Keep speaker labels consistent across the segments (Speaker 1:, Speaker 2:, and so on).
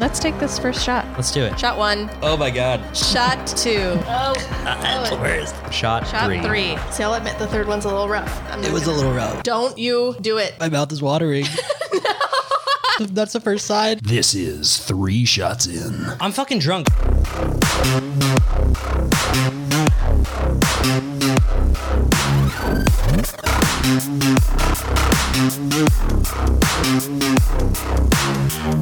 Speaker 1: Let's take this first shot.
Speaker 2: Let's do it.
Speaker 1: Shot one,
Speaker 2: Oh my God.
Speaker 1: shot two,
Speaker 3: Oh,
Speaker 2: the worst. Shot,
Speaker 1: shot
Speaker 2: Uh, three.
Speaker 1: three.
Speaker 3: see, I'll admit the third one's a little rough. I'm
Speaker 2: It
Speaker 3: not
Speaker 2: was a
Speaker 3: gonna-
Speaker 2: little rough.
Speaker 1: Don't you do it.
Speaker 2: My mouth is watering. That's the first side.
Speaker 4: This is three shots in.
Speaker 2: I'm fucking drunk.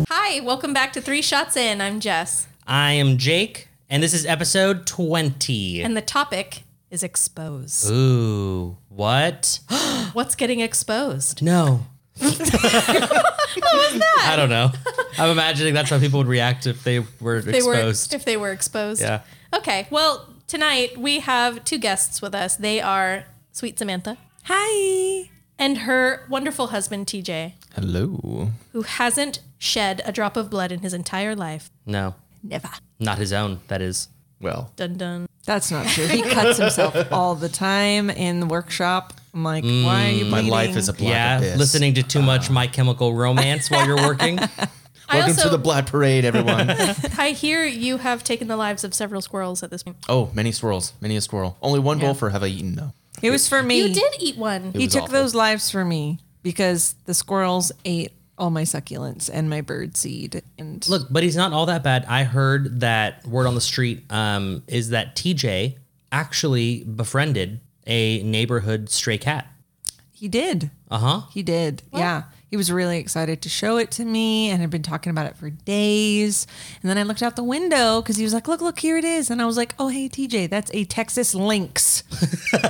Speaker 1: Hi, welcome back to Three Shots In. I'm Jess,
Speaker 2: I am Jake, and this is episode 20.
Speaker 1: and the topic is exposed.
Speaker 2: Ooh, what?
Speaker 1: What's getting exposed?
Speaker 2: No. I don't know. I'm imagining that's how people would react if they were
Speaker 1: They were
Speaker 2: exposed.
Speaker 1: if they were exposed.
Speaker 2: Yeah.
Speaker 1: Okay. Well, tonight we have two guests with us. They are Sweet Samantha. Hi. And her wonderful husband TJ,
Speaker 5: Hello.
Speaker 1: who hasn't shed a drop of blood in his entire life.
Speaker 2: No,
Speaker 1: Never.
Speaker 2: not his own, that is.
Speaker 5: Well,
Speaker 1: Dun dun.
Speaker 6: That's not true. He cuts himself all the time in the workshop. I'm like, why are you bleeding?
Speaker 5: Mm, my life is a block
Speaker 2: yeah,
Speaker 5: of piss.
Speaker 2: listening to too much My Chemical Romance while you're working.
Speaker 1: I
Speaker 5: Welcome
Speaker 1: also
Speaker 5: to the Blood Parade, everyone.
Speaker 1: I hear you have taken the lives of several squirrels at this point.
Speaker 5: oh, many squirrels, many a squirrel. Only one gopher have I eaten though.
Speaker 6: It was for me.
Speaker 1: You did eat one.
Speaker 6: He
Speaker 5: was
Speaker 6: took
Speaker 5: awful.
Speaker 6: those lives for me because the squirrels ate all my succulents and my bird seed. And
Speaker 2: Look, but he's not all that bad. I heard that word on the street um, is that TJ actually befriended a neighborhood stray cat.
Speaker 6: he did.
Speaker 2: Uh huh.
Speaker 5: Uh-huh.
Speaker 6: He did. Yeah. He was really excited to show it to me and had been talking about it for days. And then I looked out the window because he was like, look, look, here it is. And I was like, oh, hey, TJ, that's a Texas lynx.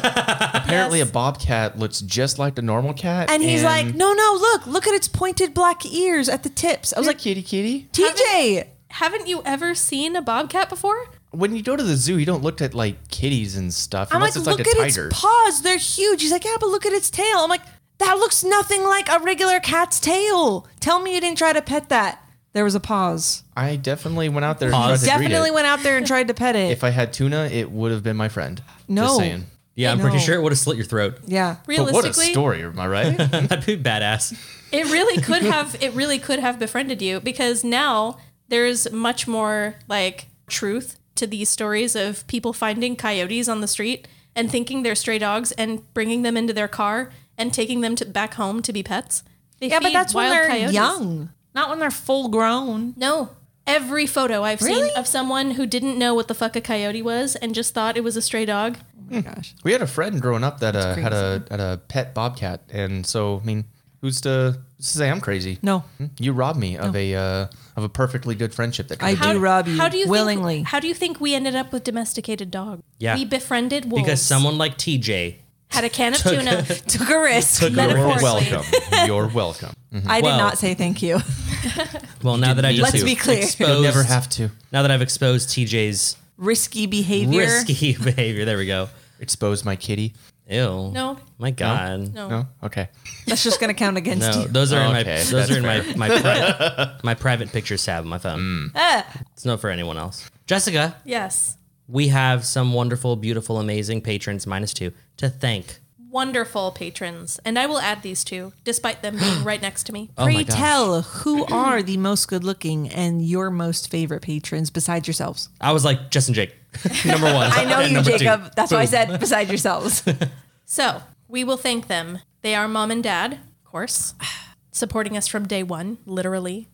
Speaker 5: Apparently, a bobcat looks just like the normal cat.
Speaker 6: And he's
Speaker 5: and-
Speaker 6: like, no, no, look, look at its pointed black ears at the tips. I was
Speaker 5: "Here,
Speaker 6: like,
Speaker 5: kitty, kitty.
Speaker 6: TJ,
Speaker 1: Haven't you ever seen a bobcat before?
Speaker 5: When you go to the zoo, you don't look at like kitties and stuff.
Speaker 6: I'm like,
Speaker 5: unless
Speaker 6: look
Speaker 5: it's like a
Speaker 6: at
Speaker 5: tiger.
Speaker 6: its paws. They're huge. He's like, yeah, but look at its tail. I'm like, that looks nothing like a regular cat's tail. Tell me you didn't try to pet that. There was a pause.
Speaker 5: I definitely went out there. And
Speaker 2: Paws.
Speaker 5: tried to greet
Speaker 6: Definitely
Speaker 5: it.
Speaker 6: went out there and tried to pet it.
Speaker 5: If I had tuna, it would have been my friend. Just
Speaker 6: No.
Speaker 5: saying.
Speaker 2: Yeah, I'm pretty
Speaker 6: know.
Speaker 2: sure it would have slit your throat.
Speaker 6: yeah.
Speaker 5: But what a
Speaker 1: Realistically,
Speaker 5: story, am I right?
Speaker 2: That'd be badass.
Speaker 1: it really could have it really could have befriended you because now there's much more like truth to these stories of people finding coyotes on the street and thinking they're stray dogs and bringing them into their car and taking them to, back home to be pets. They
Speaker 6: Yeah, but
Speaker 1: feed
Speaker 6: that's when
Speaker 1: wild
Speaker 6: they're
Speaker 1: coyotes.
Speaker 6: young, not when they're full grown.
Speaker 1: No. Every photo I've
Speaker 6: Really?
Speaker 1: seen of someone who didn't know what the fuck a coyote was and just thought it was a stray dog.
Speaker 6: Oh my gosh.
Speaker 5: we had a friend growing up that uh, had a had a pet bobcat, and so I mean, who's to say I'm crazy? Hmm?
Speaker 6: No.
Speaker 5: You robbed me of a uh, of a perfectly good friendship that
Speaker 6: I
Speaker 5: could
Speaker 6: do rob you,
Speaker 1: How do you
Speaker 6: willingly.
Speaker 1: Think, how do you think we ended up with domesticated dogs?
Speaker 2: Yeah.
Speaker 1: we befriended wolves
Speaker 2: Because someone like TJ,
Speaker 1: had a can of tuna.
Speaker 6: Took a risk.
Speaker 5: You're
Speaker 1: metaphorically.
Speaker 5: welcome. You're welcome. Mm-hmm.
Speaker 6: I did
Speaker 2: Well-
Speaker 6: not say thank you.
Speaker 2: well, now that I just
Speaker 6: Let's be clear.
Speaker 2: exposed,
Speaker 5: You'll never have to
Speaker 2: Now that I've exposed TJ's
Speaker 6: Risky behavior.
Speaker 2: risky behavior, there we go.
Speaker 5: expose my kitty.
Speaker 2: Ew.
Speaker 1: No.
Speaker 2: My God.
Speaker 1: No.
Speaker 5: No, okay.
Speaker 6: That's just going to count against
Speaker 2: No, Oh
Speaker 6: you.
Speaker 2: those are in my
Speaker 5: Okay,
Speaker 2: those
Speaker 5: that's
Speaker 2: are in my my, pri- my private pictures tab on my phone.
Speaker 6: Ah.
Speaker 2: It's not for anyone else. Jessica,
Speaker 1: Yes,
Speaker 2: we have some wonderful, beautiful, amazing patrons minus two to thank.
Speaker 1: wonderful patrons, and I will add these two, despite them being right next to me.
Speaker 6: Pray tell, who are the most good looking and your most favorite patrons besides yourselves?
Speaker 2: I was like Justin Jake, number one.
Speaker 6: I know
Speaker 2: and
Speaker 6: you,
Speaker 2: number two.
Speaker 6: Jacob. That's why I said beside yourselves.
Speaker 1: So we will thank them. They are mom and dad, of course, supporting us from day one, literally.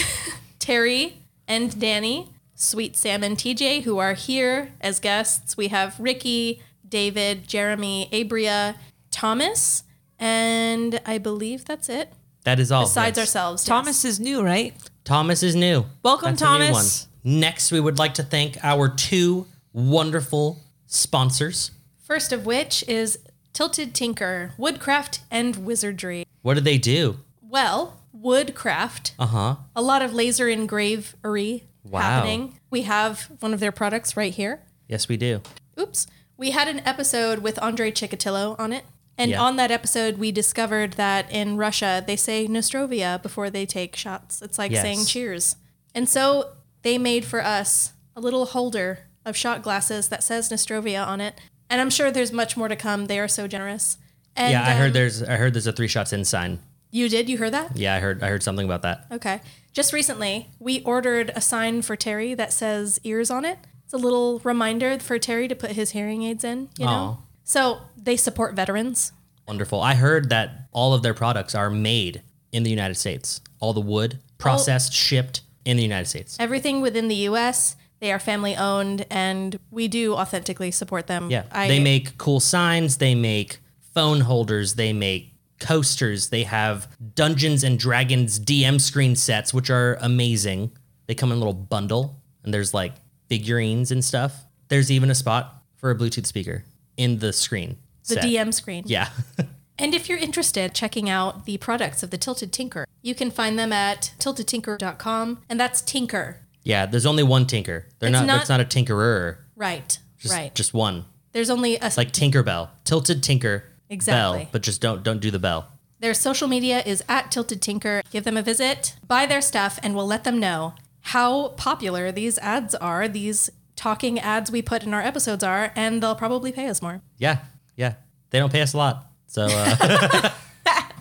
Speaker 1: Terry and Danny, Sweet Sam and TJ, who are here as guests. We have Ricky, David, Jeremy, Abria, Thomas, and I believe that's it.
Speaker 2: That is all.
Speaker 1: Besides
Speaker 2: Yes.
Speaker 1: ourselves, yes.
Speaker 6: Thomas is new, right?
Speaker 2: Thomas is new.
Speaker 6: Welcome,
Speaker 2: a new
Speaker 6: Thomas.
Speaker 2: one. Next, we would like to thank our two wonderful sponsors.
Speaker 1: First of which is Tilted Tinker, Woodcraft and Wizardry.
Speaker 2: What did they do?
Speaker 1: Well, woodcraft. Uh huh. A lot of laser engravery
Speaker 2: Uh-huh. Wow.
Speaker 1: happening. We have one of their products right here.
Speaker 2: Yes, we do.
Speaker 1: Oops. We had an episode with Andre Chicatillo on it. And
Speaker 2: Yeah.
Speaker 1: on that episode, we discovered that in Russia, they say Nostrovia before they take shots. It's like
Speaker 2: Yes.
Speaker 1: saying cheers. And so they made for us a little holder of shot glasses that says Nostrovia on it. And I'm sure there's much more to come. They are so generous. And,
Speaker 2: yeah, I
Speaker 1: um,
Speaker 2: heard there's I heard there's a three shots in sign
Speaker 1: You did? You heard that?
Speaker 2: Yeah, I heard I heard something about that.
Speaker 1: Okay. Just recently, we ordered a sign for Terry that says ears on it. It's a little reminder for Terry to put his hearing aids in, you know?
Speaker 2: Aw.
Speaker 1: So they support veterans.
Speaker 2: Wonderful. I heard that all of their products are made in the United States. All the wood processed, shipped in the United States.
Speaker 1: Everything within the U.S., they are family owned, and we do authentically support them.
Speaker 2: Yeah.
Speaker 1: I,
Speaker 2: they make cool signs, they make phone holders, they make coasters, they have Dungeons and Dragons DM screen sets, which are amazing. They come in a little bundle and there's like figurines and stuff. There's even a spot for a Bluetooth speaker in the screen.
Speaker 1: the
Speaker 2: set.
Speaker 1: DM screen.
Speaker 2: Yeah.
Speaker 1: And if you're interested checking out the products of the Tilted Tinker, you can find them at tiltedtinker.com, and that's Tinker,
Speaker 2: yeah. There's only one tinker. They're
Speaker 1: It's
Speaker 2: not,
Speaker 1: not-
Speaker 2: that's not a tinkerer.
Speaker 1: right?
Speaker 2: Just,
Speaker 1: right.
Speaker 2: Just one.
Speaker 1: There's only a
Speaker 2: Like Tinkerbell. Tilted Tinker.
Speaker 1: Exactly.
Speaker 2: Bell, but just don't don't do the bell.
Speaker 1: Their social media is at Tilted Tinker. Give them a visit, buy their stuff, and we'll let them know how popular these ads are, these talking ads we put in our episodes are, and they'll probably pay us more.
Speaker 2: Yeah, yeah. They don't pay us a lot, so. Uh,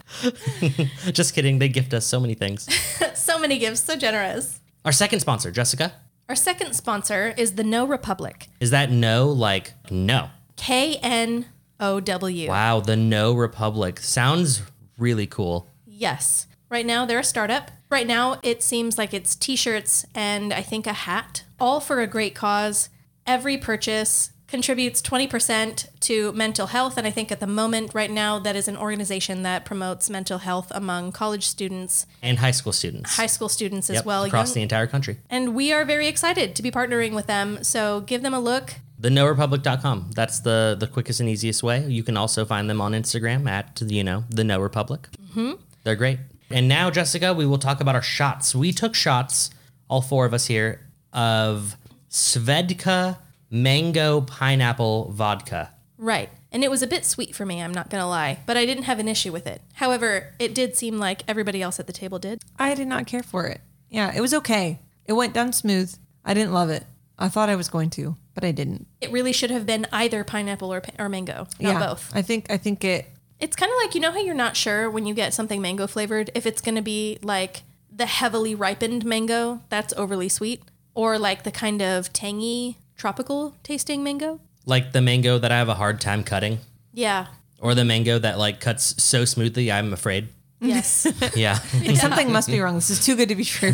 Speaker 2: just kidding. They gift us so many things.
Speaker 1: So many gifts, so generous.
Speaker 2: Our second sponsor, Jessica,
Speaker 1: Our second sponsor is the No Republic,
Speaker 2: is that no? Like no.
Speaker 1: K N O W.
Speaker 2: Wow, the No Republic sounds really cool.
Speaker 1: Yes. Right now, they're a startup. Right now, it seems like it's t shirts and I think a hat, all for a great cause. Every purchase contributes 20% to mental health. And I think at the moment, right now, that is an organization that promotes mental health among college students,
Speaker 2: And high school students,
Speaker 1: high school students as
Speaker 2: Yep,
Speaker 1: well.
Speaker 2: across the
Speaker 1: young-
Speaker 2: entire country.
Speaker 1: and we are very excited to be partnering with them. So give them a look.
Speaker 2: The NoRepublic.com. That's the the quickest and easiest way. You can also find them on Instagram at you know the No Republic. Mm-hmm. They're great. And now, Jessica, we will talk about our shots. We took shots, all four of us here, of Svedka mango pineapple vodka.
Speaker 1: Right. And it was a bit sweet for me, I'm not going to lie, but I didn't have an issue with it. However, it did seem like everybody else at the table did.
Speaker 6: I did not care for it. Yeah, it was okay. It went down smooth. I didn't love it. I thought I was going to, but I didn't.
Speaker 1: it really should have been either pineapple or, or mango, not
Speaker 6: yeah,
Speaker 1: both.
Speaker 6: I think I think it.
Speaker 1: It's kind of like you know how you're not sure when you get something mango flavored if it's going to be like the heavily ripened mango that's overly sweet or like the kind of tangy tropical tasting mango.
Speaker 2: Like the mango that I have a hard time cutting,
Speaker 1: Yeah.
Speaker 2: or the mango that like cuts so smoothly, I'm afraid.
Speaker 1: Yes.
Speaker 2: Yeah.
Speaker 6: Like something must be wrong. This is too good to be true.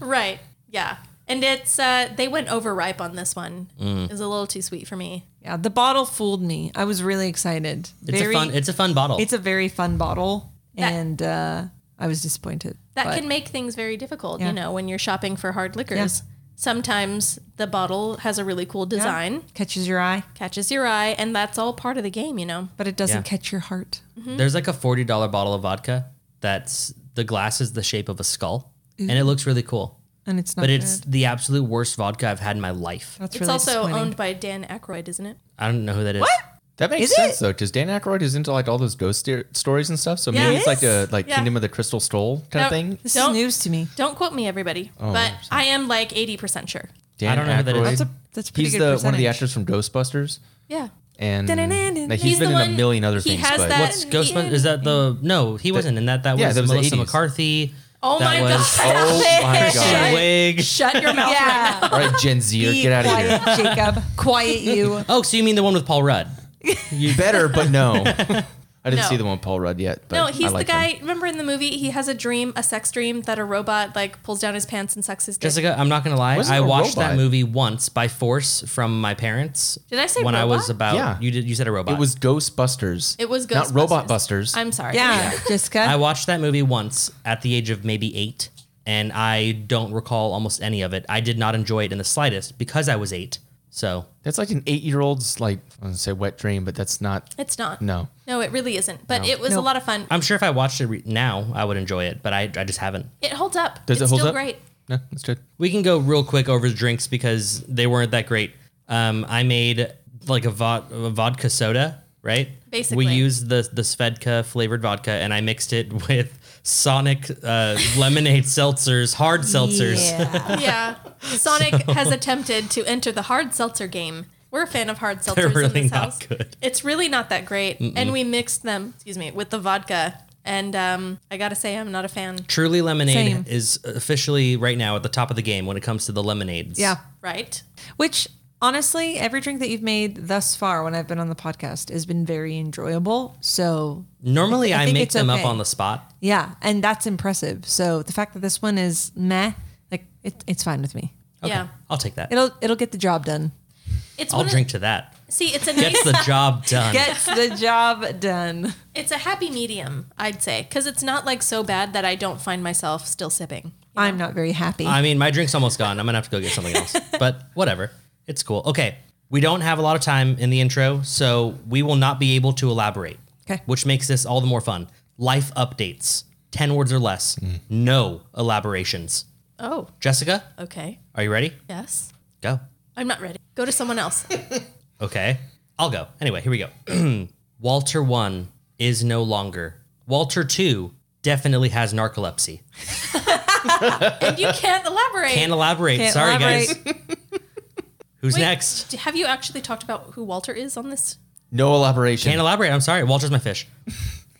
Speaker 1: right. Yeah. And it's uh they went overripe on this one. It was a little too sweet for me.
Speaker 6: yeah, the bottle fooled me. I was really excited.
Speaker 2: it's a fun. It's a fun bottle.
Speaker 6: it's a very fun bottle,
Speaker 1: That-
Speaker 6: and uh, I was disappointed.
Speaker 1: That
Speaker 6: but-
Speaker 1: can make things very difficult,
Speaker 6: Yeah.
Speaker 1: you know, when you're shopping for hard liquors. Sometimes the bottle has a really cool design.
Speaker 6: catches your eye,
Speaker 1: catches your eye, and that's all part of the game, you know.
Speaker 6: but it doesn't
Speaker 2: Yeah.
Speaker 6: catch your heart.
Speaker 2: Mm-hmm. There's like a forty dollar bottle of vodka that's the glass is the shape of a skull, and it looks really cool.
Speaker 6: And it's not.
Speaker 2: But it's
Speaker 6: good.
Speaker 2: the absolute worst vodka I've had in my life.
Speaker 6: That's
Speaker 1: It's
Speaker 6: really
Speaker 1: also
Speaker 6: disappointing.
Speaker 1: owned by Dan Aykroyd, isn't it?
Speaker 2: I don't know who that is.
Speaker 5: That makes
Speaker 6: Is
Speaker 5: sense
Speaker 6: it?
Speaker 5: though, because Dan Aykroyd is into like all those ghost steer- stories and stuff. So maybe it's like a like
Speaker 1: Yeah.
Speaker 5: Kingdom of the Crystal Skull kind
Speaker 1: No.
Speaker 5: of thing. Oh,
Speaker 6: This
Speaker 1: Don't-
Speaker 6: is news to me.
Speaker 1: Don't quote me, everybody, but I am like eighty percent sure.
Speaker 5: Dan
Speaker 2: I don't know who that is.
Speaker 5: Aykroyd.
Speaker 2: That's
Speaker 6: a- that's a pretty
Speaker 5: he's
Speaker 6: good
Speaker 5: the one of
Speaker 6: percentage.
Speaker 5: the actors from Ghostbusters,
Speaker 1: Yeah,
Speaker 5: and
Speaker 6: Dun-dun-dun-dun.
Speaker 5: like,
Speaker 1: He's
Speaker 5: he's been
Speaker 1: the
Speaker 5: in a
Speaker 1: one-
Speaker 5: million other
Speaker 1: he
Speaker 5: things.
Speaker 1: has
Speaker 5: but
Speaker 1: that-
Speaker 2: What's Ghostbusters? Is that the no? He wasn't in that. That was,
Speaker 5: Yeah, that was the
Speaker 2: Melissa
Speaker 5: 80s.
Speaker 2: McCarthy.
Speaker 1: Oh
Speaker 2: that
Speaker 1: my
Speaker 2: was
Speaker 1: God.
Speaker 5: Oh my
Speaker 2: Kristen
Speaker 5: god!
Speaker 2: Wiig.
Speaker 1: shut your mouth.
Speaker 6: Yeah.
Speaker 5: All right, Gen Z, get out of here.
Speaker 6: quiet, Jacob. Quiet you.
Speaker 2: Oh, so you mean the one with Paul Rudd?
Speaker 5: You better, but no. I didn't
Speaker 1: No.
Speaker 5: see the one with Paul Rudd yet. But
Speaker 1: No,
Speaker 5: I
Speaker 1: he's
Speaker 5: like
Speaker 1: the
Speaker 5: him.
Speaker 1: guy. Remember in the movie, he has a dream, a sex dream that a robot like pulls down his pants and sucks his dick.
Speaker 2: Jessica, I'm not gonna lie.
Speaker 5: Wasn't
Speaker 2: I
Speaker 5: it a
Speaker 2: watched that
Speaker 5: robot?
Speaker 2: movie once by force from my parents.
Speaker 1: Did I say
Speaker 2: when I was
Speaker 1: robot?
Speaker 2: about?
Speaker 5: Yeah.
Speaker 2: You did. You said a robot.
Speaker 5: It was Ghostbusters.
Speaker 1: It was
Speaker 5: not
Speaker 1: Ghostbusters.
Speaker 5: Robot Busters.
Speaker 1: I'm sorry.
Speaker 6: Yeah, Jessica.
Speaker 2: I watched that movie once at the age of maybe eight, and I don't recall almost any of it. I did not enjoy it in the slightest because I was eight. So
Speaker 5: that's like an eight-year-old's like I was gonna say wet dream, but that's not.
Speaker 1: it's not.
Speaker 5: No,
Speaker 1: no, it really isn't. But it was a
Speaker 6: Nope.
Speaker 1: lot of fun.
Speaker 2: I'm sure if I watched it re- now, I would enjoy it, but I, I just haven't.
Speaker 1: It holds up.
Speaker 5: Does it
Speaker 1: it's
Speaker 5: hold
Speaker 1: still
Speaker 5: up?
Speaker 1: great.
Speaker 5: no, that's good.
Speaker 2: We can go real quick over the drinks because they weren't that great. Um, I made like a, vod- a vodka soda, right?
Speaker 1: Basically.
Speaker 2: we used the the Svedka flavored vodka, and I mixed it with Sonic uh, lemonade seltzers, hard seltzers.
Speaker 6: Yeah.
Speaker 1: Yeah. Sonic has attempted to enter the hard seltzer game We're a fan of hard seltzers.
Speaker 2: really
Speaker 1: in this
Speaker 2: not
Speaker 1: house.
Speaker 2: good.
Speaker 1: It's really not that great. And we mixed them, excuse me, with the vodka. And um, I gotta say, I'm not a fan.
Speaker 2: Truly Lemonade
Speaker 6: Same.
Speaker 2: is officially right now at the top of the game when it comes to the lemonades.
Speaker 6: Yeah.
Speaker 1: Right?
Speaker 6: Which honestly, every drink that you've made thus far when I've been on the podcast has been very enjoyable. So
Speaker 2: Normally
Speaker 6: I
Speaker 2: I,
Speaker 6: think
Speaker 2: make
Speaker 6: it's
Speaker 2: them up
Speaker 6: okay.
Speaker 2: on the spot.
Speaker 6: yeah, and that's impressive. So the fact that this one is meh, like it, it's fine with me.
Speaker 1: Yeah.
Speaker 2: I'll take that.
Speaker 6: It'll it'll get the job done.
Speaker 1: It's
Speaker 2: I'll
Speaker 1: one of-
Speaker 2: drink to that.
Speaker 1: see, it's a nice,
Speaker 2: Gets the job done.
Speaker 6: Gets the job done.
Speaker 1: it's a happy medium, I'd say, because it's not like so bad that I don't find myself still sipping.
Speaker 6: I'm not very happy.
Speaker 2: I mean, my drink's almost gone. I'm gonna have to go get something else. But whatever. It's cool. Okay. We don't have a lot of time in the intro, so we will not be able to elaborate.
Speaker 6: Okay.
Speaker 2: Which makes this all the more fun. Life updates. Ten words or less. No elaborations.
Speaker 1: Oh,
Speaker 2: Jessica,
Speaker 1: okay.
Speaker 2: are you ready?
Speaker 1: Yes.
Speaker 2: Go.
Speaker 1: I'm not ready. Go to someone else.
Speaker 2: Okay. I'll go. Anyway, here we go. Walter 1 is no longer. Walter 2 definitely has narcolepsy.
Speaker 1: and you can't elaborate.
Speaker 2: Can't elaborate.
Speaker 6: Can't
Speaker 2: Sorry,
Speaker 6: elaborate.
Speaker 2: guys. Who's
Speaker 1: Wait,
Speaker 2: next?
Speaker 1: d- Have you actually talked about who Walter is on this?
Speaker 5: No elaboration.
Speaker 2: Can't elaborate. I'm sorry. Walter's my fish.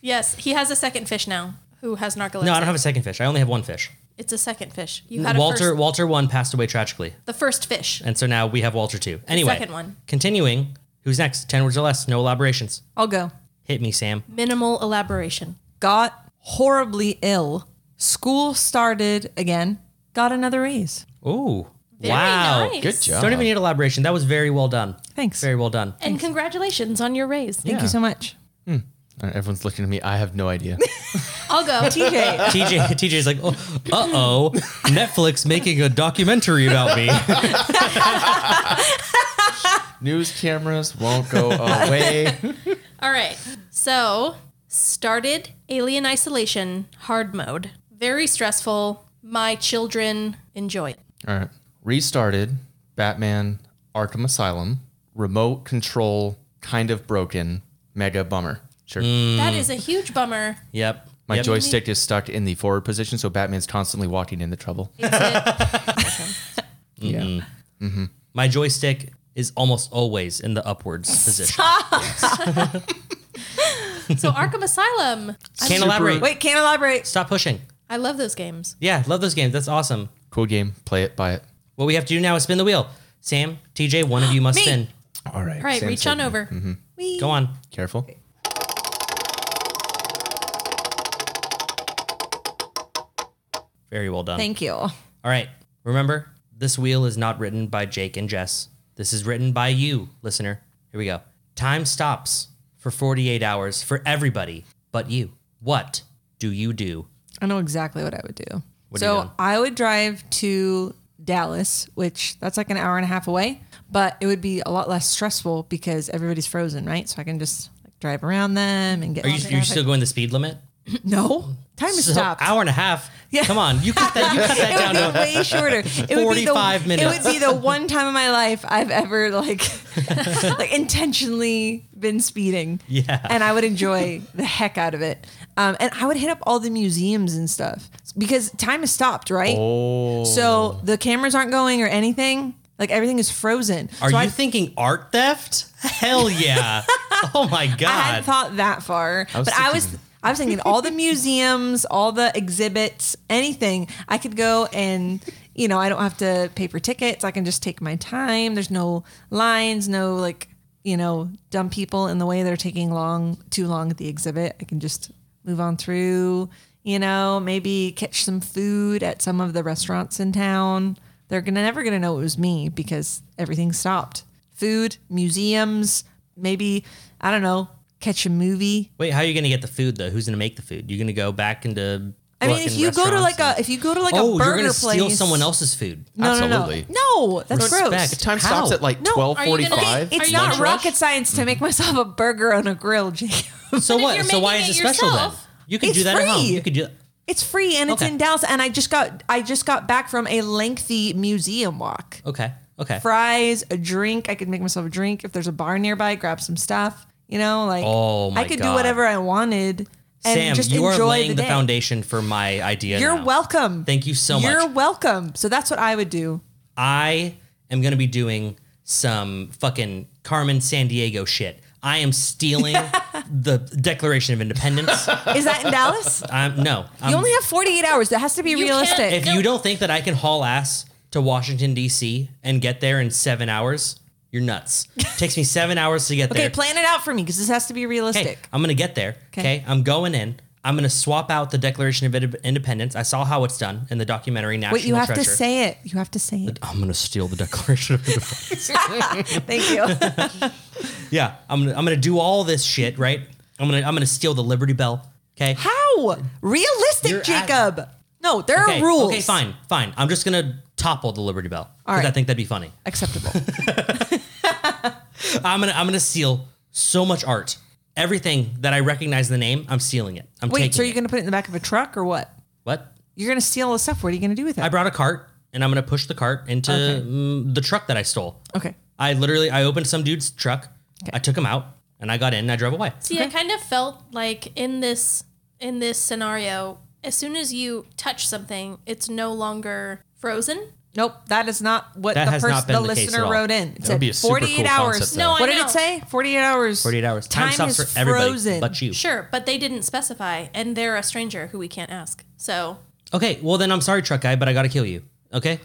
Speaker 1: Yes, he has a second fish now who has narcolepsy.
Speaker 2: No, I don't have a second fish. I only have one fish.
Speaker 1: It's a second fish. You had a
Speaker 2: Walter
Speaker 1: first,
Speaker 2: Walter 1 passed away tragically.
Speaker 1: the first fish.
Speaker 2: And so now we have Walter 2. Anyway.
Speaker 1: second one.
Speaker 2: Continuing. Who's next? 10 words or less. No elaborations.
Speaker 6: I'll go.
Speaker 2: Hit me, Sam.
Speaker 1: Minimal elaboration.
Speaker 6: Got horribly ill. School started again. Got another raise.
Speaker 2: Ooh.
Speaker 1: Very
Speaker 2: wow.
Speaker 1: nice.
Speaker 5: Good job.
Speaker 2: Don't even need elaboration. That was very well done.
Speaker 6: Thanks.
Speaker 2: Very well done.
Speaker 1: And congratulations on your raise.
Speaker 6: Thank
Speaker 2: Yeah.
Speaker 6: you so much.
Speaker 5: All right, everyone's looking at me. I have no idea.
Speaker 1: I'll go.
Speaker 6: TJ,
Speaker 2: TJ TJ's like, oh, uh oh, Netflix making a documentary about me.
Speaker 5: News cameras won't go away.
Speaker 1: All right. So, started alien isolation hard mode. Very stressful. My children enjoy it.
Speaker 5: All right. Restarted Batman Arkham Asylum. Remote control kind of broken. Mega bummer. Sure.
Speaker 1: That is a huge bummer.
Speaker 2: Yep.
Speaker 5: My
Speaker 2: Mm, yep.
Speaker 5: joystick is stuck in the forward position, so Batman's constantly walking into trouble.
Speaker 1: It's a-
Speaker 5: Yeah.
Speaker 2: My joystick is almost always in the upwards position.
Speaker 1: so, Arkham Asylum.
Speaker 2: Can't elaborate.
Speaker 6: wait, can't elaborate.
Speaker 2: Stop pushing.
Speaker 1: I love those games.
Speaker 2: Yeah, love those games. That's awesome.
Speaker 5: Cool game. Play it. Buy it.
Speaker 2: What we have to do now is spin the wheel. Sam, TJ, one of you must
Speaker 6: Me.
Speaker 2: spin.
Speaker 5: All right.
Speaker 1: All right, reach on over.
Speaker 2: Mm. Go on.
Speaker 5: Careful.
Speaker 2: Very well done.
Speaker 6: Thank you.
Speaker 2: All right. Remember, this wheel is not written by Jake and Jess. This is written by you, listener. Here we go. Time stops for 48 hours for everybody but you. What do you do?
Speaker 6: I know exactly what I would do.
Speaker 2: What are you
Speaker 6: so
Speaker 2: doing?
Speaker 6: I would drive to Dallas, which that's like an hour and a half away, but it would be a lot less stressful because everybody's frozen, right? So I can just like drive around them and get.
Speaker 2: Are you,
Speaker 6: lost
Speaker 2: you
Speaker 6: in
Speaker 2: still going the speed limit?
Speaker 6: traffic. no time is
Speaker 2: So,
Speaker 6: stopped.
Speaker 2: Hour and a half.
Speaker 6: Yeah.
Speaker 2: Come on, you cut that. You cut that down
Speaker 6: it would be
Speaker 2: to
Speaker 6: way shorter. It would be the,
Speaker 2: 45 minutes.
Speaker 6: It would be the one time in my life I've ever like, like intentionally been speeding.
Speaker 2: Yeah.
Speaker 6: and I would enjoy the heck out of it. Um, and I would hit up all the museums and stuff because time is stopped, right?
Speaker 5: Oh.
Speaker 6: So the cameras aren't going or anything. Like everything is frozen.
Speaker 2: Are
Speaker 6: so
Speaker 2: you
Speaker 6: I,
Speaker 2: thinking art theft? Hell yeah! oh my
Speaker 6: I hadn't
Speaker 2: god.
Speaker 6: thought that far,
Speaker 5: was
Speaker 6: but I was.
Speaker 5: thinking-
Speaker 6: I was thinking all the museums, all the exhibits, anything. I could go and, you know, I don't have to pay for tickets. I can just take my time. There's no lines, no like, you know, dumb people in the way that are taking long, too long at the exhibit. I can just move on through, you know, maybe catch some food at some of the restaurants in town. They're gonna never gonna know it was me because everything stopped. Food, museums, maybe I don't know, catch a movie.
Speaker 2: Wait, how are you gonna get the food though? Who's gonna make the food? You gonna go back into?
Speaker 6: I mean,
Speaker 2: fucking
Speaker 6: if you go to like
Speaker 2: restaurants
Speaker 6: a
Speaker 2: and-
Speaker 6: if you go to like
Speaker 2: oh,
Speaker 6: a burger
Speaker 2: you're gonna
Speaker 6: place,
Speaker 2: steal someone else's food.
Speaker 6: No,
Speaker 5: Absolutely.
Speaker 6: no, no, no, that's
Speaker 2: Respect.
Speaker 6: gross.
Speaker 5: Time stops
Speaker 2: How?
Speaker 5: at like
Speaker 6: No,
Speaker 5: twelve
Speaker 1: are you gonna-
Speaker 5: forty-five.
Speaker 1: Are
Speaker 6: It's
Speaker 1: you
Speaker 6: not
Speaker 1: gonna-
Speaker 6: rocket science to make myself a burger on a grill, Jacob.
Speaker 2: So
Speaker 1: if
Speaker 2: what?
Speaker 1: you're
Speaker 2: So why is
Speaker 1: making
Speaker 2: it
Speaker 1: it
Speaker 2: special
Speaker 1: yourself,
Speaker 2: then? You could
Speaker 6: it's
Speaker 2: do that at home.
Speaker 6: free.
Speaker 2: You could do.
Speaker 6: It's free and it's
Speaker 2: Okay.
Speaker 6: in Dallas, and I just got I just got back from a lengthy museum walk.
Speaker 2: Okay. Okay.
Speaker 6: fries, a drink. I could make myself a drink if there's a bar nearby. Grab some stuff. You know, like
Speaker 2: Oh my
Speaker 6: I could
Speaker 2: God.
Speaker 6: do whatever I wanted and
Speaker 2: Sam,
Speaker 6: just
Speaker 2: you are
Speaker 6: enjoy
Speaker 2: laying
Speaker 6: the,
Speaker 2: the,
Speaker 6: day.
Speaker 2: foundation for my idea.
Speaker 6: You're
Speaker 2: now.
Speaker 6: welcome.
Speaker 2: Thank you so much.
Speaker 6: You're welcome. So that's what I would do.
Speaker 2: I am going to be doing some fucking Carmen San Diego shit. I am stealing the Declaration of Independence.
Speaker 6: Is that in Dallas?
Speaker 2: I'm, no, I'm
Speaker 6: You only have 48 hours. That has to be
Speaker 1: can't-
Speaker 6: realistic.
Speaker 2: if Um, you don't think that I can haul ass to Washington D.C. and get there in seven hours, you're nuts. takes me seven hours to get
Speaker 6: Okay,
Speaker 2: there.
Speaker 6: plan it out for me because this has to be
Speaker 2: hey,
Speaker 6: realistic.
Speaker 2: I'm gonna get there. Okay.
Speaker 6: Okay.
Speaker 2: I'm going in. I'm gonna swap out the Declaration of Inde- Independence. I saw how it's done in the documentary National
Speaker 6: Wait, you have
Speaker 2: Treasure.
Speaker 6: to say it. You have to say it.
Speaker 2: I'm gonna steal the Declaration of Independence.
Speaker 6: Thank you.
Speaker 2: yeah, I'm gonna, I'm gonna do all this shit right. I'm gonna I'm gonna steal the Liberty Bell. Okay.
Speaker 6: How? Realistic,
Speaker 2: You're at-
Speaker 6: Jacob. no, there
Speaker 2: okay.
Speaker 6: are rules.
Speaker 2: Okay, fine, fine. I'm just gonna topple the Liberty Bell
Speaker 6: All
Speaker 2: because I
Speaker 6: right.
Speaker 2: think that'd be funny.
Speaker 6: Acceptable.
Speaker 2: I'm gonna I'm gonna steal so much art. Everything that I recognize the name, I'm stealing it. I'm
Speaker 6: Wait,
Speaker 2: taking
Speaker 6: so are you
Speaker 2: it.
Speaker 6: going to put it in the back of a truck or what?
Speaker 2: what?
Speaker 6: You're going to steal all the stuff. What are you going to do with it?
Speaker 2: I brought a cart and I'm gonna push the cart into
Speaker 6: Okay.
Speaker 2: mm, the truck that I stole.
Speaker 6: okay.
Speaker 2: I literally I opened some dude's truck. I took him out and I got in and I drove away.
Speaker 1: See, I kind of felt like in this in this scenario, as soon as you touch something, it's no longer frozen.
Speaker 6: Nope, that is not what
Speaker 2: That
Speaker 6: the
Speaker 2: has
Speaker 6: person,
Speaker 2: not been
Speaker 6: the,
Speaker 2: the case
Speaker 6: listener
Speaker 2: at all.
Speaker 6: wrote in. It
Speaker 5: would
Speaker 6: said
Speaker 5: be a super
Speaker 6: 48
Speaker 5: cool
Speaker 6: hours.
Speaker 5: concept, though.
Speaker 1: No, I
Speaker 6: what did
Speaker 1: know.
Speaker 6: it say? 48 hours.
Speaker 2: 48 hours. Time,
Speaker 6: Time
Speaker 2: stops
Speaker 6: is
Speaker 2: for everybody
Speaker 6: frozen.
Speaker 2: but you.
Speaker 1: Sure, but they didn't specify, and they're a stranger who we can't ask. So
Speaker 2: Okay, well then I'm sorry, truck guy, but I gotta kill you. Okay?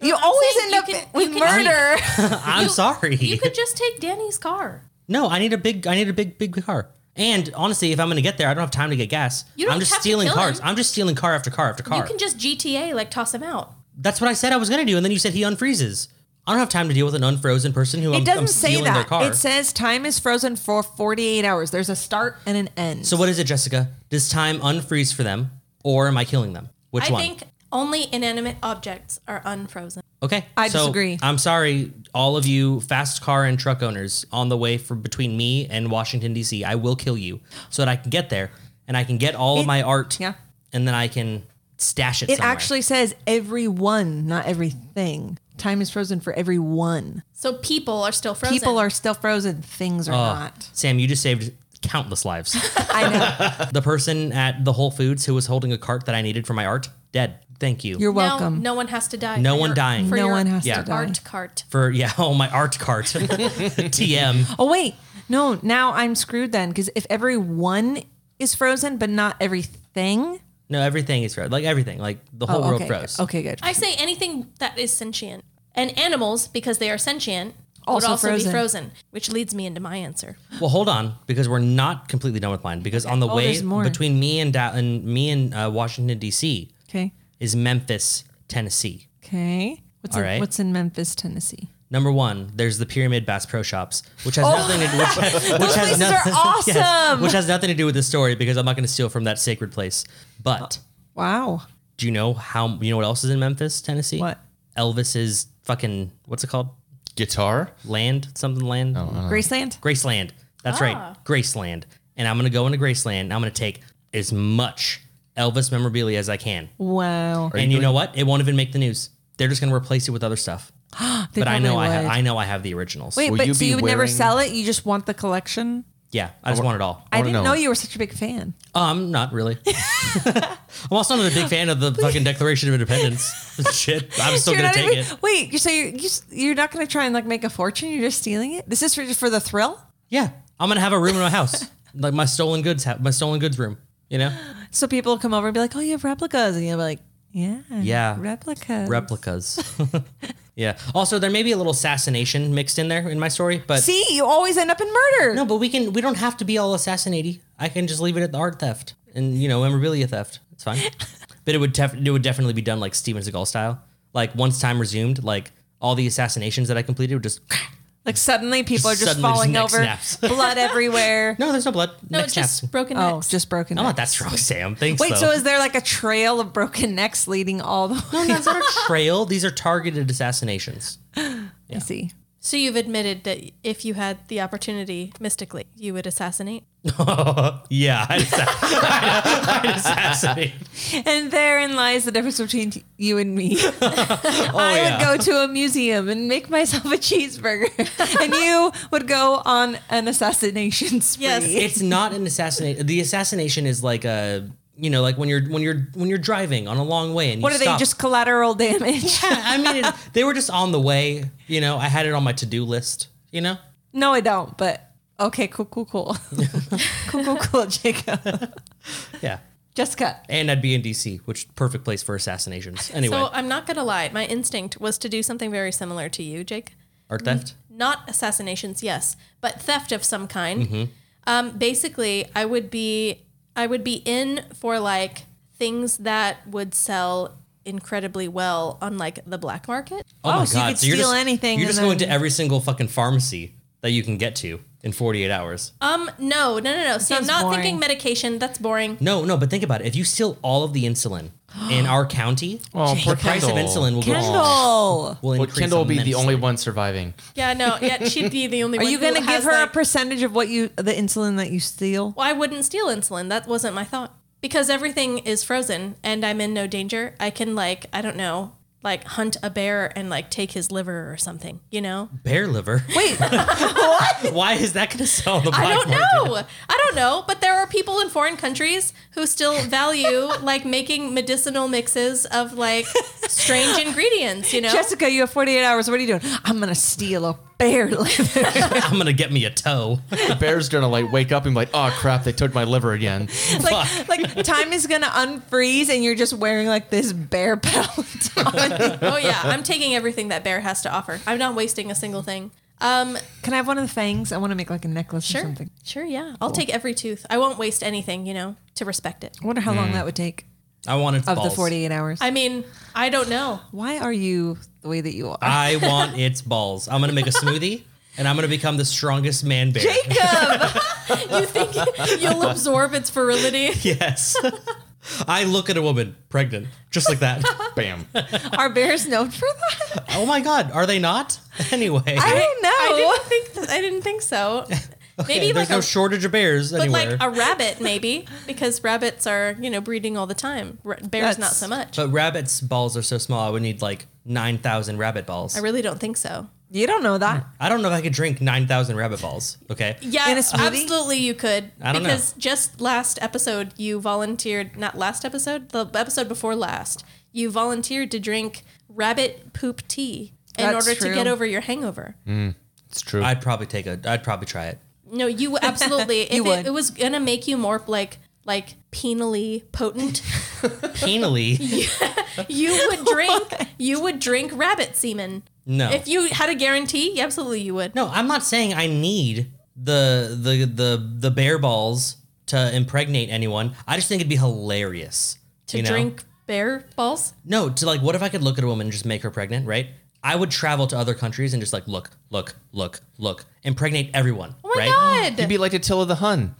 Speaker 6: You always
Speaker 1: saying
Speaker 6: end
Speaker 1: you
Speaker 6: up
Speaker 1: can-
Speaker 6: with
Speaker 1: you can-
Speaker 6: murder.
Speaker 2: I'm sorry.
Speaker 1: you could just take Danny's car.
Speaker 2: no, I need a big I need a big big car. And honestly, if I'm gonna get there, I don't have time to get gas.
Speaker 1: You don't
Speaker 2: I'm just
Speaker 1: have to
Speaker 2: stealing
Speaker 1: kill
Speaker 2: cars.
Speaker 1: him.
Speaker 2: I'm just stealing car after car after car.
Speaker 1: You can just GTA, like toss him out.
Speaker 2: That's what I said I was going to do. And then you said he unfreezes. I don't have time to deal with an unfrozen person who
Speaker 6: it
Speaker 2: I'm,
Speaker 6: doesn't
Speaker 2: I'm
Speaker 6: say
Speaker 2: stealing their
Speaker 6: that.
Speaker 2: car.
Speaker 6: It says time is frozen for 48 hours. There's a start and an end.
Speaker 2: so what is it, Jessica? Does time unfreeze for them or am I killing them? Which
Speaker 1: I
Speaker 2: one?
Speaker 1: think only inanimate objects are unfrozen.
Speaker 2: okay.
Speaker 6: I
Speaker 2: so
Speaker 6: disagree.
Speaker 2: I'm sorry, all of you fast car and truck owners on the way for between me and Washington, D.C. I will kill you so that I can get there and I can get all of
Speaker 6: It-
Speaker 2: my art
Speaker 6: yeah.
Speaker 2: and then I can stash it,
Speaker 6: It
Speaker 2: somewhere.
Speaker 6: actually says everyone, not everything. Time is frozen for everyone.
Speaker 1: So people are still frozen.
Speaker 6: People are still frozen. Things are
Speaker 2: Ah.
Speaker 6: not.
Speaker 2: Sam, you just saved countless lives.
Speaker 6: I know.
Speaker 2: the person at the Whole Foods who was holding a cart that I needed for my art, dead. Thank you.
Speaker 6: You're
Speaker 1: No-
Speaker 6: welcome.
Speaker 1: No, one has to die.
Speaker 2: No
Speaker 1: for
Speaker 2: one
Speaker 1: your-
Speaker 2: dying.
Speaker 1: for
Speaker 6: No
Speaker 1: your
Speaker 6: one has
Speaker 2: Yeah.
Speaker 6: to die.
Speaker 1: Art cart.
Speaker 2: for yeah, oh my art cart, TM.
Speaker 6: Oh wait, no. Now I'm screwed then because if everyone is frozen, but not everything.
Speaker 2: No, everything is frozen. Like everything, like the whole
Speaker 6: Oh,
Speaker 2: world
Speaker 6: okay.
Speaker 2: froze.
Speaker 6: Okay, good.
Speaker 1: I say anything that is sentient. And animals, because they are sentient,
Speaker 6: Also
Speaker 1: would also be
Speaker 6: frozen.
Speaker 1: frozen, which leads me into my answer.
Speaker 2: Well, hold on, because we're not completely done with mine. Because on the
Speaker 6: Oh,
Speaker 2: way
Speaker 6: there's more.
Speaker 2: between me and da- and me and uh, Washington D.C.
Speaker 6: Okay.
Speaker 2: is Memphis, Tennessee.
Speaker 6: Okay. What's
Speaker 2: All
Speaker 6: in,
Speaker 2: right.
Speaker 6: What's in Memphis, Tennessee?
Speaker 2: Number one, there's the Pyramid Bass Pro Shops, which has nothing to do. Which, has- which has
Speaker 6: places Oh. are
Speaker 2: nothing,
Speaker 6: awesome!
Speaker 2: which has nothing to do with the story because I'm not going to steal from that sacred place. But
Speaker 6: Wow.
Speaker 2: do you know how? You know what else is in Memphis, Tennessee?
Speaker 6: What?
Speaker 2: Elvis's fucking what's it called?
Speaker 5: Guitar?
Speaker 2: Land something land.
Speaker 6: Graceland.
Speaker 2: Graceland. That's right, Graceland. And I'm gonna go into Graceland. And I'm gonna take as much Elvis memorabilia as I can.
Speaker 6: Wow.
Speaker 2: and you know what? It won't even make the news. They're just gonna replace it with other stuff.
Speaker 6: They
Speaker 2: but I know
Speaker 6: probably
Speaker 2: I have.
Speaker 6: would.
Speaker 2: I know I have the originals.
Speaker 6: Wait,
Speaker 5: Will
Speaker 6: but
Speaker 5: you
Speaker 6: so
Speaker 5: be
Speaker 6: you would never
Speaker 5: wearing-
Speaker 6: sell it? You just want the collection?
Speaker 2: Yeah, I just want it all.
Speaker 6: I,
Speaker 5: wanna
Speaker 6: didn't
Speaker 5: know.
Speaker 6: know you were such a big fan.
Speaker 2: Um, not really. I'm also not a big fan of the fucking Declaration of Independence. Shit, I'm still
Speaker 6: You're
Speaker 2: gonna
Speaker 6: not
Speaker 2: take
Speaker 6: even-
Speaker 2: it.
Speaker 6: Wait, you're- so you're, you s- you're not going to try and like make a fortune? You're just stealing it? This is for, for the thrill?
Speaker 2: Yeah, I'm gonna have a room in my house, like my stolen goods, ha- my stolen goods room. You know,
Speaker 6: So people will come over and be like, oh, you have replicas. And you'll be like, yeah.
Speaker 2: Yeah.
Speaker 6: Replicas.
Speaker 2: replicas. yeah. Also, there may be a little assassination mixed in there in my story, but
Speaker 6: See, you always end up in murder.
Speaker 2: No, but we can. We don't have to be all assassinated. I can just leave it at the art theft and you know memorabilia theft. It's fine. but it would def- it would definitely be done like Steven Seagal style. Like once time resumed, like all the assassinations that I completed would just.
Speaker 6: Like suddenly people
Speaker 2: Just
Speaker 6: are just
Speaker 2: suddenly
Speaker 6: falling
Speaker 2: just
Speaker 6: over,
Speaker 2: neck snaps.
Speaker 6: blood everywhere.
Speaker 2: No, there's no blood.
Speaker 1: No,
Speaker 2: Neck
Speaker 1: it's just
Speaker 2: snaps.
Speaker 1: broken
Speaker 6: Oh,
Speaker 1: necks.
Speaker 6: just broken.
Speaker 2: I'm not
Speaker 6: necks.
Speaker 2: that strong, Sam. Thanks.
Speaker 6: Wait,
Speaker 2: though.
Speaker 6: so is there like a trail of broken necks leading all the way?
Speaker 2: That's not a trail. These are targeted assassinations.
Speaker 6: I see.
Speaker 1: So you've admitted that if you had the opportunity mystically, you would assassinate.
Speaker 2: Yeah, I'd, assa- I'd- I'd assassinate.
Speaker 6: And therein lies the difference between t- you and me. I
Speaker 2: Oh, yeah.
Speaker 6: would go to a museum and make myself a cheeseburger, and you would go on an assassination spree.
Speaker 1: Yes.
Speaker 2: It's not an assassination. The assassination is like a you know, like when you're when you're when you're driving on a long way and you
Speaker 6: What are they?
Speaker 2: stop.
Speaker 6: Just collateral damage?
Speaker 2: I mean, it, they were just on the way. You know, I had it on my to do list. You know,
Speaker 6: no, I don't. But okay, cool, cool, cool, cool, cool, cool, Jacob,
Speaker 2: yeah.
Speaker 6: Jessica.
Speaker 2: And I'd be in DC, which perfect place for assassinations. Anyway,
Speaker 1: So I'm not gonna lie. My instinct was to do something very similar to you, Jake.
Speaker 6: mm,
Speaker 2: art theft.
Speaker 1: Not assassinations, yes, but theft of some kind.
Speaker 6: Mm-hmm.
Speaker 1: Um, basically, I would be I would be in for like things that would sell incredibly well on like the black market.
Speaker 2: Oh, my
Speaker 6: so you
Speaker 2: god!
Speaker 6: could
Speaker 2: you're
Speaker 6: steal
Speaker 2: just,
Speaker 6: anything
Speaker 2: You're
Speaker 6: and
Speaker 2: just going
Speaker 6: then-
Speaker 2: to every single fucking pharmacy that you can get to in 48 hours.
Speaker 6: Uh,
Speaker 1: Um, no, no, no, no. See, I'm
Speaker 6: Sounds
Speaker 1: not
Speaker 6: boring.
Speaker 1: thinking medication. That's boring.
Speaker 2: No, no, but think about it. If you steal all of the insulin in our county,
Speaker 5: Oh,
Speaker 2: the
Speaker 5: poor
Speaker 2: price of
Speaker 5: Kendall.
Speaker 2: insulin will go.
Speaker 6: Kendall,
Speaker 2: Will
Speaker 5: Would
Speaker 2: increase
Speaker 5: Kendall be the
Speaker 2: immensely.
Speaker 5: only one surviving?
Speaker 1: Yeah, no. Yeah, she'd be the only.
Speaker 6: are
Speaker 1: one
Speaker 6: you
Speaker 1: who
Speaker 6: going to
Speaker 1: has,
Speaker 6: give her
Speaker 1: like-
Speaker 6: a percentage of what you the insulin that you steal?
Speaker 1: Well, I wouldn't steal insulin. That wasn't my thought. Because everything is frozen and I'm in no danger. I can like, I don't know, like hunt a bear and like take his liver or something, you know?
Speaker 2: bear liver?
Speaker 6: Wait,
Speaker 2: Why is that going to sell on the black
Speaker 1: I don't
Speaker 2: market?
Speaker 1: know. I don't know, but there are people in foreign countries who still value like making medicinal mixes of like strange ingredients, you know?
Speaker 6: Jessica, you have 48 hours. What are you doing? I'm going to steal a bear liver.
Speaker 2: I'm going to get me a toe.
Speaker 5: The bear's gonna like wake up and be like, oh crap, they took my liver again.
Speaker 6: like, like time is going to unfreeze and you're just wearing like this bear pelt.
Speaker 1: oh yeah, I'm taking everything that bear has to offer. I'm not wasting a single thing. Um,
Speaker 6: Can I have one of the fangs? I want to make like a necklace or
Speaker 1: sure.
Speaker 6: something.
Speaker 1: Sure, yeah. I'll take every tooth. I won't waste anything, you know, to respect it.
Speaker 6: I wonder how long that would take
Speaker 2: I want its
Speaker 6: of
Speaker 2: Mm. balls.
Speaker 6: the 48 hours.
Speaker 1: I mean, I don't know.
Speaker 6: Why are you the way that you are?
Speaker 2: I want its balls. I'm going to make a smoothie and I'm going to become the strongest man bear.
Speaker 1: Jacob, you think you'll absorb its virility?
Speaker 2: Yes. I look at a woman pregnant just like that.
Speaker 5: Bam.
Speaker 6: are bears known for that?
Speaker 2: oh my god, are they not? Anyway,
Speaker 6: I don't know.
Speaker 1: I didn't think th- I didn't think so. maybe
Speaker 2: there's
Speaker 1: like
Speaker 2: no
Speaker 1: a,
Speaker 2: shortage of bears
Speaker 1: but
Speaker 2: anywhere.
Speaker 1: like a rabbit, maybe because rabbits are you know breeding all the time. Ra- bears
Speaker 6: That's-
Speaker 1: not so much.
Speaker 2: but rabbits' balls are so small. I would need like nine thousand rabbit balls.
Speaker 1: I really don't think so.
Speaker 6: you don't know that.
Speaker 2: I don't know if I could drink 9,000 rabbit balls. Okay.
Speaker 1: Yeah,
Speaker 6: In a smoothie?
Speaker 1: absolutely, you could.
Speaker 2: I don't know.
Speaker 1: because just last episode, you volunteered. Not last episode, the episode before last, you volunteered to drink rabbit poop tea in
Speaker 6: That's
Speaker 1: order
Speaker 6: true.
Speaker 1: to get over your hangover.
Speaker 5: It's true.
Speaker 2: I'd probably take a, I'd probably try it.
Speaker 1: No, you absolutely. if
Speaker 6: You
Speaker 1: it,
Speaker 6: would.
Speaker 1: it was gonna make you more like like penally potent.
Speaker 2: Penally?
Speaker 1: You would drink. you would drink rabbit semen.
Speaker 2: No.
Speaker 1: If you had a guarantee, yeah, absolutely you would.
Speaker 2: no, I'm not saying I need the, the, the, the bear balls to impregnate anyone. I just think it'd be hilarious.
Speaker 1: to
Speaker 2: you know?
Speaker 1: drink bear balls.
Speaker 2: No, to like, what if I could look at a woman and just make her pregnant, right? I would travel to other countries and just like, look, look, look, look, impregnate everyone,
Speaker 1: Oh my
Speaker 2: right?
Speaker 5: You'd
Speaker 1: god!
Speaker 5: be like Attila the Hun.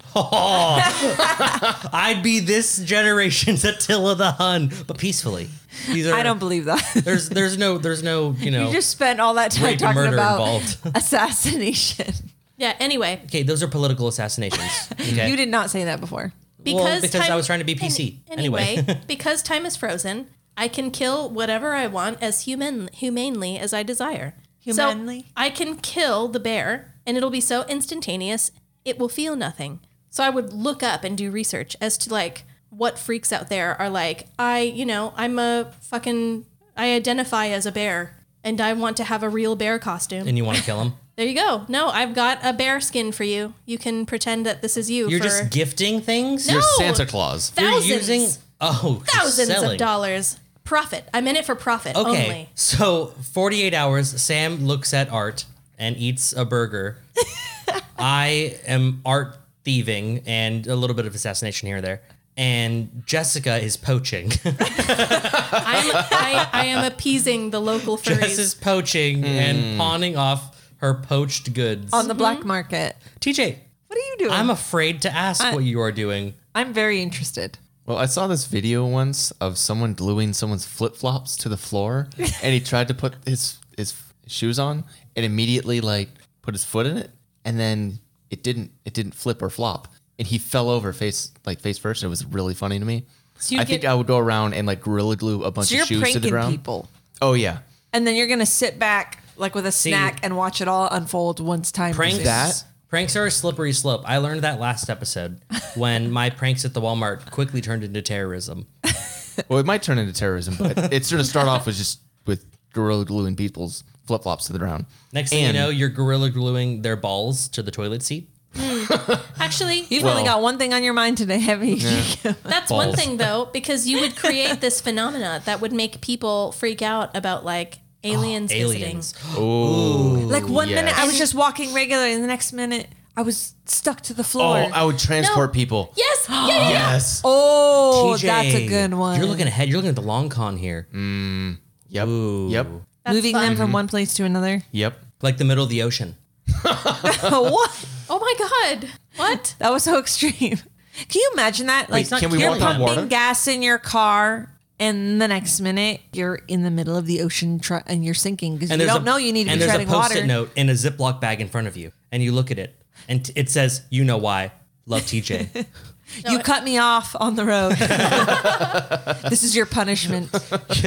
Speaker 2: I'd be this generation's Attila the Hun, but peacefully. These are,
Speaker 6: I don't believe that.
Speaker 2: There's, there's no, there's no, you know.
Speaker 6: You just spent all that time
Speaker 2: Rape and
Speaker 6: talking
Speaker 2: murder
Speaker 6: about
Speaker 2: involved.
Speaker 6: assassination.
Speaker 1: Yeah. Anyway,
Speaker 2: Okay, those are political assassinations. Okay.
Speaker 6: You did not say that before.
Speaker 1: because
Speaker 2: because I was trying to be PC. Anyway.
Speaker 1: because time is frozen, I can kill whatever I want as human humanely as I desire.
Speaker 6: Humanely?
Speaker 1: So I can kill the bear, and it'll be so instantaneous it will feel nothing. So I would look up and do research as to like what freaks out there are like. I you know I'm a fucking I identify as a bear, and I want to have a real bear costume.
Speaker 2: and you want to kill him?
Speaker 1: there you go. No, I've got a bear skin for you. You can pretend that this is you.
Speaker 2: You're
Speaker 1: for
Speaker 2: just gifting things.
Speaker 1: No.
Speaker 5: You're Santa Claus.
Speaker 1: thousands.
Speaker 2: You're using oh you're
Speaker 1: thousands
Speaker 2: selling.
Speaker 1: of dollars. Profit. I'm in it for profit
Speaker 2: Okay,
Speaker 1: only.
Speaker 2: so 48 hours. Sam looks at art and eats a burger. I am art thieving and a little bit of assassination here and there. And Jessica is poaching.
Speaker 1: I'm, I, I am appeasing the local furries.
Speaker 2: Jess is poaching and pawning off her poached goods.
Speaker 6: On the black market.
Speaker 2: TJ,
Speaker 6: What are you doing?
Speaker 2: I'm afraid to ask what you are doing.
Speaker 6: I'm very interested.
Speaker 5: Well, I saw this video once of someone gluing someone's flip flops to the floor, and he tried to put his his shoes on, and immediately like put his foot in it, and then it didn't it didn't flip or flop, and he fell over face like face first. And it was really funny to me.
Speaker 1: you
Speaker 5: I
Speaker 1: get-
Speaker 5: think I would go around and like gorilla glue a bunch
Speaker 6: So
Speaker 5: of
Speaker 6: you're
Speaker 5: shoes to the
Speaker 6: pranking
Speaker 5: ground.
Speaker 6: people.
Speaker 5: Oh yeah,
Speaker 6: And then you're going to sit back like with a snack and watch it all unfold once time.
Speaker 2: Pranks
Speaker 6: resumes.
Speaker 5: that
Speaker 2: Pranks are a slippery slope. I learned that last episode when my pranks at the Walmart quickly turned into terrorism.
Speaker 5: Well, it might turn into terrorism, but it's going to start off with just with gorilla gluing people's flip flops to the ground.
Speaker 2: Next thing
Speaker 5: And-
Speaker 2: you know, you're gorilla gluing their balls to the toilet seat.
Speaker 1: Actually,
Speaker 6: You've only got one thing on your mind today, heavy.
Speaker 1: That's one
Speaker 2: Balls.
Speaker 1: thing though, because you would create this phenomena that would make people freak out about like aliens,
Speaker 2: Oh, Aliens.
Speaker 1: visiting.
Speaker 6: like one
Speaker 5: yes.
Speaker 6: minute I was just walking regularly, and the next minute I was stuck to the
Speaker 5: Oh,
Speaker 6: floor.
Speaker 5: I would transport people.
Speaker 1: Yes, yeah, yeah, yeah.
Speaker 5: Yes.
Speaker 6: Oh,
Speaker 2: TJ,
Speaker 6: that's a good one.
Speaker 2: You're looking ahead. You're looking at the long con here,
Speaker 5: Yep. Mm. Yep.
Speaker 1: That's
Speaker 6: moving
Speaker 1: fun.
Speaker 6: them from one place to another.
Speaker 5: Yep.
Speaker 2: like the middle of the ocean.
Speaker 6: what?
Speaker 1: Oh my god, what?
Speaker 6: That was so extreme. Can you imagine that? Like,
Speaker 2: it's not
Speaker 5: can we
Speaker 2: cute.
Speaker 6: you're
Speaker 5: walk on
Speaker 6: pumping
Speaker 5: water?
Speaker 6: gas in your car, and the next minute you're in the middle of the ocean tr- and you're sinking because you
Speaker 2: there's
Speaker 6: don't
Speaker 2: a-
Speaker 6: know you need to
Speaker 2: and
Speaker 6: be
Speaker 2: there's a
Speaker 6: treading
Speaker 2: post-it
Speaker 6: water.
Speaker 2: note in a Ziploc bag in front of you, and you look at it, and t- it says, "You know why? Love TJ."
Speaker 6: You cut me off on the road. this is your punishment.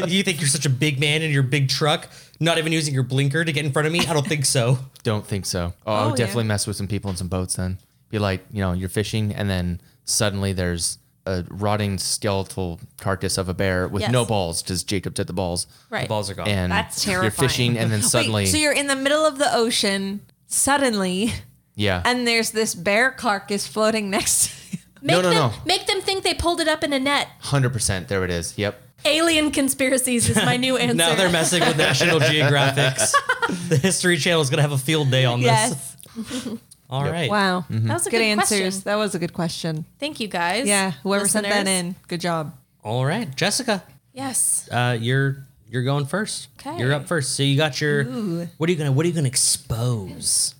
Speaker 2: you think you're such a big man in your big truck, not even using your blinker to get in front of me? I don't think so.
Speaker 5: Don't think so. Oh, I
Speaker 6: Oh,
Speaker 5: would definitely
Speaker 6: yeah.
Speaker 5: mess with some people in some boats then. Be like, you know, you're fishing and then suddenly there's a rotting skeletal carcass of a bear with
Speaker 1: Yes.
Speaker 5: no balls because Jacob did the balls.
Speaker 1: Right.
Speaker 2: The balls are gone.
Speaker 5: And
Speaker 6: That's
Speaker 5: You're
Speaker 6: terrifying.
Speaker 5: fishing and then suddenly,
Speaker 6: Wait, so you're in the middle of the ocean suddenly,
Speaker 5: yeah.
Speaker 6: and there's this bear carcass floating next. to you.
Speaker 1: Make
Speaker 5: no,
Speaker 1: them
Speaker 5: no.
Speaker 1: make them think they pulled it up in a net.
Speaker 5: 100%. There it is. Yep.
Speaker 1: Alien conspiracies is my new answer.
Speaker 2: now they're messing with National Geographics. The History Channel is gonna have a field day on this.
Speaker 6: Yes.
Speaker 2: All right.
Speaker 6: Wow.
Speaker 2: Mm-hmm.
Speaker 1: that was a good,
Speaker 6: Good, answers.
Speaker 1: Question.
Speaker 6: That was a good question.
Speaker 1: Thank you guys.
Speaker 6: Yeah. Whoever sent that
Speaker 1: listeners.
Speaker 6: in, good job.
Speaker 2: All right, Jessica,
Speaker 1: Yes.
Speaker 2: uh, you're you're going first.
Speaker 1: Okay.
Speaker 2: You're up first. So you got your. What are you gonna What are you gonna expose?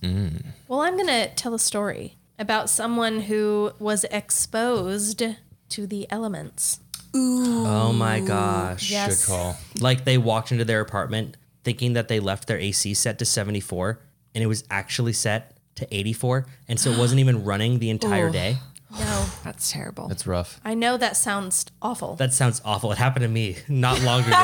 Speaker 1: Well, I'm gonna tell a story about someone who was exposed to the elements.
Speaker 2: Oh my gosh.
Speaker 1: Yes.
Speaker 5: call.
Speaker 2: Like they walked into their apartment thinking that they left their AC set to 74 and it was actually set to 84 and so it wasn't even running the entire day.
Speaker 1: No,
Speaker 6: That's terrible.
Speaker 5: That's rough.
Speaker 1: I know that sounds awful.
Speaker 2: That sounds awful. It happened to me not long ago.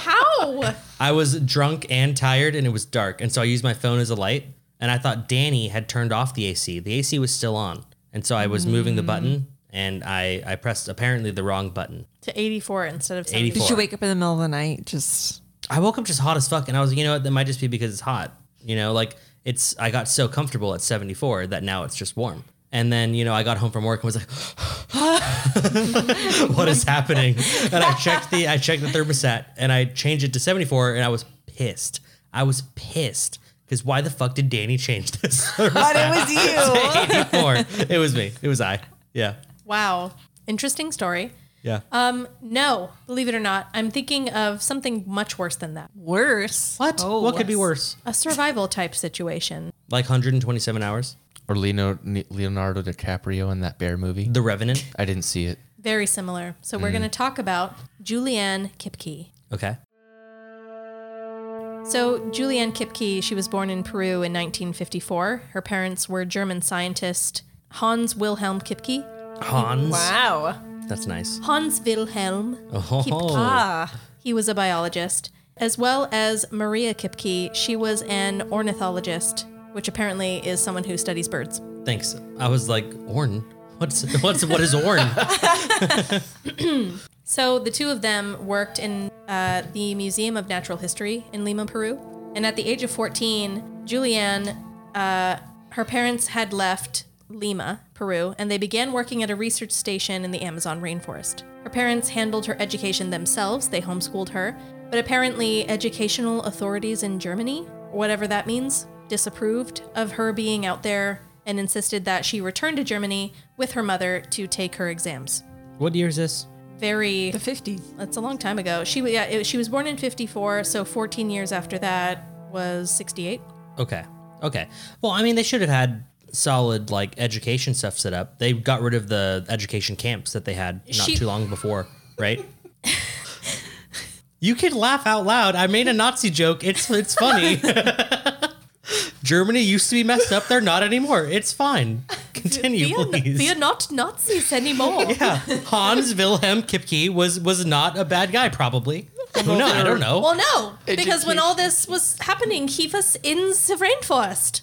Speaker 1: How?
Speaker 2: I was drunk and tired and it was dark and so I used my phone as a light and I thought Danny had turned off the AC. The AC was still on. And so I was moving the button and I I pressed apparently the wrong button.
Speaker 1: to 84 instead of
Speaker 2: 84.
Speaker 1: 74.
Speaker 6: Did you wake up in the middle of the night? Just
Speaker 2: I woke up just hot as fuck, and I was like, you know what? That might just be because it's hot. You know, like it's. I got so comfortable at 74 that now it's just warm. And then you know, I got home from work and was like, what is happening? And I checked the I checked the thermostat and I changed it to 74, and I was pissed. I was pissed because why the fuck did Danny change this?
Speaker 6: but it was you.
Speaker 2: 84. It was me. It was I. Yeah.
Speaker 1: Wow. Interesting story.
Speaker 2: Yeah.
Speaker 6: Uh,
Speaker 1: Um, no, believe it or not, I'm thinking of something much worse than that.
Speaker 6: Worse.
Speaker 2: what?
Speaker 6: Oh,
Speaker 2: what could be worse?
Speaker 1: A survival type situation.
Speaker 2: Like 127 hours.
Speaker 5: Or Leonardo, Leonardo DiCaprio in that bear movie.
Speaker 2: The Revenant.
Speaker 5: I didn't see it.
Speaker 1: Very similar. So we're going to talk about Julianne Kipke.
Speaker 2: Okay.
Speaker 1: So Julianne Kipke, she was born in Peru in 1954. Her parents were German scientist Hans Wilhelm Kipke.
Speaker 2: Hans.
Speaker 6: Wow.
Speaker 2: That's nice.
Speaker 1: Hans Wilhelm
Speaker 2: Oh.
Speaker 1: He was a biologist, as well as Maria Kipke. She was an ornithologist, which apparently is someone who studies birds.
Speaker 2: Thanks. I was like, Orn. What's what's what is Orn?
Speaker 1: So the two of them worked in uh, the Museum of Natural History in Lima, Peru. And at the age of 14, Julianne, uh, her parents had left Lima, Peru, and they began working at a research station in the Amazon rainforest. Her parents handled her education themselves, they homeschooled her, but apparently, educational authorities in Germany, whatever that means, disapproved of her being out there and insisted that she return to Germany with her mother to take her exams.
Speaker 2: what year is this?
Speaker 1: Very
Speaker 6: The 50s.
Speaker 1: that's a long time ago. She wa- yeah, it, she was born in 54, so 14 years after that was 68.
Speaker 2: Okay. Okay. Well, I mean, they should have had solid like education stuff set up. They got rid of the education camps that they had not
Speaker 1: She-
Speaker 2: too long before, right? you can laugh out loud. I made a Nazi joke. It's it's funny. Germany used to be messed up. They're not anymore. It's fine. Continue,
Speaker 1: They are, n-
Speaker 2: please.
Speaker 1: they are not Nazis anymore.
Speaker 2: Yeah, Hans Wilhelm Kipke was was not a bad guy, probably. Who knows? I don't know.
Speaker 1: Well, no, because when all this was happening, he was in the rainforest.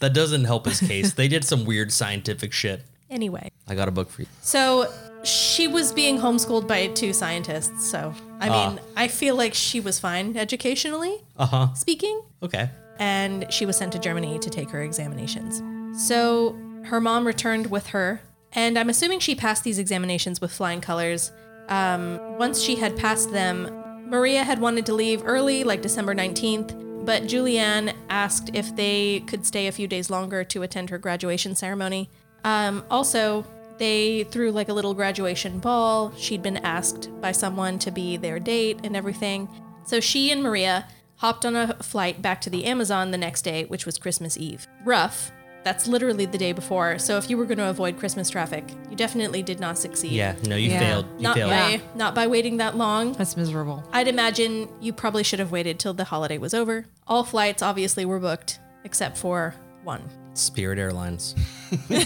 Speaker 2: That doesn't help his case. they did some weird scientific shit.
Speaker 1: Anyway,
Speaker 2: I got a book for you.
Speaker 1: so she was being homeschooled by two scientists. So, I mean, I feel like she was fine educationally
Speaker 2: Uh huh.
Speaker 1: speaking.
Speaker 2: Okay.
Speaker 1: and she was sent to Germany to take her examinations. So her mom returned with her, and I'm assuming she passed these examinations with flying colors. Um, once she had passed them, Maria had wanted to leave early, like December 19th, but Julianne asked if they could stay a few days longer to attend her graduation ceremony. Um, also, they threw like a little graduation ball. She'd been asked by someone to be their date and everything. So she and Maria hopped on a flight back to the Amazon the next day, which was Christmas Eve. Rough. That's literally the day before. So if you were going to avoid Christmas traffic, you definitely did not succeed.
Speaker 2: Yeah. No, you
Speaker 6: Yeah.
Speaker 2: failed. You
Speaker 1: Not
Speaker 2: failed.
Speaker 1: by not by waiting that long.
Speaker 6: That's miserable.
Speaker 1: I'd imagine you probably should have waited till the holiday was over. All flights obviously were booked except for one.
Speaker 2: Spirit Airlines.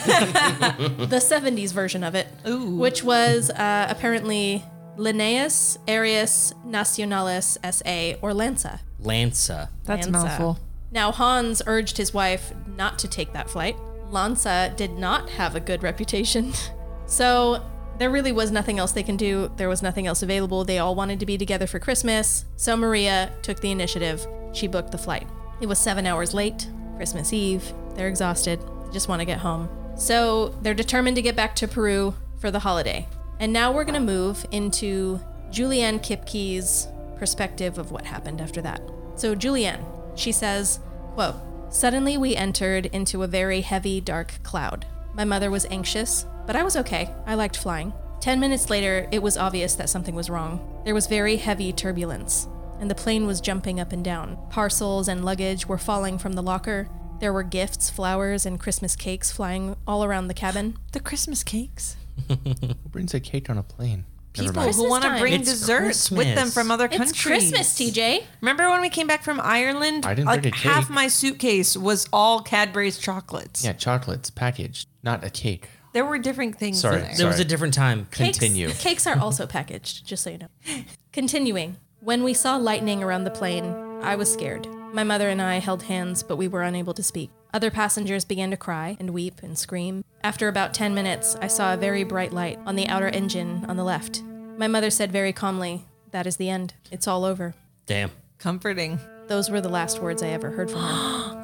Speaker 1: the 70s version of it, which was uh, apparently Linnaeus Arius Nationalis SA or Lanza.
Speaker 2: Lanza.
Speaker 6: That's a
Speaker 1: Lanza.
Speaker 6: mouthful.
Speaker 1: Now, Hans urged his wife not to take that flight. Lanza did not have a good reputation. So there really was nothing else they can do. There was nothing else available. They all wanted to be together for Christmas. So Maria took the initiative. She booked the flight. It was seven hours late, Christmas Eve. They're exhausted. They just want to get home. So they're determined to get back to Peru for the holiday. And now we're going to move into Julianne Kipke's perspective of what happened after that. So Julianne, she says, quote, Suddenly we entered into a very heavy dark cloud. My mother was anxious, but I was okay. I liked flying. Ten minutes later, it was obvious that something was wrong. There was very heavy turbulence, and the plane was jumping up and down. Parcels and luggage were falling from the locker. There were gifts, flowers, and Christmas cakes flying all around the cabin.
Speaker 6: The Christmas cakes.
Speaker 5: Who brings a cake on a plane? Never
Speaker 1: People
Speaker 5: mind.
Speaker 6: Who want to
Speaker 1: time.
Speaker 6: bring
Speaker 2: It's
Speaker 6: desserts with them
Speaker 2: Christmas.
Speaker 6: from other
Speaker 1: It's
Speaker 6: countries?
Speaker 1: Christmas, TJ.
Speaker 6: Remember when we came back from Ireland?
Speaker 5: I didn't
Speaker 6: like
Speaker 5: bring a
Speaker 6: half
Speaker 5: cake.
Speaker 6: my suitcase was all Cadbury's chocolates.
Speaker 5: Yeah, chocolates packaged, not a cake.
Speaker 6: There were different things
Speaker 5: Sorry.
Speaker 6: in there.
Speaker 2: There was a
Speaker 5: Sorry.
Speaker 2: different time.
Speaker 1: Cakes-
Speaker 5: Continue.
Speaker 1: Cakes, are also packaged, just so you know. Continuing. When we saw lightning around the plane, I was scared. My mother and I held hands, but we were unable to speak. Other passengers began to cry and weep and scream. After about 10 minutes, I saw a very bright light on the outer engine on the left. My mother said very calmly, That is the end. It's all over.
Speaker 2: Damn.
Speaker 6: Comforting.
Speaker 1: Those were the last words I ever heard from her.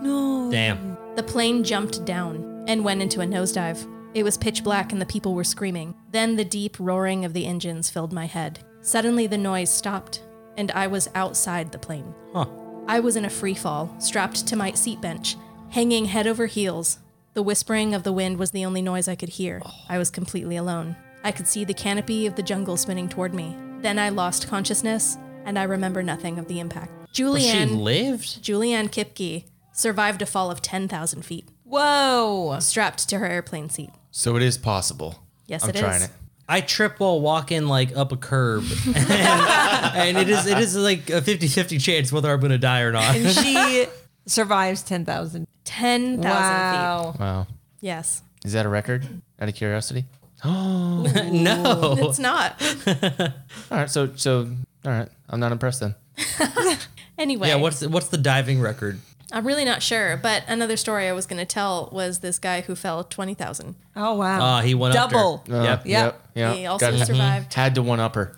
Speaker 2: Damn.
Speaker 1: The plane jumped down and went into a nosedive. It was pitch black and the people were screaming. Then the deep roaring of the engines filled my head. Suddenly the noise stopped and I was outside the plane.
Speaker 2: Huh.
Speaker 1: I was in a free fall, strapped to my seat bench, hanging head over heels. The whispering of the wind was the only noise I could hear. I was completely alone. I could see the canopy of the jungle spinning toward me. Then I lost consciousness and I remember nothing of the impact.
Speaker 2: But she
Speaker 1: Julianne
Speaker 2: lived?
Speaker 1: Julianne Kipke survived a fall of 10,000 feet,
Speaker 6: Whoa.
Speaker 1: strapped to her airplane seat.
Speaker 5: So it is possible.
Speaker 1: Yes,
Speaker 5: I'm
Speaker 1: it is.
Speaker 5: trying it.
Speaker 2: I trip while walking like up a curb. and, and it is it is like a 50-50 chance whether I'm gonna die or not.
Speaker 6: she survives 10,000.
Speaker 1: 10,000 feet.
Speaker 6: Wow.
Speaker 5: Wow.
Speaker 1: Yes.
Speaker 5: Is that a record? Out of curiosity.
Speaker 2: no.
Speaker 1: It's not.
Speaker 5: All right. So so all right. I'm not impressed then.
Speaker 1: Anyway,
Speaker 2: Yeah, what's the, what's the diving record?
Speaker 1: I'm really not sure, but another story I was going to tell was this guy who fell 20,000.
Speaker 6: Oh, wow.
Speaker 5: Ah,
Speaker 2: Uh, he went up there.
Speaker 6: Double.
Speaker 5: Uh,
Speaker 2: Yep.
Speaker 6: Yeah.
Speaker 5: Yep. yep.
Speaker 1: He also
Speaker 5: Got it. Mm-hmm.
Speaker 1: survived.
Speaker 5: Had to one upper.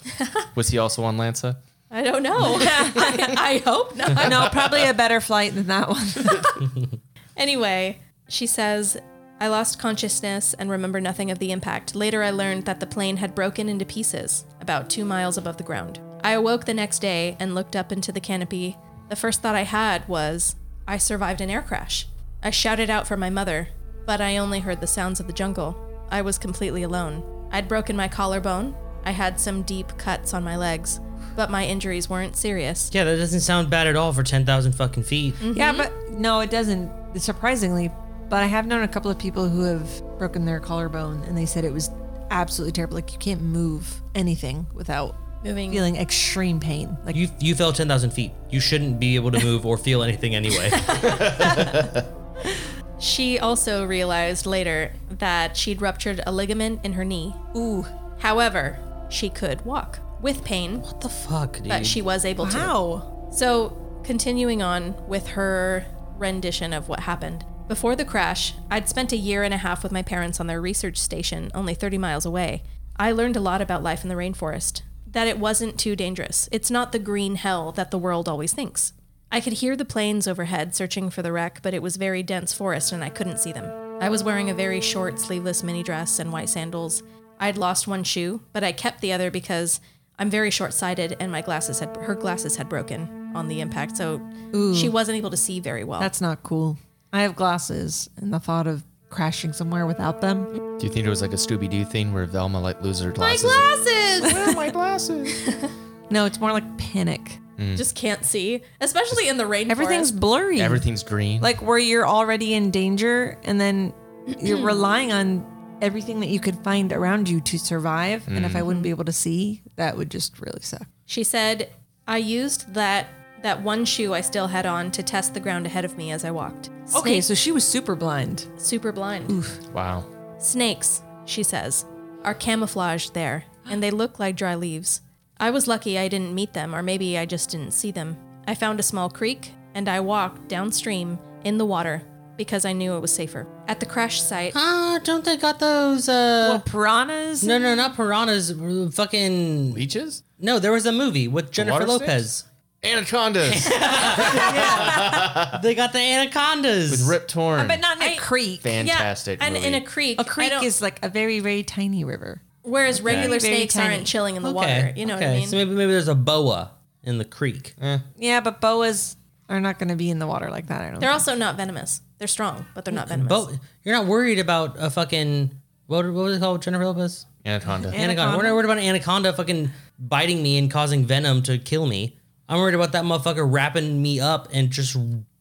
Speaker 5: Was he also on Lanza?
Speaker 1: I don't know. I, I hope not.
Speaker 6: no, probably a better flight than that one.
Speaker 1: Anyway, she says, I lost consciousness and remember nothing of the impact. Later, I learned that the plane had broken into pieces about two miles above the ground. I awoke the next day and looked up into the canopy. The first thought I had was, I survived an air crash. I shouted out for my mother, but I only heard the sounds of the jungle. I was completely alone. I'd broken my collarbone. I had some deep cuts on my legs, but my injuries weren't serious.
Speaker 2: Yeah, that doesn't sound bad at all for ten thousand fucking feet.
Speaker 1: Mm-hmm.
Speaker 6: Yeah, but no, it doesn't. Surprisingly, but I have known a couple of people who have broken their collarbone, and they said it was absolutely terrible. Like you can't move anything without
Speaker 1: Moving
Speaker 6: feeling extreme pain. Like
Speaker 2: You you fell ten thousand feet. You shouldn't be able to move or feel anything anyway.
Speaker 1: She also realized later that she'd ruptured a ligament in her knee.
Speaker 6: ooh,
Speaker 1: However, she could walk with pain,
Speaker 2: what the fuck, dude?
Speaker 1: but she was able to.
Speaker 6: wow,
Speaker 1: So, continuing on with her rendition of what happened. Before the crash, I'd spent a year and a half with my parents on their research station, only 30 miles away. I learned a lot about life in the rainforest, that it wasn't too dangerous. It's not the green hell that the world always thinks. I could hear the planes overhead searching for the wreck, but it was very dense forest and I couldn't see them. I was wearing a very short, sleeveless mini dress and white sandals. I'd lost one shoe, but I kept the other because I'm very short-sighted and my glasses had her glasses had broken on the impact, so she wasn't able to see very well.
Speaker 6: That's not cool. I have glasses, and the thought of crashing somewhere without them.
Speaker 5: Do you think it was like a Scooby Doo thing where Velma like loses her
Speaker 1: my
Speaker 5: glasses?
Speaker 1: glasses.
Speaker 5: my glasses.
Speaker 6: No, it's more like panic.
Speaker 1: Just can't see, especially in the rainforest.
Speaker 6: Mm. Everything's blurry.
Speaker 5: Everything's green.
Speaker 6: like where you're already in danger and then you're relying on everything that you could find around you to survive and
Speaker 5: Mm.
Speaker 6: if i wouldn't be able to see that would just really suck
Speaker 1: She said, "I used that that one shoe I still had on to test the ground ahead of me as I walked."
Speaker 6: okay so she was super blind
Speaker 1: Super blind.
Speaker 5: wow.
Speaker 1: Snakes, she says, are camouflaged there, and they look like dry leaves. I was lucky I didn't meet them, or maybe I just didn't see them. I found a small creek, and I walked downstream in the water because I knew it was safer. At the crash site,
Speaker 2: Ah, don't they got those? Uh,
Speaker 6: well piranhas
Speaker 2: no, no, not piranhas. uh, Fucking
Speaker 5: Leeches?
Speaker 2: no. There was a movie with Jennifer
Speaker 5: water
Speaker 2: Lopez.
Speaker 5: Anacondas.
Speaker 2: They got the anacondas.
Speaker 5: with Rip Torn.
Speaker 6: but not in a creek
Speaker 1: Uh,
Speaker 5: Fantastic
Speaker 1: yeah, and
Speaker 5: movie.
Speaker 1: in a creek.
Speaker 6: a
Speaker 1: I
Speaker 6: creek
Speaker 1: don't-
Speaker 6: is like a very very tiny river
Speaker 1: whereas regular
Speaker 6: Very
Speaker 1: snakes
Speaker 6: tiny.
Speaker 1: aren't chilling in the water. You know
Speaker 2: okay.
Speaker 1: what I mean?
Speaker 2: So maybe maybe there's a boa in the creek.
Speaker 6: yeah but boas are not going to be in the water like that i don't
Speaker 1: they're also not venomous. They're strong, but they're not venomous.
Speaker 2: Bo- you're not worried about a fucking what, what was it called? Jennifer Lopez.
Speaker 5: Anaconda.
Speaker 2: Anaconda. We're not worried about an anaconda fucking biting me and causing venom to kill me. I'm worried about that motherfucker wrapping me up and just